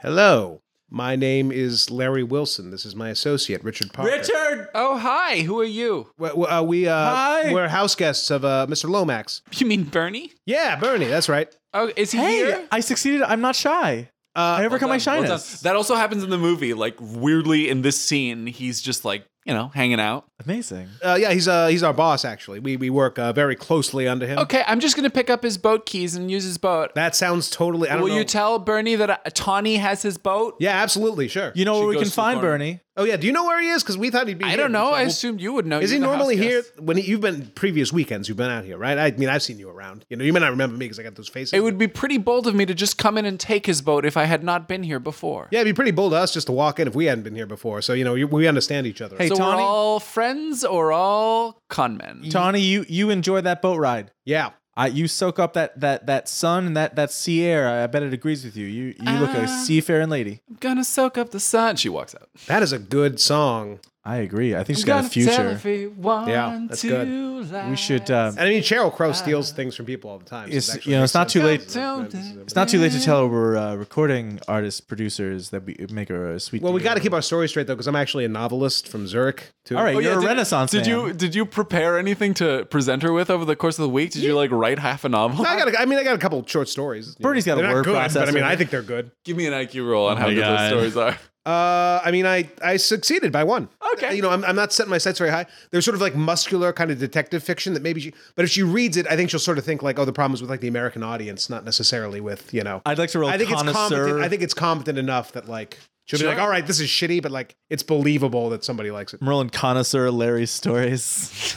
hello, my name is Larry Wilson. This is my associate, Richard Parker.
Richard.
Oh hi, who are you?
we, we- uh, we uh,
Hi.
we're house guests of uh, Mr. Lomax.
You mean Bernie?
Yeah, Bernie, that's right.
Oh, is he
Hey,
here?
I succeeded. I'm not shy.
Uh,
I overcome my
Well done.
shyness.
That also happens in the movie. Like weirdly, in this scene, he's just like you know hanging out.
Amazing.
Uh, yeah, he's uh, he's our boss actually. We we work uh, very closely under him.
Okay, I'm just gonna pick up his boat keys and use his boat.
That sounds totally. I don't
Will
know.
you tell Bernie that uh, Tawny has his boat?
yeah, absolutely, sure.
You know
She
where we
goes to
can
the
find
corner.
Bernie?
oh yeah, do you know where he is? Because we thought he'd be.
I
here.
don't know. I
Well,
assumed you would know.
Is he
You're the
normally
house
here
guest.
when he, you've been previous weekends? You've been out here, right? I mean, I've seen you around. You know, you may not remember me because I got those faces.
It would be pretty bold of me to just come in and take his boat if I had not been here before.
yeah, it'd be pretty bold of us just to walk in if we hadn't been here before. So you know, you- we understand each other.
Hey,
So we're
Tawny?
all friends or all con men?
Tawny, you you enjoy that boat ride.
yeah,
I, you soak up that that that sun and that that sea air. I bet it agrees with you. You you look like a seafaring lady.
I'm gonna soak up the sun. She walks out.
that is a good song.
I agree. I think she's got a future.
Yeah, that's good.
We should. Uh,
And I mean, Cheryl Crow steals things from people all the time. so
It's-
it actually
you know, it's
makes
not
sense.
too late-
It's
It's not too late to tell we're uh, recording artists, producers that we make a sweet.
Well, we
deal.
got to keep Oh, our story straight though, because I'm actually a novelist from Zurich. Too.
All right, you're a
did-
Renaissance
Did
man.
you did you prepare anything to present her with over the course of the week? Did you like write half a novel?
I got. A, I mean, I got a couple short stories.
Bernie's got a
They're not
word
good, but I
processor.
mean, I think they're good.
Give me an IQ roll on how
my
good
God.
those stories are.
Uh, I mean, I I succeeded by one.
Okay.
You know, I'm, I'm not setting my sights very high. There's sort of like muscular kind of detective fiction that maybe she, but if she reads it, I think she'll sort of think like, oh, the problem is with like the American audience, not necessarily with you know.
I'd like to roll
I think it's
connoisseur.
competent. I think it's competent enough that like she'll be like, all right, this is shitty, but like it's believable that somebody likes it.
I'm rolling connoisseur Larry's stories.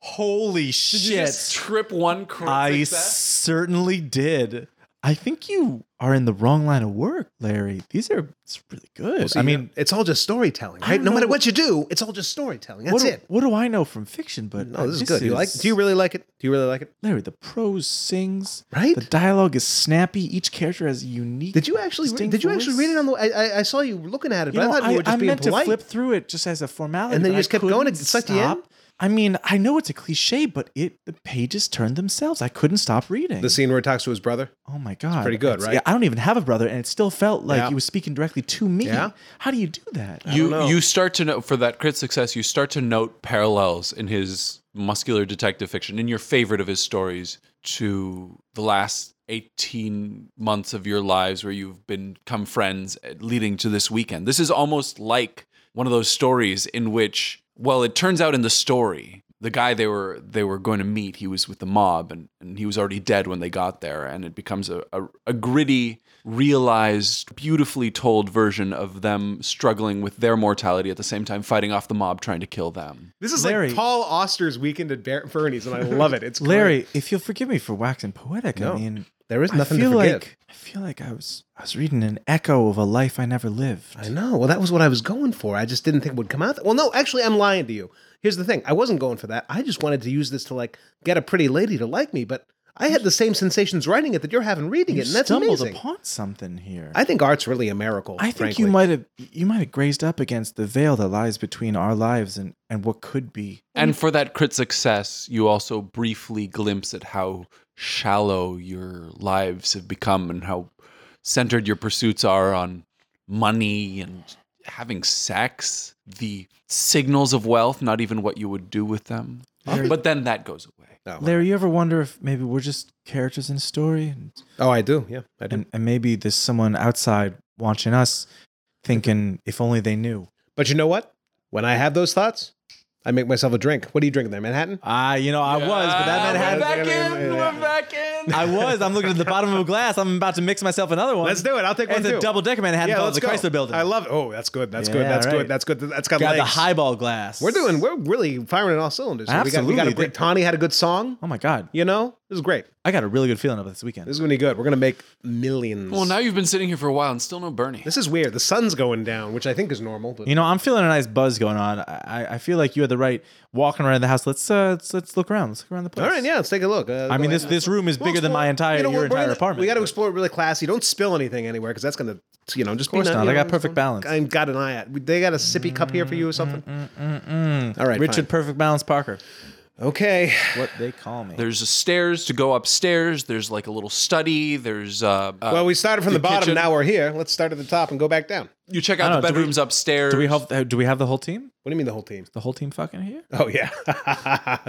Holy shit!
Just trip one crit
I
success.
certainly did. I think you are in the wrong line of work, Larry. These are it's really good. I mean,
it's all just storytelling,
I
right?
don't
No
know
matter
what-
what you do, it's all just storytelling. That's
what do,
it.
What do I know from fiction? But
No, this is
this
good. You like? Do you
is-
really like it? Do you really like it?
Larry, the prose sings.
Right?
The dialogue is snappy. Each character has a unique.
Did you actually? Re-
distinct
did you actually
voice.
read it on the? I, I- I saw you looking at it,
You
but
know,
I thought you were just
I
being
meant to
polite.
flip through it just as a formality,
And then
but
you
I
just kept going
couldn't
to- it's like the end?
stop. I mean, I know it's a cliche, but it the pages turned themselves. I couldn't stop reading.
the scene where he talks to his brother.
oh my god,
pretty good,
It's-
right?
Yeah, I don't even have a brother, and it still felt like
Yeah.
he was speaking directly to me.
Yeah.
How do you do that?
don't know.
You you start to know for that crit success, you start to note parallels in his muscular detective fiction, in your favorite of his stories, to the last eighteen months of your lives where you've been- become friends, eh, leading to this weekend. This is almost like one of those stories in which, well, it turns out in the story. The guy they were they were going to meet, he was with the mob, and, and he was already dead when they got there. And it becomes a, a, a gritty realized, beautifully told version of them struggling with their mortality at the same time fighting off the mob trying to kill them.
This is
Larry.
like Paul Auster's weekend at Bar- Bernie's, and I love it. It's great.
Larry, if you'll forgive me for waxing poetic,
No.
I mean,
There is nothing
I feel
to forgive.
like I feel like I was I was reading an echo of a life I never lived.
I know. Well, that was what I was going for. I just didn't think it would come out. That- well, no, actually, I'm lying to you. Here's the thing: I wasn't going for that. I just wanted to use this to like get a pretty lady to like me. But I had the same sensations writing it that you're having reading
You
it, and that's
stumbled
amazing.
upon something here.
I think art's really a miracle.
I think
frankly.
you might have you might have grazed up against the veil that lies between our lives and and what could be.
And for that crit success, you also briefly glimpse at how shallow your lives have become and how centered your pursuits are on money and having sex, the signals of wealth, not even what you would do with them.
Larry,
But then that goes away.
Oh,
Larry, you ever wonder if maybe we're just characters in a story, and
oh, I do. Yeah, I do.
and, and maybe there's someone outside watching us, thinking if only they knew.
But you know what? When I have those thoughts, I make myself a drink. What are you drinking there, Manhattan?
Ah, you know I was, but
Ah,
that
we're
man had.
back in, we're back in.
I was. I'm looking at the bottom of a glass. I'm about to mix myself another one.
Let's do it. I'll take one
It's
too.
Um, a double decker Manhattan yeah,
let's
the
go.
Chrysler Building.
I love it. Oh, that's good. That's good.
Yeah,
That's
right.
good. That's good. That's got
Got the
legs.
highball glass.
We're doing. We're really firing on all cylinders. here. We got, we got a
Absolutely.
great. Tawny had a good song.
Oh my god,
You know, this is great.
I got a really good feeling about this weekend.
This is gonna be good. We're gonna make millions.
Well, now you've been sitting here for a while and still no Bernie.
this is weird. The sun's going down, which I think is normal. But
You know, I'm feeling a nice buzz going on. I, I feel like you had the right walking around the house. Let's uh, let's, let's look around. Let's look around the place.
all right, yeah, let's take a look. Uh,
I mean,
go
this
ahead.
this room is
We'll
bigger than my
explore-
entire
you know,
your
we're
entire
gonna-
apartment.
We got to explore it really classy. Don't spill anything anywhere because that's gonna, you know, just be
course not.
you
I
know,
got perfect balance. Mm,
I got an eye out. They got a sippy cup here for you or something. All right,
Richard Perfect Balance Parker.
fine. Okay.
What they call me.
There's a stairs to go upstairs. There's like a little study. There's uh, uh
Well, we started from the, bottom.
kitchen.
Now we're here. Let's start at the top and go back down.
you check
I
out
don't
the
know, do we-
bedrooms upstairs.
do we have do we have the whole team?
What do you mean the whole team?
The whole team fucking here?
Oh yeah.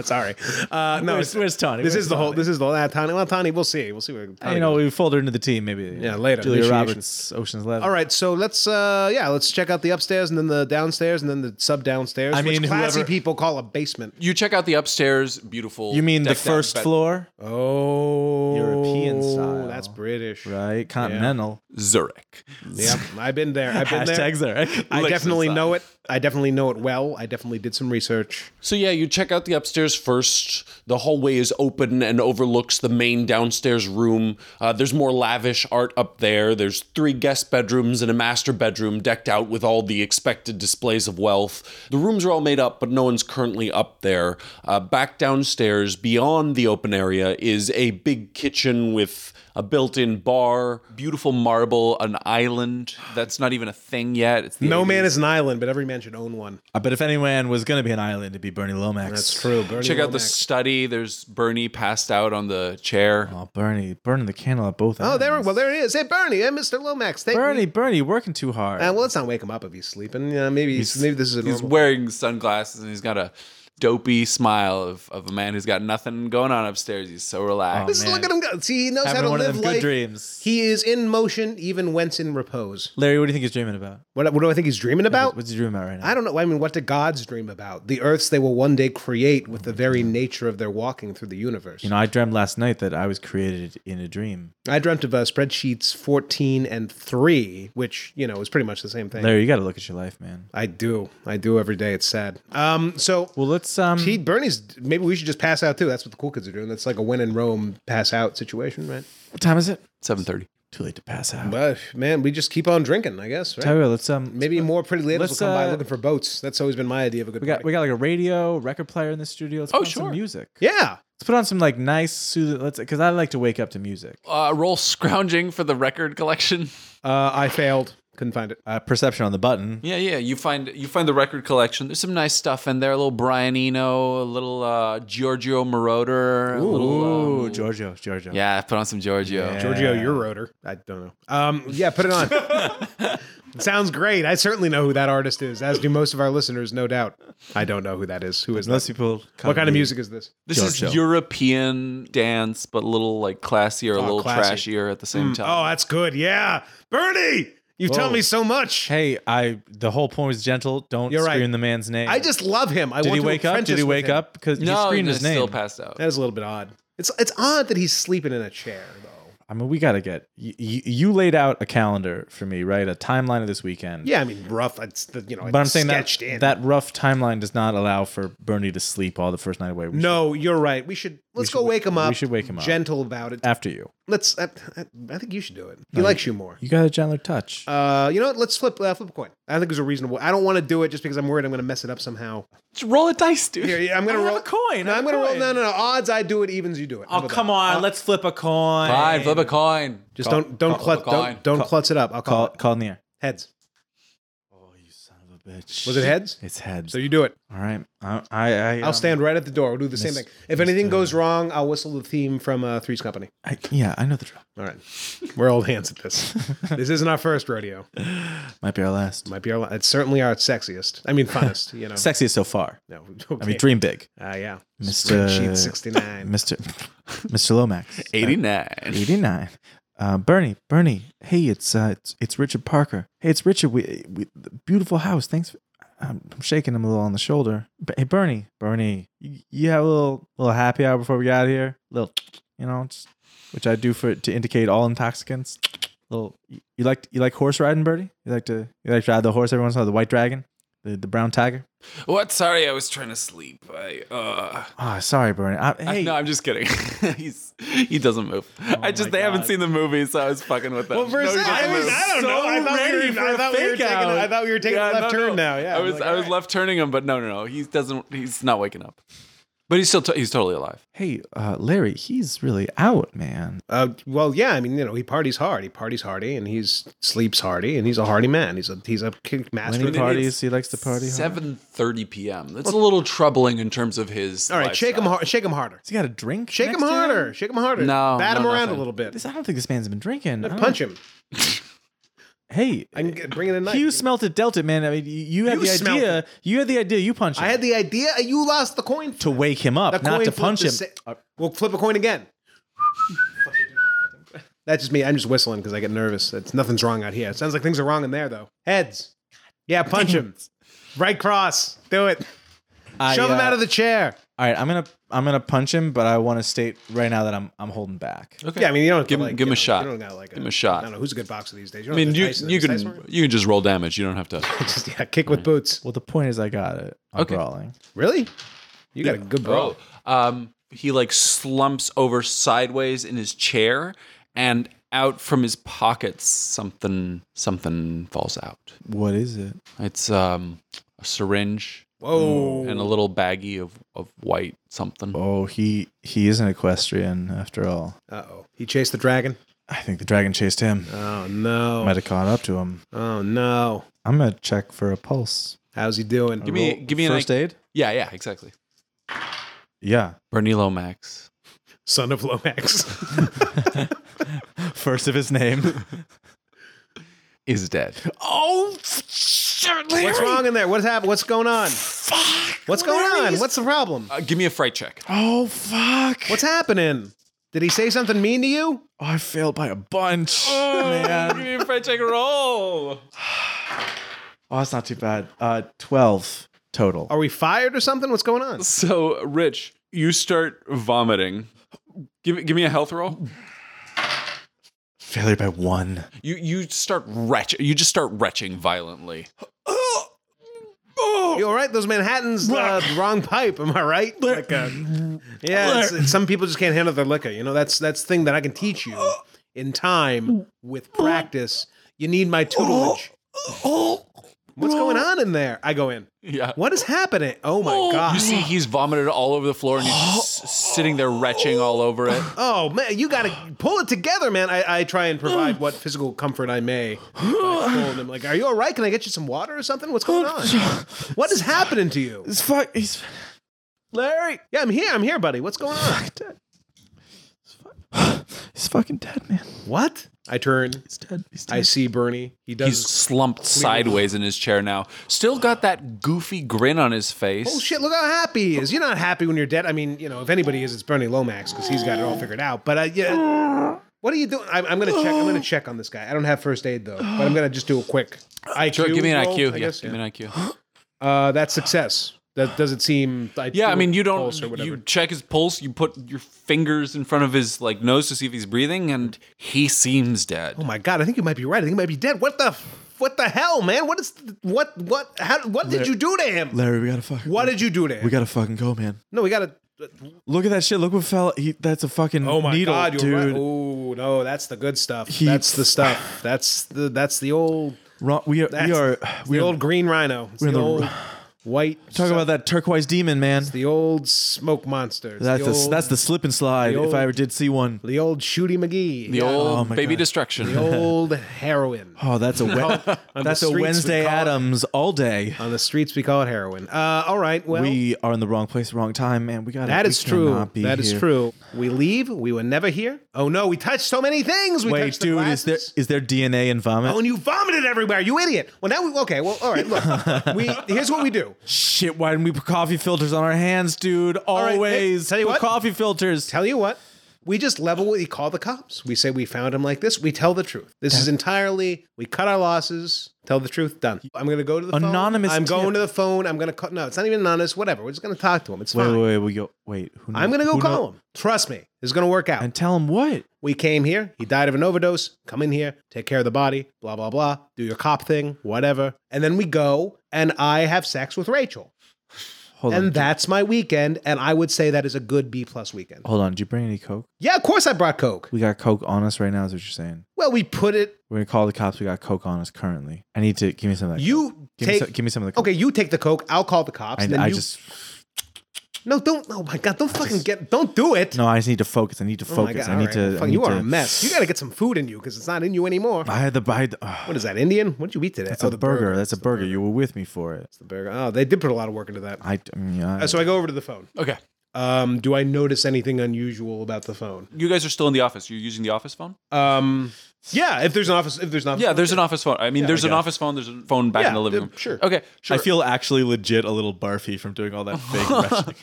Sorry. Uh, no,
Where's-
it's-
where's Tawny?
This
Where's
is the whole.
Tawny?
This is the whole. Ah, Tawny. Well, Tawny. We'll see. We'll see where. Tawny
you know, we fold her into the team maybe.
Yeah, later.
Julia
Initiation.
Roberts, Ocean's Eleven.
All right, so let's uh yeah, let's check out the upstairs and then the downstairs and then the sub downstairs.
I
which
mean,
classy
whoever-
people call a basement.
you check out the upstairs. Beautiful.
You mean the
decked out
first
bed-
floor?
Oh,
European style.
That's British.
Right, continental.
Zurich.
Yep, I've been there. I've been there.
Hashtags there.
I
Lexus
definitely
style.
know it. I definitely know it well. I definitely did some research.
So yeah, you check out the upstairs first. The hallway is open and overlooks the main downstairs room. Uh, there's more lavish art up there. There's three guest bedrooms and a master bedroom decked out with all the expected displays of wealth. The rooms are all made up, but no one's currently up there. Uh, back downstairs, beyond the open area, is a big kitchen with a built-in bar, beautiful marble, an island that's not even a thing yet. It's the
No man is an island, but every man should own one.
I bet Uh, if anyone was going to be an island, it'd be Bernie Lomax.
That's true. Bernie
Check out the
Lomax.
study. There's Bernie passed out on the chair.
Oh, Bernie, burning the candle at both ends.
Oh, there. Well, there he is. Hey, Bernie. Hey, Mr. Lomax. Thank
Bernie,
You.
Bernie, working too hard.
Uh, well, let's not wake him up if he's sleeping. Yeah, maybe he's,
He's-
maybe this is a
He's
normal-
wearing sunglasses and he's got a dopey smile of, of a man who's got nothing going on upstairs. He's so relaxed.
Just
man.
look at him go. See, he knows
Having
how to
one of
live
them good
life.
dreams.
He is in motion, even whence in repose.
Larry, what do you think he's dreaming about?
What, what do I think he's dreaming about?
What's he dreaming about right now?
I don't know. I mean, what do gods dream about? The earths they will one day create with the very nature of their walking through the universe.
you know, I dreamt last night that I was created in a dream.
I dreamt of uh, spreadsheets 14 and 3, which, you know, is pretty much the same thing.
Larry, you got to look at your life, man.
I do. I do every day. It's sad. Um, so
Well, What's um?
He Bernie's. Maybe we should just pass out too. That's what the cool kids are doing. That's like a win in Rome pass out situation, right?
what time is it?
Seven thirty.
Too late to pass out.
But man, we just keep on drinking, I guess.
Tell
Right?
you what, let's um.
Maybe more pretty ladies will
Let's,
come by
uh,
looking for boats. That's always been my idea of a good.
we got we got like a radio record player in the studio. Let's put
Oh,
on
sure.
some music.
yeah.
Let's put on some like nice soothing. Let's because I like to wake up to music.
Uh, roll scrounging for the record collection.
Uh, I failed. Couldn't find it.
Uh, perception on the button.
Yeah, yeah. You find you find the record collection. There's some nice stuff in there. A little Brian Eno, a little uh, Giorgio Moroder. a little,
Ooh,
um,
Giorgio, Giorgio.
yeah, put on some Giorgio.
Yeah.
Giorgio, your rotor. I don't know. Um, yeah, put it on. It Sounds great. I certainly know who that artist is, as do most of our listeners, no doubt. I don't know who that is. Who is
Unless
this?
people.
What kind of music is this?
This
Giorgio. Oh,
is European dance, but a little like classier, a little
classy.
trashier at the same
Mm.
Oh,
time.
that's good. Yeah, Bernie, you tell
Whoa.
me so much.
Hey, I. The whole point was gentle. Don't
You're right.
scream the man's name.
I just love him. I
Did
want
he
to
wake up? Did
apprentice
he
with
wake
him.
up? Because he
no,
screamed
no,
his name.
still passed out.
That is a little bit odd. It's it's odd that he's sleeping in a chair though.
I mean, we gotta get. You, you laid out a calendar for me, right? A timeline of this weekend.
Yeah, I mean rough. It's the, you know.
But I'm saying that
sketched in.
that rough timeline does not allow for Bernie to sleep all the first night away. We should-
No, you're right. We should let's
should
go
wa-
wake him up.
we should wake him up.
Gentle about it.
after you,
Let's. I, I, I think you should do it. He likes you more.
you got a gentler touch.
Uh, you know what? Let's flip uh, flip a coin. I think it's a reasonable. I don't want to do it just because I'm worried I'm going to mess it up somehow.
Just roll a dice, dude.
Here, yeah, I'm going to
I have
roll
a coin,
No,
I have
I'm
a
going to roll.
coin.
No, no, no. Odds I do it. Evens you do it. Uh, How
oh
about
come
that?
on,
I'll-
let's flip a coin.
Fine, flip a coin.
Just don't don't
call-
clutch
call
don't
it.
don't
Call-
klutz it up. I'll call,
Call
it.
call in the air.
heads.
Oh, you son of a bitch.
Was it heads?
It's heads.
So you do it.
all right. I I, I
I'll
um,
stand right at the door. We'll do the same
Miss- uh,
thing. If anything
Mr.
goes wrong, I'll whistle the theme from uh, Three's Company.
I, yeah, I know the drill.
All right, we're old hands at this. this isn't our first rodeo.
Might be our last.
Might be our. la- It's certainly our sexiest. I mean, funnest. You know.
Sexiest so far.
no.
I mean, dream big,
Uh, yeah.
Mr.
Spreadsheet sixty nine.
Mister Mister Lomax.
Eighty nine.
Eighty nine. Uh, Bernie, Bernie, hey, it's uh, it's, it's Richard Parker. Hey, it's Richard. We, we the beautiful house. Thanks. For, I'm, I'm shaking him a little on the shoulder. B- hey, Bernie, Bernie, you, you have a little little happy hour before we get out of here. Little, you know, just, which I do for to indicate all intoxicants. Little, you, you like you like horse riding, Bernie? You like to you like to ride the horse every once in a while, the white dragon, the, the brown tiger.
What? Sorry, I was trying to sleep. I uh.
Ah, sorry, Bernie. I, hey, Oh
I- no, I'm just kidding. He's he doesn't move. I just
my
they haven't
God.
seen the movie, so I was fucking with them.
Well, for a
No, he
second,
doesn't
I was,
move.
I don't
so
know. I thought, we
ready
were,
for
I
a
thought we were
fake
taking.
out.
I thought we were taking
Yeah,
a left
no,
turn
no.
now. Yeah.
I
I'm
Oh
was
like,
I
all
was
right.
left turning him, but no, no, no. He doesn't. He's not waking up. But he's still t- he's totally alive.
hey, uh, Larry, he's really out, man.
Uh, well, yeah. I mean, you know, he parties hard. He parties hardy, and he's sleeps hardy, and he's a hardy man. He's a he's a kick master.
When
of
he
the-
parties, he likes to party. hard.
Seven thirty p.m. That's a little troubling in terms of his.
All right, shake him hard. Shake him harder.
Has he got a drink?
Shake him
next to
harder. Shake him harder.
No,
bat
no,
him around
nothing.
a little bit.
This, I don't think this man's been drinking. I don't-
Punch him.
Hey,
I can get, bring in a knife.
you smelt it, dealt it, man. I mean, you, you had
You
the
smelt
idea. You had the idea. You punch him
I had the idea. You lost the coin.
to wake him
The
up,
coin
not to
flip
punch
the
him.
si- we'll flip a coin again. That's just me. I'm just whistling because I get nervous. It's, nothing's wrong out here. It sounds like things are wrong in there though. Heads. Yeah, punch him. Right cross. Do it.
I,
Shove him
uh,
out of the chair.
All right, I'm gonna I'm gonna punch him, but I want to state right now that I'm I'm holding back.
Okay.
Yeah, I mean you don't have to
Give him-
like,
give him a
you know,
shot.
You don't got like uh,
Give him a shot.
I don't know who's a good boxer these days. You
I
don't
mean,
have to
you
Tyson-
you
does
can Mm.
Tyson work?
you can just roll damage. You don't have to.
just yeah, kick with boots.
Well, the point is, I got it. I'm
Okay.
brawling.
Really? You got a good bro.
Oh, um, he like slumps over sideways in his chair, and out from his pockets something something falls out.
What is it?
It's um a syringe
Whoa.
Mm. and a little baggie of of white something.
Oh, he he is an equestrian after all.
Uh oh. He chased the dragon.
I think the dragon chased him.
Oh
Might
no.
have caught up to him.
Oh no.
I'm gonna check for a pulse.
How's he doing?
Give me give me an
first
like-
aid.
Yeah, yeah, exactly.
Yeah,
Bernie Lomax.
Son of Lomax.
first of his name.
Is dead.
Oh, shit, Larry.
What's wrong in there? What's happened? What's going on?
Fuck.
What's going on?
Larry's-
What's the problem?
Uh, give me a fright check.
Oh, fuck.
What's happening? Did he say something mean to you?
Oh, I failed by a bunch.
Oh,
Oh,
man.
me a fright check roll.
Oh, that's not too bad. Uh, 12 total.
Are we fired or something? What's going on?
So, Rich, you start vomiting. Give, give me a health roll.
Failure by one.
You you start retch. You just start retching violently.
You all right? Those Manhattans, uh, wrong pipe. Am I right? Like, uh, yeah, it's, it's- some people just can't handle their liquor. You know, that's that's the thing that I can teach you in time with practice. You need my tutelage. What's going on in there? I go in.
Yeah.
What is happening? Oh my
You
god!
see, he's vomited all over the floor and he's just s- sitting there retching all over it.
Oh man, you gotta pull it together, man. I, I try and provide what physical comfort I may. I'm like, are you all right? Can I get you some water or something? What's going on? What is happening to you?
It's fuck. He's Larry.
Yeah, I'm here. I'm here, buddy. What's going on?
dead. He's fucking dead, man.
What? I turn.
He's dead. He's
I see Bernie. He
He's
does.
slumped sideways in his chair now. Still got that goofy grin on his face.
oh shit! Look how happy he is. You're not happy when you're dead. I mean, you know, if anybody is, it's Bernie Lomax because he's got it all figured out. But uh, yeah, what are you doing? I'm, I'm gonna check. I'm gonna check on this guy. I don't have first aid though, but I'm gonna just do a quick IQ.
Sure, give me an
roll,
IQ.
I
yeah,
guess,
give
yeah.
me an IQ.
Uh, that's success. That does it seem?
Yeah, I mean, you
pulse
don't.
or whatever.
You check his pulse. You put your fingers in front of his like nose to see if he's breathing, and he seems
oh
dead.
my god! I think you might be right. I think he might be dead. What the? f- What the hell, man? What is? What? What? How? What did you do to him?
Larry, we gotta fuck.
What did you do to him?
We gotta fucking go, man.
no, we gotta.
Look at that shit. Look what fell. He, that's a fucking
Oh my
needle,
god, you're
dude.
right. Oh no, that's the good stuff.
He-
that's the stuff. That's the that's the old
Ron, we are.
that's
we are. We
the
are
old green rhino. It's
we're
the,
in the-
old white
talk about that turquoise demon, man.
the old smoke monster. It's
That's
the
the,
old,
that's the slip and slide.
the
if I
old-
ever did see one.
the old shooty McGee.
The
Yeah.
Oh
old
my
baby
God.
destruction.
the old heroin.
Oh, that's a we-
On
that's
the
a
streets we
Wednesday
call it-
Adams all day.
On the streets we call it heroin. Uh, all right, well
we are in the wrong place, wrong time, man. We got
that is true. That is
here.
true. We leave. We were never here. Oh no, we touched so many things. We
Wait,
touched the
dude, is there
glasses.
is there DNA in vomit?
Oh, and you vomited everywhere, you idiot. Well, now we okay. Well, all right. Look, we here's what we do.
Shit, why didn't we put coffee filters on our hands, dude?
right, hey,
Always
tell you
put
what.
coffee filters.
Tell you what, we just level. We call the cops. We say we found him like this. We tell the truth. This is entirely. We cut our losses. Tell the truth. Done. I'm gonna go to the
Anonymous
Phone. I'm
tip.
going to the phone. I'm gonna call. No, it's not even anonymous. Whatever. We're just gonna talk to him. It's
wait,
fine.
wait, wait, we go. Wait, who kno-
I'm gonna go
who
call
kno-
him. Trust me, it's gonna work out.
and tell him what.
we came here. He died of an overdose. Come in here, take care of the body. Blah blah blah. Do your cop thing, whatever. And then we go, and I have sex with Rachel,
Hold on,
and that's my weekend. And I would say that is a good B plus weekend.
hold on. Did you bring any coke?
Yeah, of course I brought coke.
We got coke on us right now. Is what you're saying?
Well, we put it
We're gonna call the cops. We got coke on us currently. I need to give me some of that. coke.
You
give
take
me some, give me some of the coke.
okay. You take the coke. I'll call the cops. and then
I, I
you,
just
no. Don't. Oh my god. Don't fucking get. Don't do it.
no. I just need to focus. I need to
Oh my
focus.
God,
I need
all right.
to. I
Fuck,
need
you are
to-
a mess. You got to get some food in you because it's not in you anymore.
I had the bite. Oh,
What is that? Indian? What did you eat today?
that's
oh,
a
the
burger. That's a
It's the
burger. You were with me for it.
It's the burger. Oh, they did put a lot of work into that.
I. I mean, I-
Uh, so I go over to the phone.
Okay,
Um, do I notice anything unusual about the phone?
you guys are still in the office. You're using the office phone.
Um, yeah. If there's an office, if there's an office,
Yeah, there's an office phone. I mean, there's an
okay.
office phone. There's a phone back
Yeah,
in the living
uh,
room.
sure.
Okay.
I
Sure.
feel actually legit a little barfy from doing all that fake wrestling.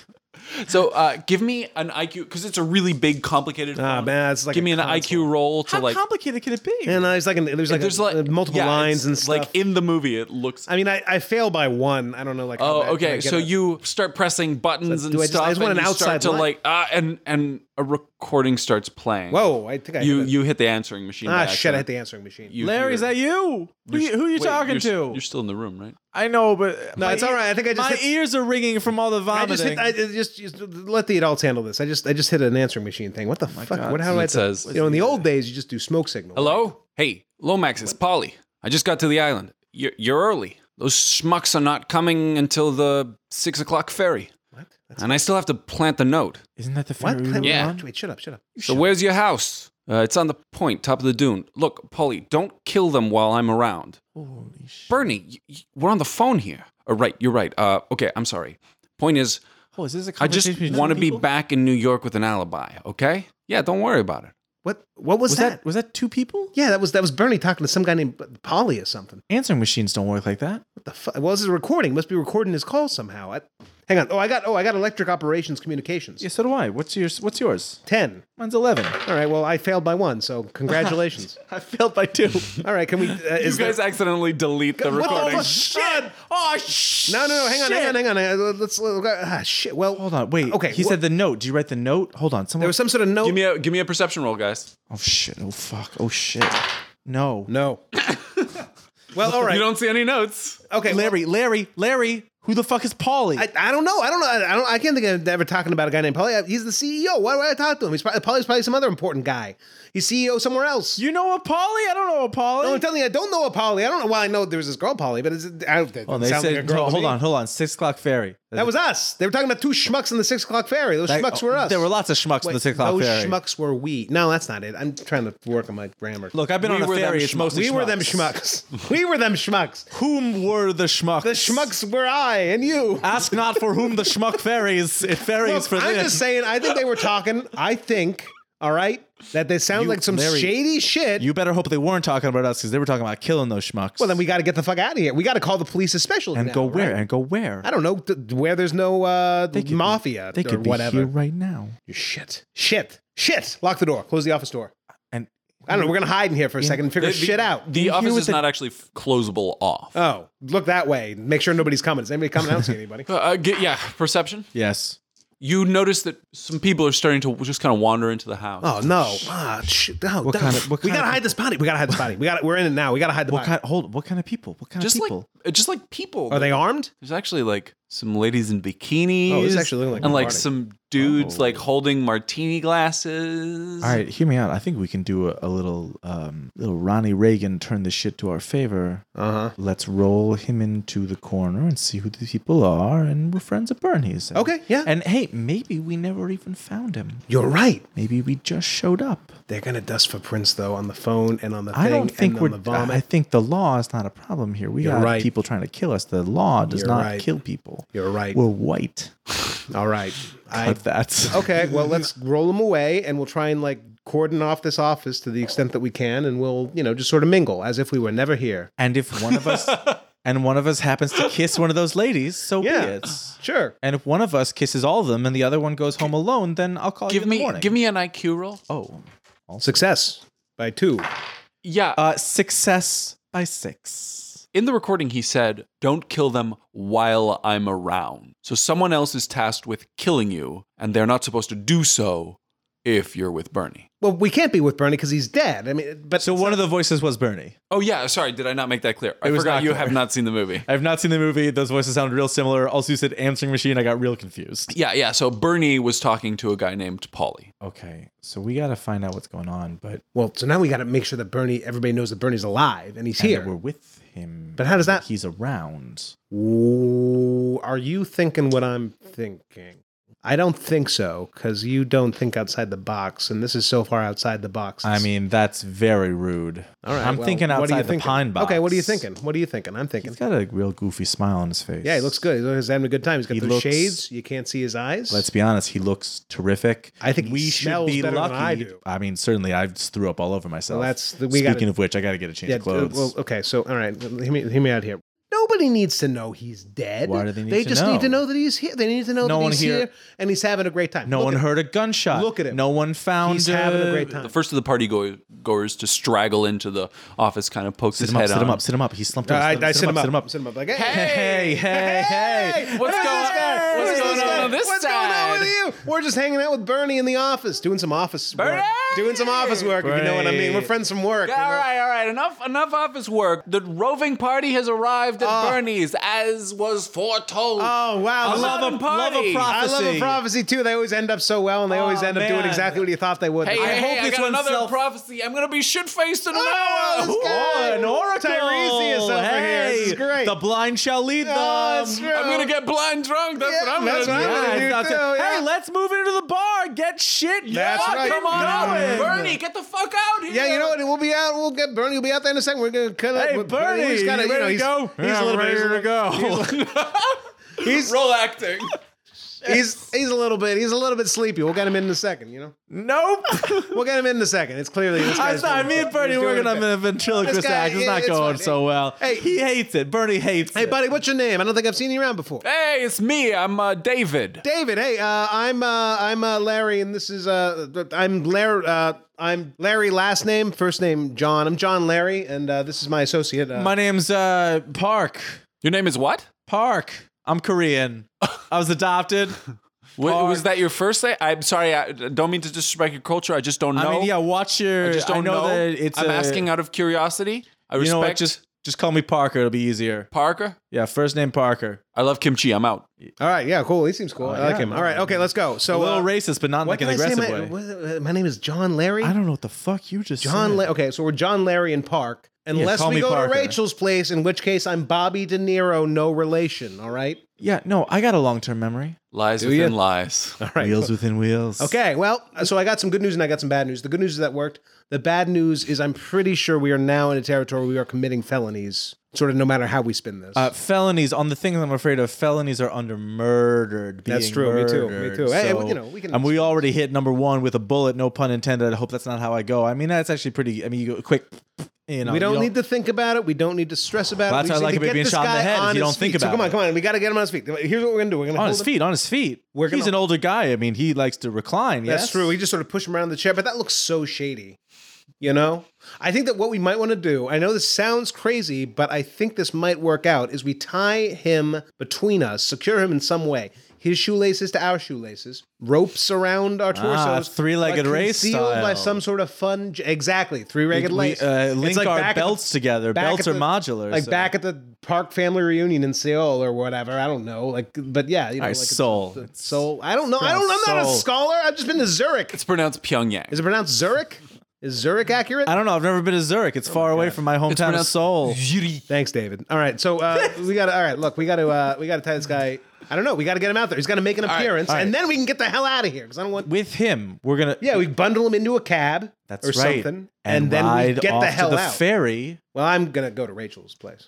so uh, give me an IQ because it's a really big, complicated.
Ah,
phone.
man, it's like
give
a
me an
console.
IQ roll to like.
complicated can it be?
And I was like, an, there's like,
There's
a-
like
uh, multiple
yeah,
lines
it's
and stuff.
Like in the movie, it looks.
I mean, I, I fail by one. I don't know. Like,
Oh,
how bad can I
okay.
get
So
a-
you start pressing buttons
So
and
do I just-
stuff.
I just want
and
an
you start
outside
to
line.
like ah, and and a recording starts playing.
Whoa! Oh, I think I
You
hit a-
you hit the answering machine. by
Ah, shit, I hit
accident.
the answering machine.
You-
Larry,
you're-
is that you? Who,
you're-
you- who are you
wait,
talking
you're s-
to?
You're still in the room, right?
I know, but
no,
my
it's all
ear-
right. I think I just
my
hit,
ears are ringing from all the
I
vomiting.
just hit, I just, just let the adults handle this. I just, I just hit an answering machine thing. What the
Oh
fuck?
God.
What? How do I?
It says-
you know, in the old days, you just do smoke signal.
Hello? Hey, Lomax, it's Polly. I just got to the island. You're, you're early. Those schmucks are not coming until the six o'clock ferry.
What? That's,
And I still have to plant the note.
Isn't that the
what?
ferry we were
Yeah.
on?
Wait, shut up, shut up.
So where's your house? Uh, it's on the point, top of the dune. Look, Polly, don't kill them while I'm around.
Holy shit!
Bernie, y- y- we're on the phone here. Oh, right, you're right. Uh, okay, I'm sorry. Point is,
Oh, is this a
I just
conversation between
want to
two
be
people?
back in New York with an alibi, okay? Yeah, don't worry about it.
What? What was,
Was
that?
that was that two people?
Yeah, that was that was Bernie talking to some guy named Polly or something.
Answering machines don't work like that.
What the fuck? Well, this is a recording. Must be recording his call somehow. I, hang on. Oh, I got. Oh, I got electric operations communications.
Yeah, so do I. What's yours? What's yours?
Ten.
Mine's eleven.
All right. Well, I failed by one. So congratulations.
I failed by two.
All right. Can we? Uh, is there-
accidentally delete the
What the fuck?
shit! Oh shit!
No, no, no. Hang on, hang on, hang on. hang on. Let's. let ah, shit. Well,
Hold on, wait.
Okay,
Okay, he
wha-
said the note. Did you write the note? Hold on.
There
Someone.
was some sort of note.
Give me a give me a perception roll, guys.
oh shit! Oh fuck! Oh shit! No.
no. well, all right.
You don't see any notes.
okay, well,
Larry, Larry, Larry. Who the fuck is Paulie?
I, I don't know. I don't know. I, I don't. I can't think of ever talking about a guy named Polly. He's the CEO. Why would I talk to him? He's probably, Polly's probably some other important guy. He's CEO somewhere else.
you know a Paulie? I don't know a Paulie.
no, I'm telling you, I don't know a Polly. I don't know why I know there was this girl Polly, but it's, I don't. That
oh,
doesn't
they
sound
said,
like a girl
no,
to
hold
me.
on, hold on. Six o'clock ferry.
That was us. They were talking about two schmucks in the six o'clock ferry. Those schmucks were us.
oh, There were lots of schmucks in
Wait,
the six o'clock
Those
ferry.
schmucks were we. No, that's not it. I'm trying to work on my grammar.
Look, I've been
We
on a
were them
ferry. It's
schmucks.
mostly
we were them
schmucks.
schmucks. we were them schmucks.
Whom were the schmucks?
The schmucks were I and you.
Ask not for whom the schmuck ferries. It ferries
Look,
for
I'm
this.
just saying. I think they were talking. I think. All right, that they sound
You-
like some
Larry,
shady shit.
You better hope they weren't talking about us because they were talking about killing those schmucks.
well, then we got to get the fuck out of here. We got to call the police, especially
and
now,
go
right?
where and go where.
I don't know th- where there's no uh,
could
mafia
They
or
could be
whatever.
here right now.
Shit, shit, shit! Lock the door. Close the office door.
And
I don't know. We're gonna hide in here for a second and figure
The-
shit out.
The office
with
is
the-
not actually f- closable off.
Oh, look that way. Make sure nobody's coming. Is anybody coming? I don't see anybody.
Uh, uh, get, yeah, perception.
yes,
You notice that some people are starting to just kind of wander into the house.
Oh no! Ah, shit! No, what
kind of- what
we
kind
gotta
of-
hide this body. We gotta hide this body. We got. to We're in it now. We gotta hide the
what
body.
kind? Hold. What kind of people? What kind
just
of people?
like uh, just like people.
Are they armed?
There's actually like some ladies in bikinis.
Oh, this is actually looking like a
and like
party.
some dudes
Oh.
like holding martini glasses.
All right, hear me out. I think we can do a, a little, um, little Ronnie Reagan turn this shit to our favor.
Uh
Let's roll him into the corner and see who the people are, and we're friends of Bernie's. And,
Okay, yeah.
And hey, maybe we never even found him.
You're right.
Maybe we just showed up.
They're gonna dust for prints though on the phone and on the thing
I don't think
and
we're.
on the vomit.
I think the law is not a problem here. We
You're
got
right.
people trying to kill us. The law does
You're
not
right.
kill people.
You're right.
We're white.
All right. I,
But that's
okay. Well, let's roll them away and we'll try and like cordon off this office to the extent that we can, and we'll you know just sort of mingle as if we were never here.
And if one of us and one of us happens to kiss one of those ladies, so
Yeah.
be it.
Sure.
And if one of us kisses all of them and the other one goes home alone, then I'll call you Oh,
Give
in the
me
morning.
give me an IQ roll.
oh
Success by two.
Yeah.
uh, success by six.
in the recording he said, "Don't kill them while I'm around." So someone else is tasked with killing you and they're not supposed to do so if you're with Bernie.
Well, we can't be with Bernie because he's dead. I mean, but
So one of the voices was Bernie.
Oh yeah, sorry, did I not make that clear? I
It was
forgot
not
you
clear.
have not seen the movie.
I've not seen the movie. Those voices sound real similar. Also, you said answering machine. I got real confused.
Yeah, yeah. So Bernie was talking to a guy named Polly.
Okay, so we got to find out what's going on, but
well, so now we got to make sure that Bernie, everybody knows that Bernie's alive and he's
and that
here.
we're with him.
But how does that-
He's around.
Ooh, are you thinking what I'm thinking? I don't think so because you don't think outside the box, and this is so far outside the box.
I mean, that's very rude.
All right,
I'm
well,
thinking
what are you
outside the
thinking?
pine box.
Okay, what are you thinking? What are you thinking? I'm thinking.
He's got a real goofy smile on his face.
yeah, he looks good. He's having a good time. He's got
He
those
looks-
shades. You can't see his eyes.
Let's be honest, he looks terrific.
I think he smells better than I do.
I mean, certainly I just threw up all over myself.
Well, that's the- we
Speaking
gotta-
of which, I got to get a change
yeah.
of clothes.
Well, okay. So, all right, hear me, hear me out here. Nobody needs to know he's dead.
Why do they need
They
to
just need to
know?
know that he's here. They need to know
No
that
one
he's
here-
here and he's having a great time.
no
Look
one
at-
heard a gunshot.
Look at him.
No one found.
He's having a great
uh,
time.
The first of the party go- goers to straggle into the office, kind of pokes
Sit
his
him up.
head
Sit him
on.
up. Sit him up. He slumped.
I,
over.
I,
Sit him-
sit him up.
Sit him up.
Sit him up. Like,
Hey,
hey,
hey, hey.
What's
Who's
going
this guy?
on? What's
Who's
going
this guy?
on on this
What's
side?
going on with you? We're just hanging out with Bernie in the office, doing some office work.
Bernie!
Doing some office work, if you know what I mean. We're friends from work. you know?
All right, all right. Enough, enough office work. The roving party has arrived at
Ah.
Bernie's, as was foretold.
Oh, wow.
I love
Love
London
a
party.
love a
I
prophecy.
love a prophecy too. They always end up so well, and they always
Oh,
end up doing
man.
exactly what you thought they would.
hey,
I
hey,
hope
hey, I
this
got
one's
another
self-
prophecy. I'm gonna be shit faced in an
Oh,
hour.
this guy.
Oh, an oracle.
Tyrese is over here.
hey,
This is great.
The blind shall lead them.
Oh, that's true.
um, I'm gonna get blind drunk. That's
Yeah,
what I'm
that's what
gonna do.
I'm gonna
Yeah,
do
it's not
too,
so-
yeah.
Hey, let's move into the bar. Get shit.
That's
yeah,
right.
Come on out,
Going.
Bernie.
Bernie, get the fuck out here.
Yeah, you know what? We'll be out. We'll get Bernie. We'll be out there in a second. We're gonna cut
Hey,
up.
Bernie,
he's gotta-
you ready to
he's,
go?
He's
Yeah,
a little
I'm
bit-
ready to go.
He's, he's,
Role acting.
he's he's a little bit. He's a little bit sleepy. We'll get him in, in a second. You know,
Nope.
we'll get him in, in a second. It's clearly. This
I
guy's
thought me and Bernie
he's
were
doing
gonna
it.
have a ventriloquist
This guy,
act. It's
yeah,
not
it's
going
fine.
so well.
Hey.
he hates it. Bernie hates
Hey,
it.
buddy, what's your name? I don't think I've seen you around before.
hey, it's me. I'm uh, David.
David, hey, uh, I'm uh, I'm uh, Larry, and this is uh, I'm Larry. Uh, I'm Larry, last name, first name John. I'm John Larry, and uh, this is my associate. Uh,
My name's uh Park.
Your name is what?
Park. I'm Korean. I was adopted.
Wa- Was that your first name? I'm sorry. I don't mean to disrespect your culture. I just don't know.
I mean, yeah. Watch your.
I just don't
know, that it's.
I'm
a-
asking out of curiosity. I
You
respect.
know what? Just Just call me Parker. It'll be easier.
Parker.
Yeah, first name Parker.
I love kimchi. I'm out.
All right, yeah, cool. He seems cool. I like
Oh, yeah.
him. All right, okay, let's go.
A
So,
little
uh,
racist, but not in
what
like an
can I say?
aggressive
My,
way.
what- uh, my name is John Larry.
I don't know what the fuck you just
John.
said.
La- okay, so we're John Larry and Park. Unless
call
we
me
go
Parker.
to Rachel's place, in which case I'm Bobby De Niro, no relation. All right.
yeah, no, I got a long term memory.
Lies within lies.
All right.
Wheels within wheels.
Okay, well, so I got some good news and I got some bad news. The good news is that worked. The bad news is I'm pretty sure we are now in a territory where we are committing felonies, sort of no matter how we spin this.
Uh, felonies on the things I'm afraid of. Felonies are under murdered.
That's
being
true, me too, me
murdered.
too. Hey,
So-
well, you know, we can-
And we already hit number one with a bullet. No pun intended. I hope that's not how I go. I mean, that's actually pretty. I mean, you go quick. You know,
we
you
don't, need to think about it. We don't need to stress about
Well,
it.
that's
We
why I like
just need
it
to
being
get
being
this
shot in the
guy
head, if
on
you
his
don't think
feet. so
about
come on,
it.
come on. We got to get him on his feet. Here's what we're gonna do. We're gonna
on
hold
his
him-
feet. On his feet.
We're
He's
gonna-
an older guy. I mean, he likes to recline.
That's
yes?
true. We just sort of push him around the chair, but that looks so shady. You know, I think that what we might want to do, I know this sounds crazy, but I think this might work out, is we tie him between us, secure him in some way. His shoelaces to our shoelaces, ropes around our torsos,
Ah, three-legged
but
race
concealed by
style.
some sort of fun. j- Exactly, three-legged
We-
lace.
uh,
It's
link
like
our
back at the-
belts together.
back
Belts
at
are
the-
modular.
like
so-
back at the Park family reunion in Seoul or whatever. I don't know. Like, but yeah,
All
you know, like
right,
it's-
Seoul.
it's Seoul. Oh, I don't know. I don't. I'm not a
Seoul.
scholar. I've just been to Zurich.
It's pronounced Pyongyang.
Is it pronounced Zurich? Is Zurich accurate?
I don't know. I've never been to Zurich. It's
Oh
far away from my hometown of
pronounced
Seoul.
Yuri.
Thanks, David. All right, so uh, we got to. All right, look, we got to. Uh, we got to tie this guy. I don't know. We got to get him out there. He's got to make an appearance,
all right.
and then we can get the hell out of here because I don't want.
With him, we're gonna.
yeah, we bundle him into a cab
that's
or
right.
something,
and,
and, then
ride
we get
off
the hell
to the
out.
ferry.
well, I'm gonna go to Rachel's place.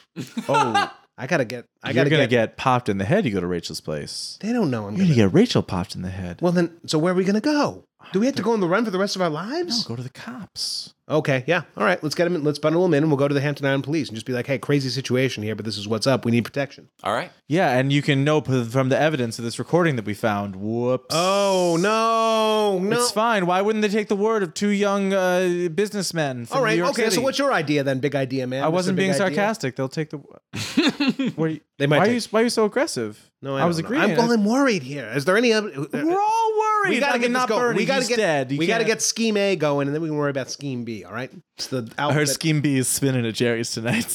Oh,
I gotta get. I
you're
gotta
gonna
get,
get, popped in the head. You go to Rachel's place.
They don't know I'm
You're gonna
gonna.
get Rachel popped in the head.
Well, then, so where are we gonna go? Do we have to go on the run for the rest of our lives?
go to the cops.
Okay, yeah. All right, let's get him in. Let's bundle him in, and we'll go to the Hampton Island police and just be like, "Hey, crazy situation here, but this is what's up. We need protection."
All right.
Yeah, and you can know p- from the evidence of this recording that we found. Whoops.
Oh no, no!
It's fine. Why wouldn't they take the word of two young uh, businessmen from
All right,
New York
okay.
City?
So what's your idea then? Big idea, man.
I
Mr.
wasn't being
Big Idea?
sarcastic. They'll take the. What are you,
They might
Why are
take-
you? Why are you so aggressive?
No, I,
I, was
don't know.
agreeing.
I'm, well, I'm worried here. Is there any other? uh,
We're all worried.
we
I
gotta
mean,
get this
not
going.
Bernie.
We gotta
He's
get
dead. You
we gotta
can't-
get Scheme A going, and then we can worry about Scheme B. All right. It's the
I heard
outfit.
Scheme B is spinning at Jerry's tonight.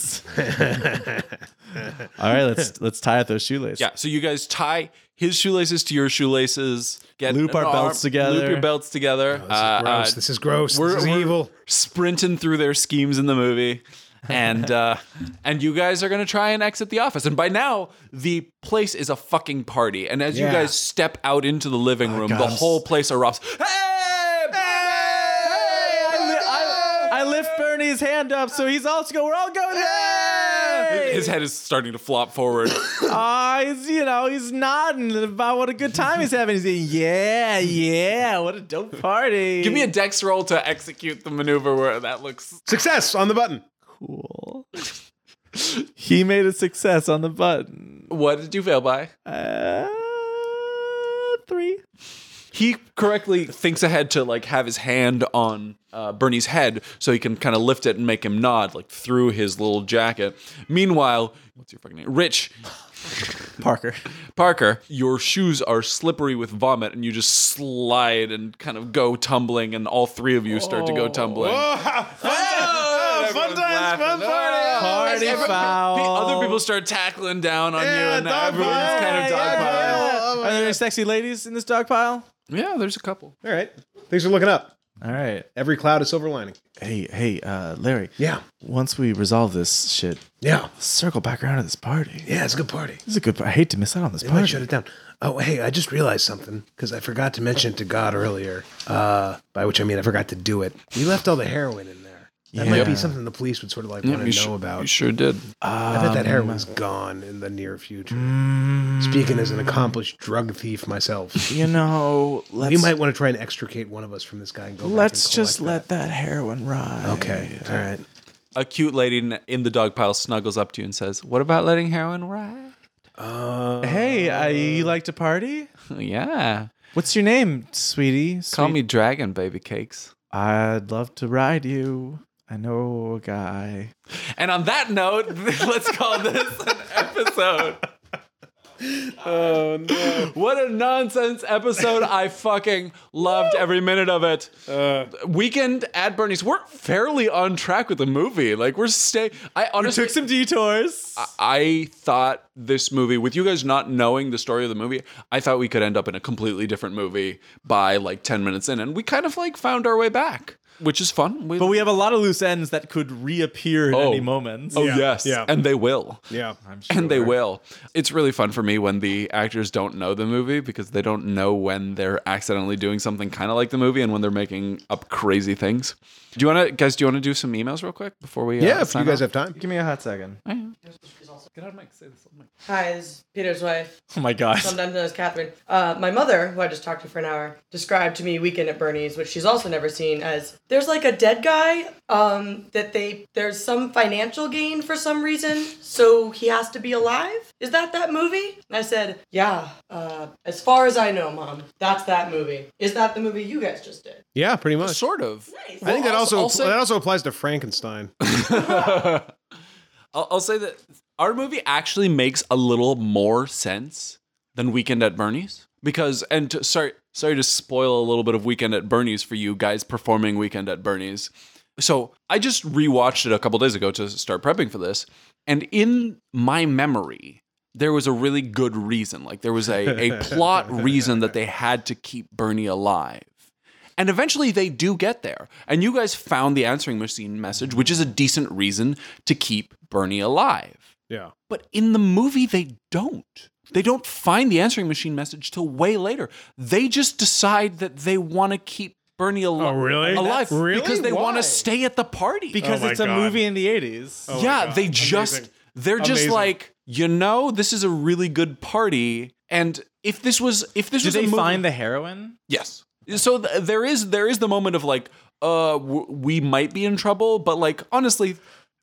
all right, let's let's tie up those shoelaces.
Yeah. So you guys tie his shoelaces to your shoelaces. Get
Loop
an
our
arm-
belts together.
Loop your belts together. Uh,
gross.
uh,
this is gross.
we're-
this is
we're-
evil.
sprinting through their schemes in the movie. And uh, and you guys are gonna try and exit the office. And by now, the place is a fucking party. And as
Yeah.
you guys step out into the living room, the
I'm s-
whole place erupts. Hey! Hey!
I, li- I, I lift Bernie's hand up, so he's also going. We're all going. Hey!
His head is starting to flop forward.
Ah, he's you know he's nodding about what a good time he's having. He's saying, "Yeah, yeah, what a dope party."
Give me a dex roll to execute the maneuver where that looks.
Success on the button.
cool. he made a success on the button.
What did you fail by?
Uh, three.
He correctly thinks ahead to like have his hand on uh, Bernie's head so he can kind of lift it and make him nod like through his little jacket. Meanwhile, what's your fucking name? Rich
Parker.
Parker, your shoes are slippery with vomit and you just slide and kind of go tumbling and all three of you start to go tumbling.
Oh, fun
Everyone's
times,
laughing.
fun party.
Party
Every-
foul.
Other people start tackling down on you,
Yeah,
and
dog
everyone's
pile.
kind of
Yeah,
dog
yeah.
pile.
Oh, my
Are there any sexy ladies in this dog pile?
Yeah, there's a couple.
All right. Things are looking up.
All right.
Every cloud is silver lining.
Hey, hey, uh, Larry.
Yeah.
Once we resolve this shit,
Yeah.
circle back around to this party.
Yeah. It's a good party.
This is a good. par- I hate to miss out on this
I might shut it down. Oh, hey, I just realized something because I forgot to mention it to God earlier. Uh, by which I mean I forgot to do it. We left all the heroin in there. That might be
Yeah.
something the police would sort of like want to know about.
You sure did.
I bet that heroin's gone in the near future. Speaking as an accomplished drug thief myself,
You know, let's
you might want to try and extricate one of us from this guy and go. back
let's
and
just
collect
let that heroin ride.
that. Okay. All right.
A cute lady in- in the dog pile snuggles up to you and says, "What about letting heroin ride?"
Oh.
Hey, uh, you like to party?
Yeah,
What's your name, sweetie?
call
Sweet-
me Dragon Baby Cakes.
I'd love to ride you. I know a guy.
And on that note, let's call this an episode.
Oh no.
What a nonsense episode. I fucking loved every minute of it. Weekend at Bernie's. We're fairly on track with the movie. Like we're stay I honestly
Took some detours.
I thought this movie, with you guys not knowing the story of the movie, I thought we could end up in a completely different movie by like 10 minutes in. And we kind of like found our way back, which is fun. We,
but we have a lot of loose ends that could reappear at any moment.
oh,
Yeah,
yes.
yeah.
And they will.
Yeah.
And they will. It's really fun for me when the actors don't know the movie because they don't know when they're accidentally doing something kind of like the movie and when they're making up crazy things. Do you want to, guys, do you want to do some emails real quick before we? uh,
Yeah, if you
sign
guys
off?
have time.
Give me a hot second.
Hi, this is Peter's wife,
Oh my gosh.
sometimes known as Catherine. Uh, my mother, who I just talked to for an hour, described to me Weekend at Bernie's, which she's also never seen, as there's like a dead guy um, that they there's some financial gain for some reason, so he has to be alive. Is that that movie? And I said, Yeah. Uh, as far as I know, mom, that's that movie. Is that the movie you guys just did?
Yeah, pretty much.
Sort of.
I think that also,
also-
that also applies to Frankenstein.
I'll, I'll say that our movie actually makes a little more sense than Weekend at Bernie's because and to, sorry sorry to spoil a little bit of Weekend at Bernie's for you guys performing Weekend at Bernie's. So I just rewatched it a couple days ago to start prepping for this, and in my memory. There was a really good reason. Like, there was a, a plot reason that they had to keep Bernie alive. And eventually they do get there. And you guys found the answering machine message, which is a decent reason to keep Bernie alive.
Yeah.
But in the movie, they don't. They don't find the answering machine message till way later. They just decide that they want to keep Bernie al-
Oh, really?
alive
That's- really?
because they want to
Why?
stay at the party.
Because
Oh my
it's a
God.
movie in the 80s.
Oh my
yeah,
God.
they just
Amazing.
they're just
Amazing.
like, you know, this is a really good party and if this was if this
Did
was
they
a movie-
find the heroin?
Yes. So th- there is there is the moment of like, uh, w- we might be in trouble, but like honestly,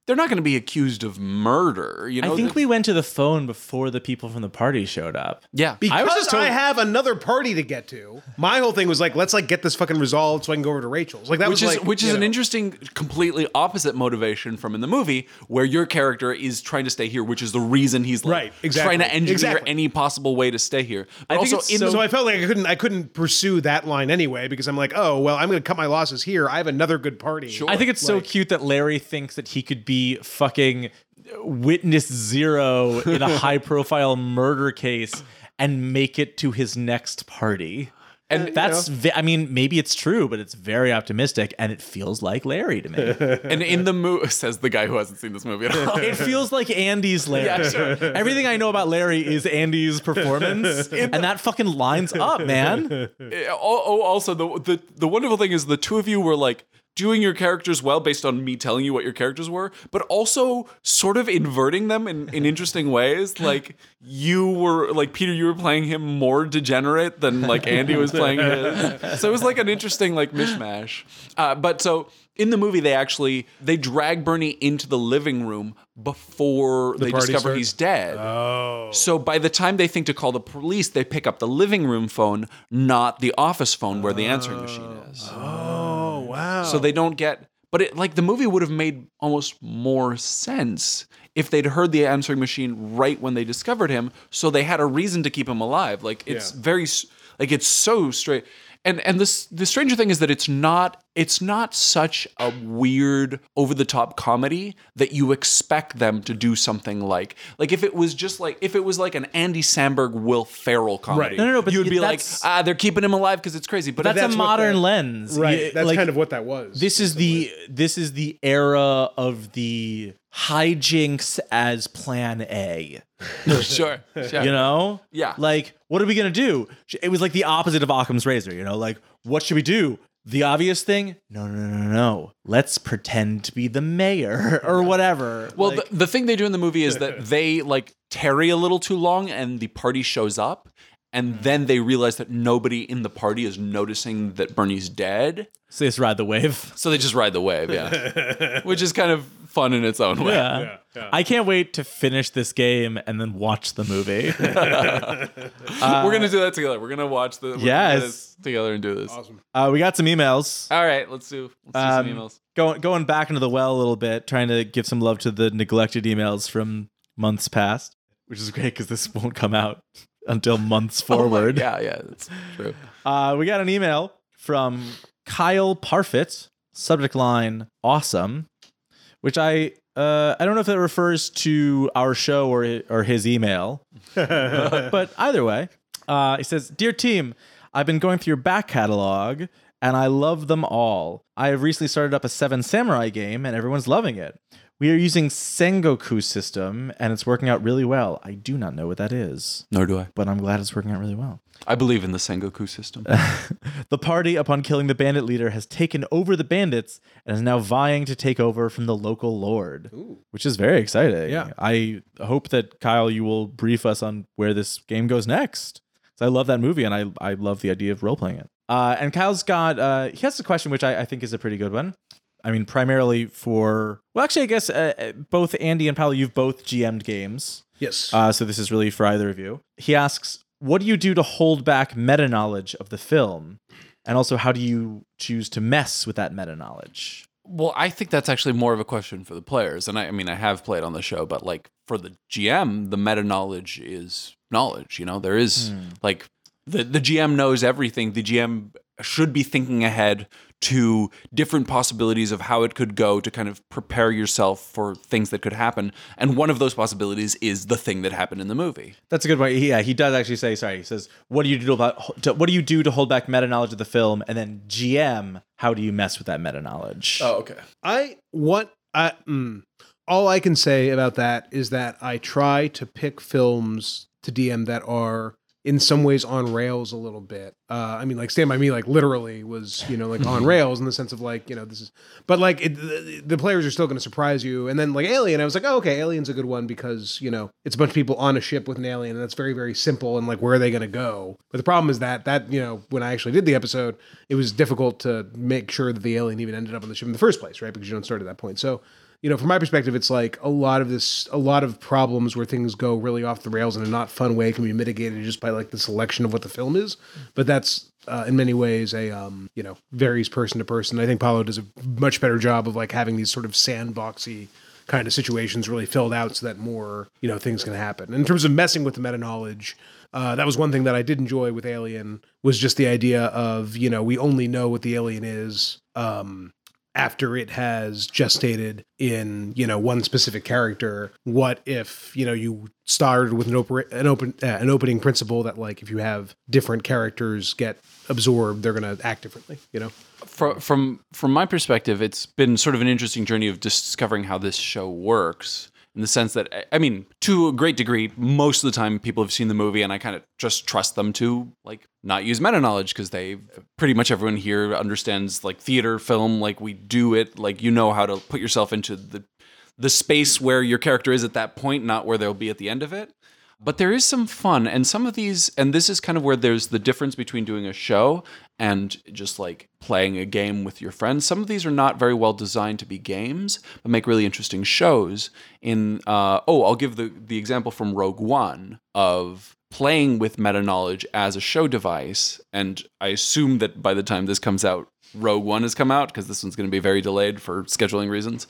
they're not going to be accused of murder. You know,
I think
Th-
we went to the phone before the people from the party showed up.
yeah.
Because I,
was just told-
have another party to get to. My whole thing was like, let's like get this fucking resolved so I can go over to Rachel's. Like that
which
was
is
like,
which
you
is an
know.
interesting, completely opposite motivation from in the movie, where your character is trying to stay here, which is the reason he's like
Right, exactly,
trying to engineer
exactly.
any possible way to stay here. But
think
also
it's
in
so-
the
So I felt like I couldn't I couldn't pursue that line anyway because I'm like, oh well, I'm going to cut my losses here. I have another good party. Sure.
I think it's so cute that Larry thinks that he could be fucking witness zero in a high profile murder case and make it to his next party. And that's, ve- I mean, maybe it's true, but it's very optimistic and it feels like Larry to me.
and in the movie says the guy who hasn't seen this movie at all.
it feels like Andy's Larry. Everything I know about Larry is Andy's performance, and that fucking lines up, man.
Oh, oh, also the, the the wonderful thing is the two of you were like doing your characters well based on me telling you what your characters were, but also sort of inverting them in, in interesting ways. Like you were like Peter, you were playing him more degenerate than like Andy was playing his. So it was like an interesting like mishmash. Uh, but so in the movie, they actually they drag Bernie into the living room before they
party
discover
starts? Oh,
he's dead. So by the time they think to call the police, they pick up the living room phone, not the office phone where the answering machine is.
Oh wow.
So they don't get. But it, like the movie would have made almost more sense if they'd heard the answering machine right when they discovered him, so they had a reason to keep him alive. Like it's
Yeah.
very s- like it's so straight. And and this the stranger thing is that it's not it's not such a weird over the top comedy that you expect them to do something like like if it was just like if it was like an Andy Samberg Will Ferrell comedy.
No,
no, no, but
you'd be like
that's-
ah they're keeping him alive because it's crazy. But
That's,
that's
a
what
modern
that-
lens.
right.
Yeah,
That's
like,
kind of what that was.
This is the this is the era of the hijinks as Plan A.
sure, sure.
You know,
Yeah.
Like, what are we gonna do? It was like the opposite of Occam's Razor. You know, like, what should we do? The obvious thing? No, no, no, no, no. Let's pretend to be the mayor or whatever.
Well,
Like-
the, the thing they do in the movie is that they like tarry a little too long, and the party shows up, and then they realize that nobody in the party is noticing that Bernie's dead,
so just ride the wave.
so they just ride the wave, yeah, which is kind of fun in its own way.
Yeah. I can't wait to finish this game and then watch the movie.
we're gonna do that together. We're gonna watch the we're gonna do
Yes.
this together and do this.
uh, we got some emails.
All right, let's do let's do
Um,
some emails.
Going going back into the well a little bit, trying to give some love to the neglected emails from months past. which is great because this won't come out until months
Oh my-
forward.
yeah, yeah, that's true.
Uh, we got an email from Kyle Parfit, subject line awesome, which I uh, I don't know if it refers to our show or or his email, but either way, uh, he says, "Dear team, I've been going through your back catalog." And I love them all. I have recently started up a Seven Samurai game, and everyone's loving it. We are using Sengoku system, and it's working out really well. I do not know what that is,
Nor do I.
but I'm glad it's working out really well.
I believe in the Sengoku system.
The party, upon killing the bandit leader, has taken over the bandits and is now vying to take over from the local lord, which is very exciting.
Yeah.
I hope that Kyle, you will brief us on where this game goes next. 'Cause I love that movie and I, I love the idea of role playing it. Uh, and Kyle's got, uh, he has a question which I, I think is a pretty good one. I mean, primarily for, well, actually, I guess uh, uh, both Andy and Paolo, you've both GM'd games.
Yes.
Uh, so this is really for either of you. He asks, "What do you do to hold back meta knowledge of the film, and also how do you choose to mess with that meta knowledge?"
Well, I think that's actually more of a question for the players. And I, I mean, I have played on the show, but like for the GM, the meta knowledge is knowledge. You know, there is Mm. like the, the GM knows everything. The GM should be thinking ahead to different possibilities of how it could go to kind of prepare yourself for things that could happen. And one of those possibilities is the thing that happened in the movie.
That's a good point. Yeah, he does actually say. Sorry, he says, "What do you do about to, what do you do to hold back meta knowledge of the film?" And then GM, how do you mess with that meta knowledge?
okay.
I what I mm, all I can say about that is that I try to pick films to DM that are in some ways on rails a little bit. Uh, I mean, like Stand by Me, like literally was you know like on rails in the sense of like you know this is, but like it, the, the players are still going to surprise you. And then like Alien, I was like, oh okay, Alien's a good one because you know it's a bunch of people on a ship with an alien, and that's very very simple. And like, where are they going to go? But the problem is that that you know when I actually did the episode, it was difficult to make sure that the alien even ended up on the ship in the first place, right? Because you don't start at that point. So, you know, from my perspective, it's like a lot of this, a lot of problems where things go really off the rails in a not fun way can be mitigated just by like the selection of what the film is. But that's uh, in many ways a, um, you know, varies person to person. I think Paolo does a much better job of like having these sort of sandboxy kind of situations really filled out so that more you know things can happen in terms of messing with the meta knowledge uh, that was one thing that i did enjoy with alien was just the idea of you know we only know what the alien is um, after it has gestated in you know one specific character what if you know you started with an open an open uh, an opening principle that like if you have different characters get absorbed they're going to act differently you know
from from from my perspective, it's been sort of an interesting journey of discovering how this show works. In the sense that, I- I mean, to a great degree, most of the time people have seen the movie, and I kind of just trust them to like not use meta knowledge because they pretty much everyone here understands like theater, film, like we do it. Like you know how to put yourself into the the space where your character is at that point, not where they'll be at the end of it. But there is some fun, and some of these, and this is kind of where there's the difference between doing a show and just like playing a game with your friends. Some of these are not very well designed to be games, but make really interesting shows. In uh, oh, I'll give the the example from Rogue One of playing with meta knowledge as a show device, and I assume that by the time this comes out, Rogue One has come out because this one's going to be very delayed for scheduling reasons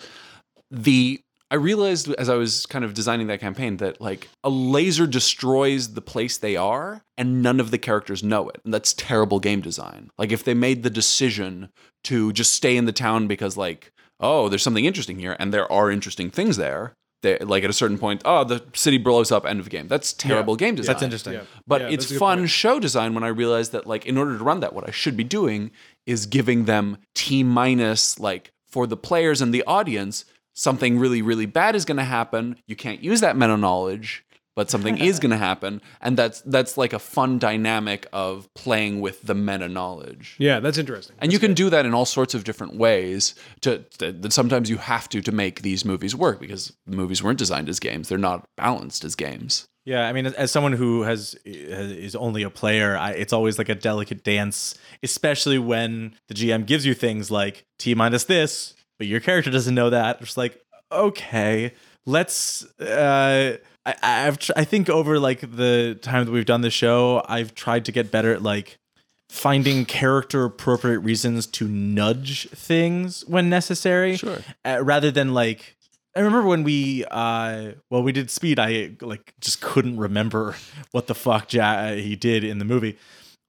the I realized as I was kind of designing that campaign that like a laser destroys the place they are and none of the characters know it. And that's terrible game design. Like if they made the decision to just stay in the town because like, oh, there's something interesting here and there are interesting things there. They, like at a certain point, oh, the city blows up. End of game. That's terrible game design.
That's interesting.
But
Yeah,
it's
that's a good
fun show design when I realized that, like, in order to run that, what I should be doing is giving them T minus, like, for the players and the audience, something really, really bad is going to happen. You can't use that meta knowledge, but something is going to happen, and that's that's like a fun dynamic of playing with the meta knowledge.
yeah that's interesting
And you can do that in all sorts of different ways. To, to- that sometimes you have to to make these movies work because movies weren't designed as games; they're not balanced as games.
Yeah, I mean, as- as someone who has is only a player, I, it's always like a delicate dance, especially when the GM gives you things like T minus this, but your character doesn't know that. It's like, okay, let's. Uh, I, I've tr- I think over like the time that we've done the show, I've tried to get better at like finding character appropriate reasons to nudge things when necessary,
Sure.
uh, rather than like I remember when we, uh, well, we did Speed. I like just couldn't remember what the fuck ja- uh, he did in the movie,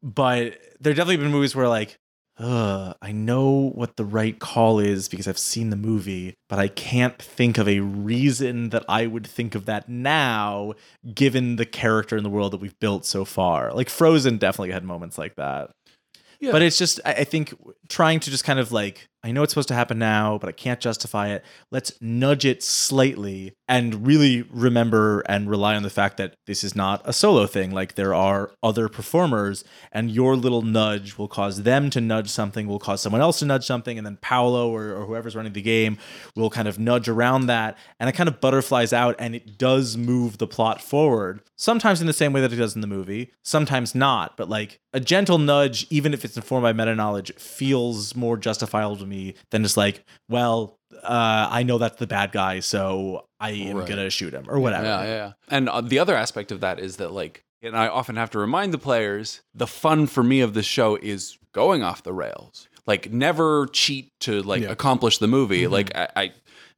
but there definitely been movies where like, Ugh, I know what the right call is because I've seen the movie, but I can't think of a reason that I would think of that now, given the character and the world that we've built so far. Like Frozen definitely had moments like that.
Yeah.
But it's just, I I think trying to just kind of like, I know it's supposed to happen now, but I can't justify it. Let's nudge it slightly and really remember and rely on the fact that this is not a solo thing. Like there are other performers, and your little nudge will cause them to nudge something, will cause someone else to nudge something, and then Paolo or, or whoever's running the game will kind of nudge around that. And it kind of butterflies out and it does move the plot forward, sometimes in the same way that it does in the movie, sometimes not. But like a gentle nudge, even if it's informed by meta knowledge, feels more justifiable to me than just like, well, uh, I know that's the bad guy, so I am
Right.
gonna shoot him or whatever.
Yeah, yeah. yeah. And uh, the other aspect of that is that, like, and I often have to remind the players the fun for me of the show is going off the rails. Like, never cheat to like accomplish the movie. Like, I. I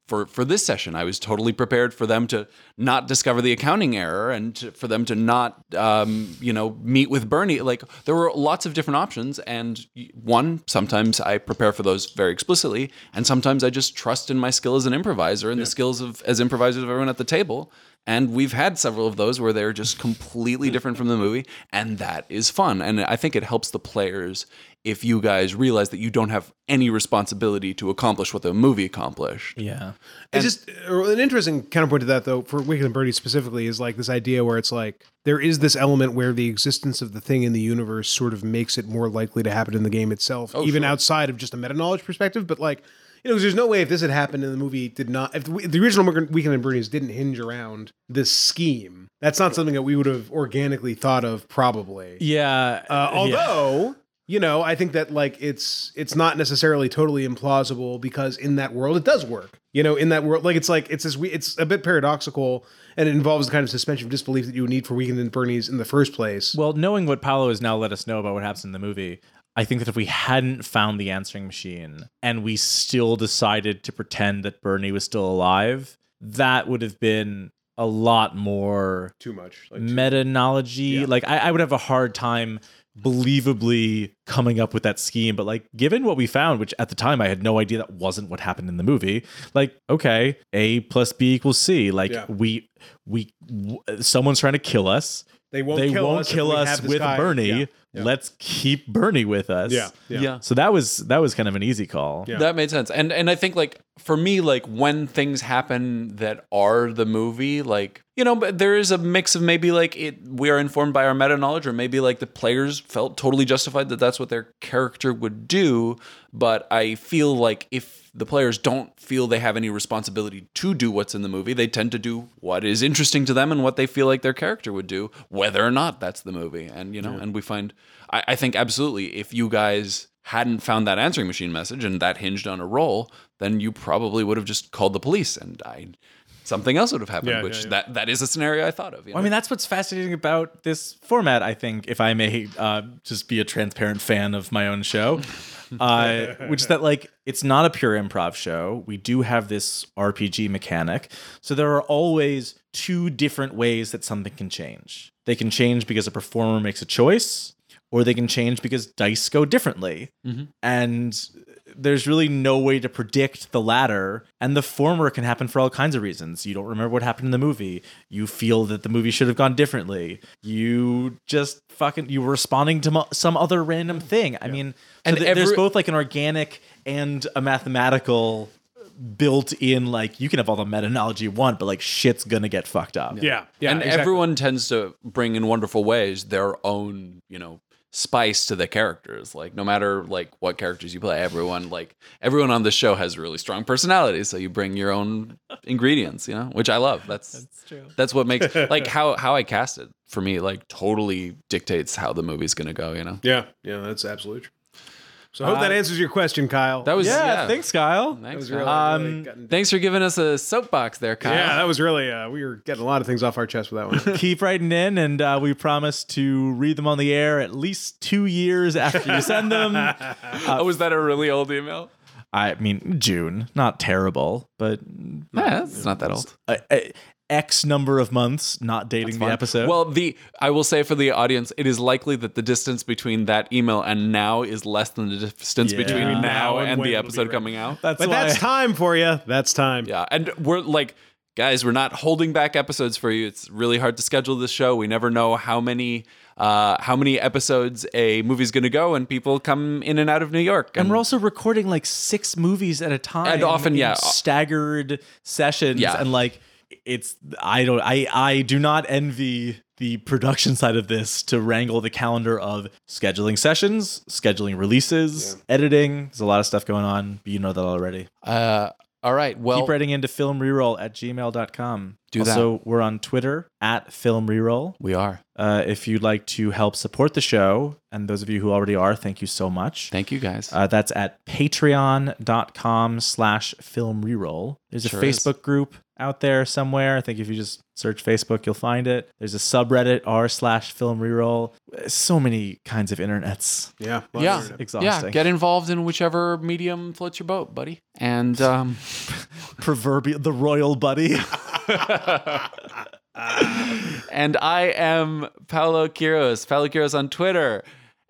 for, for this session, I was totally prepared for them to not discover the accounting error and to, for them to not, um, you know, meet with Bernie. Like there were lots of different options, and y- one sometimes I prepare for those very explicitly, and sometimes I just trust in my skill as an improviser and the skills of as improvisers of everyone at the table. And we've had several of those where they're just completely different from the movie, and that is fun. And I think it helps the players if you guys realize that you don't have any responsibility to accomplish what the movie accomplished.
yeah.
It's just uh, an interesting counterpoint to that, though, for Wicked and Birdie specifically, is like this idea where it's like there is this element where the existence of the thing in the universe sort of makes it more likely to happen in the game itself, even outside of just a meta knowledge perspective. But like, you know, 'cause there's no way if this had happened and the movie did not, if the, if the original Wicked Weekend and Birdie's didn't hinge around this scheme, that's not something that we would have organically thought of, probably.
Yeah.
Uh, although you know, I think that like it's it's not necessarily totally implausible because in that world it does work. You know, in that world, like it's like it's this we it's a bit paradoxical and it involves the kind of suspension of disbelief that you would need for Weekend and Bernie's in the first place.
Well, knowing what Paolo has now let us know about what happens in the movie, I think that if we hadn't found the answering machine and we still decided to pretend that Bernie was still alive, that would have been a lot more
too much. Like,
meta knowledge. Like I, I would have a hard time believably coming up with that scheme. But like given what we found, which at the time I had no idea that wasn't what happened in the movie, like, okay, A plus B equals C. Like
Yeah.
we we w- someone's trying to kill us
they won't
they
kill
won't
us if
kill
we
us
have this
with
guy.
Bernie.
Yeah. Yeah.
Let's keep Bernie with us.
Yeah. Yeah.
So that was that was kind of an easy call.
Yeah.
That made sense. And and I think like for me like when things happen that are the movie like you know but there is a mix of maybe like it we are informed by our meta knowledge or maybe like the players felt totally justified that that's what their character would do but I feel like if the players don't feel they have any responsibility to do what's in the movie they tend to do what is interesting to them and what they feel like their character would do whether or not that's the movie and you know and we find I, I think absolutely if you guys hadn't found that answering machine message and that hinged on a roll, then you probably would have just called the police and I something else would have happened,
Yeah,
which
yeah, yeah.
that that is a scenario I thought of. you
I
know?
mean, that's what's fascinating about this format. I think, if I may uh, just be a transparent fan of my own show, uh, which is that like it's not a pure improv show. We do have this RPG mechanic, so there are always two different ways that something can change. They can change because a performer makes a choice, or they can change because dice go differently.
Mm-hmm.
And there's really no way to predict the latter. And the former can happen for all kinds of reasons. You don't remember what happened in the movie. You feel that the movie should have gone differently. You just fucking, you were responding to mo- some other random thing. I mean, and
And
there's
every-
both like an organic and a mathematical built in, like, you can have all the meta knowledge you want, but like shit's gonna get fucked up.
Yeah. Yeah.
and
exactly.
everyone tends to bring in wonderful ways their own, you know, spice to the characters. Like no matter like what characters you play, everyone like everyone on the show has really strong personalities, so you bring your own ingredients, you know, which I love. That's That's true. That's what makes like how how I cast it for me like totally dictates how the movie's going to go, you know.
Yeah. Yeah. That's absolutely true. So I hope
Uh,
that answers your question, Kyle.
That was
Yeah,
yeah.
thanks, Kyle.
That
Thanks,
was really,
Kyle.
Um,
really gotten-
Thanks for giving us a soapbox there, Kyle.
yeah, that was really uh, we were getting a lot of things off our chest with that one.
Keep writing in, and uh, we promise to read them on the air at least two years after you send them.
oh, was that a really old email?
I mean, June, not terrible, but
Nah, it's not that old.
a, a- X number of months not dating the episode.
Well, the I will say for the audience, it is likely that the distance between that email and now is less than the distance
Yeah.
between
Now
now,
and
and,
when
the
it'll be
episode
ready.
coming out.
that's
But
why
that's time for you. That's time.
Yeah, and we're like, guys, we're not holding back episodes for you. It's really hard to schedule this show. We never know how many uh, how many episodes a movie's going to go, and people come in and out of New York.
And we're also recording like six movies at a time,
And often,
in
yeah. uh,
staggered sessions,
Yeah.
and like it's I don't I I do not envy the production side of this to wrangle the calendar of scheduling sessions, scheduling releases, editing. There's a lot of stuff going on, but you know that already.
uh, all right, well,
Keep writing into filmreroll at gmail.com.
Do that.
also, we're on Twitter at filmreroll.
we are.
Uh, if you'd like to help support the show, and those of you who already are, thank you so much.
Thank you, guys.
Uh, that's at patreon.com slash film reroll. There's
Sure
a
is.
Facebook group out there somewhere. I think if you just search Facebook, you'll find it. There's a subreddit r slash film reroll. Uh, So many kinds of internets.
Yeah.
yeah,
Exhausting.
yeah. Get involved in whichever medium floats your boat, buddy. And um,
Proverbial, the royal buddy.
and I am Paolo Quiros. Paolo Quiros on Twitter.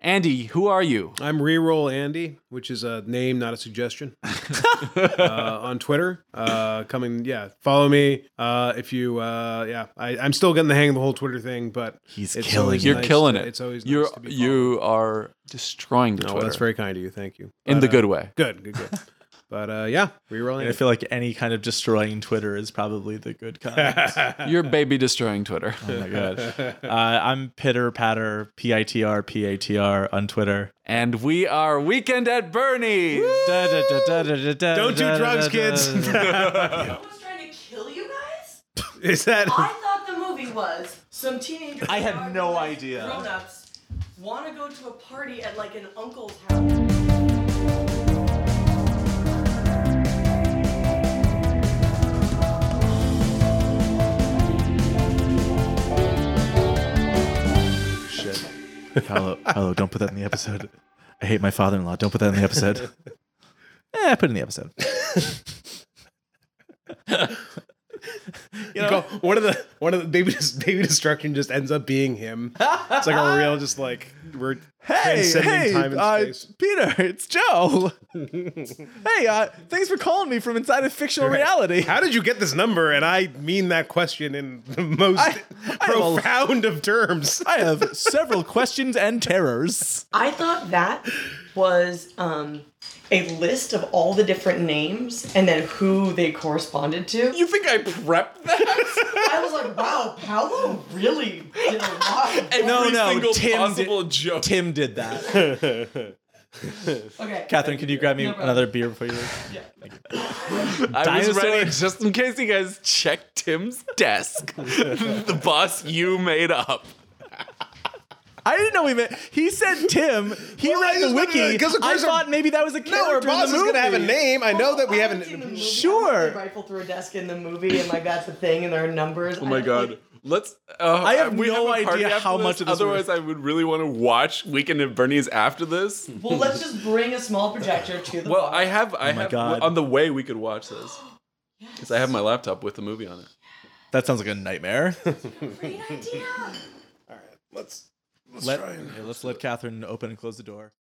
Andy, who are you?
I'm reroll Andy, which is a name, not a suggestion, uh, on Twitter. Uh, coming, yeah, follow me uh, if you. Uh, yeah, I, I'm still getting the hang of the whole Twitter thing, but
He's
It's
killing
always
it.
You're
nice
killing
to-
it.
it's always
you're
nice to be
you are destroying the
oh,
Twitter
that's very kind of you. Thank you.
in
But,
the
uh,
good way.
good, good, good. but uh, yeah, reroll
I
Andy.
feel like any kind of destroying Twitter is probably the good kind.
You're baby destroying Twitter.
oh my god. Uh, I'm pitter patter, P I T R P A T R on Twitter.
and we are weekend at Bernie's.
Don't
Don't do drugs, kids.
was trying to kill you guys?
is that?
I thought the movie was some teenagers.
I had no idea.
Grown ups want to go to a party at like an uncle's house.
Hello, hello, don't put that in the episode. I hate my father in law. Don't put that in the episode. eh, put it in the episode.
You go- one of the one of the baby Des- baby destruction just ends up being him. It's like a real just like we're transcending time and space.
uh, Peter, it's Joe. hey, uh, thanks for calling me from inside of fictional reality.
How did you get this number? And I mean that question in the most
I- I have a-
profound of terms.
I have several questions and terrors.
I thought that was um, a list of all the different names and then who they corresponded to.
You think I prepped that?
I was like, wow, Paolo really did a lot.
No, no,
single
Tim did-
possible joke.
Tim did that.
Okay.
Catherine, can you grab me
No problem.
another beer before you leave?
I was
Dinosaur.
ready just in case you guys checked Tim's desk. the boss you made up.
I didn't know he meant. He said Tim. He
I
read
just
the
wanted to-
wiki.
'cause of
I
course our-
thought maybe that was a
No,
character
our
in
boss
the
is going to have a
movie.
name. I know that we
I haven't seen the
haven't.
movie.
Sure.
They rifle through a desk in the movie, and my God's a thing, and there are numbers.
Oh my god. Let's. Uh,
I have
we
no
a party
idea
after
how much of this
Otherwise, I would really want to watch Weekend at Bernie's after this.
well, let's just bring a small projector to the.
Well,
bar.
I have. I
Oh my
have
God.
on the way we could watch this because I have my laptop with the movie on it.
That sounds like a nightmare.
Great idea.
Let's
let, yeah, let's let Catherine open and close the door.